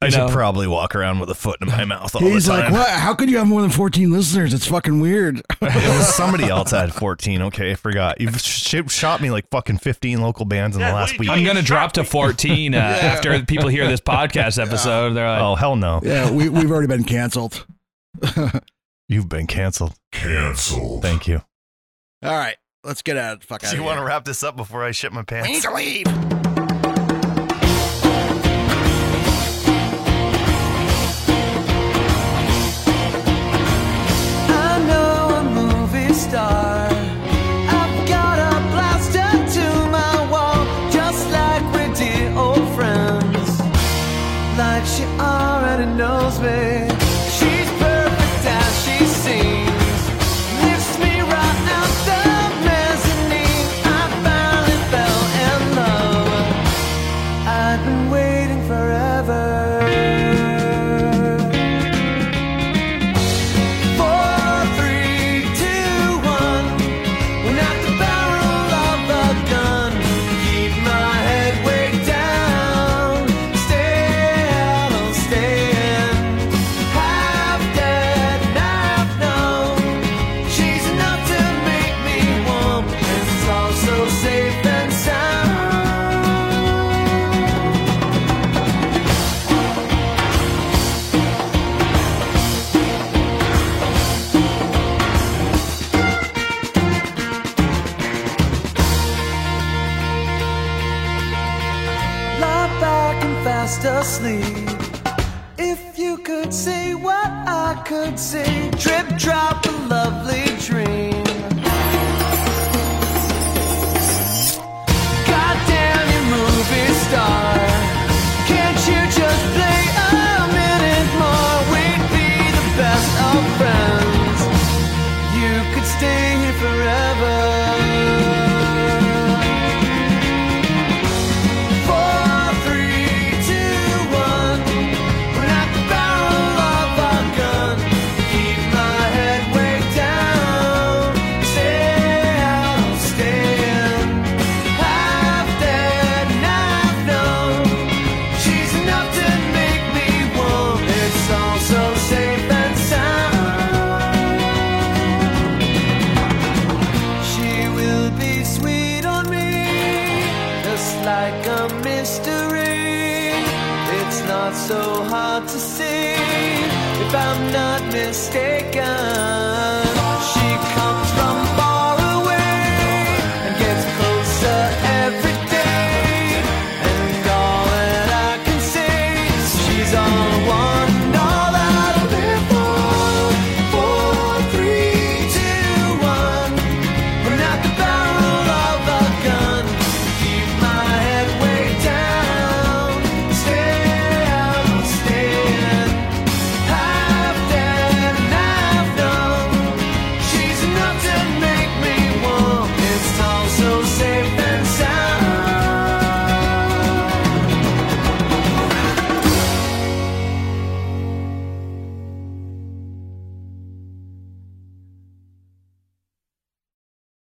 [SPEAKER 2] I
[SPEAKER 5] You
[SPEAKER 2] should
[SPEAKER 5] know?
[SPEAKER 2] probably walk around with a foot in my mouth all
[SPEAKER 1] He's
[SPEAKER 2] the
[SPEAKER 1] like,
[SPEAKER 2] time.
[SPEAKER 1] what? How could you have more than 14 listeners? It's fucking weird. [laughs]
[SPEAKER 2] it was somebody else had 14. Okay, I forgot. You've sh- shot me like fucking 15 local bands in the last week.
[SPEAKER 5] I'm gonna drop to 14 uh, after people hear this podcast episode. They're like,
[SPEAKER 2] oh hell no,
[SPEAKER 1] yeah, we, we've already been canceled.
[SPEAKER 2] you've been canceled. Canceled. Thank you.
[SPEAKER 1] All right, let's get out of the fuck out
[SPEAKER 8] Do you
[SPEAKER 1] of
[SPEAKER 8] want
[SPEAKER 1] here.
[SPEAKER 8] to wrap this up before I shit my pants?
[SPEAKER 1] We need to leave.
[SPEAKER 3] I know a movie star. I've got a blaster to my wall, just like we're dear old friends. Like she already knows me. She's perfect as she seems. Lifts me right out the mezzanine. I finally fell in love. I've been waiting forever. Four, three, two, one. When at the barrel of a gun, keep my head way down. Stay out, I'll stay in. Half dead, half numb. She's enough to make me warm. This is all so safe and sound. lie back and fast asleep. If you could see what I could see, drip drop a lovely dream. Goddamn you, movie star. Can't you just play a minute more? We'd be the best of friends. You could stay here forever. Safe and sound. She will be sweet on me, just like a mystery. It's not so hard to see if I'm not mistaken.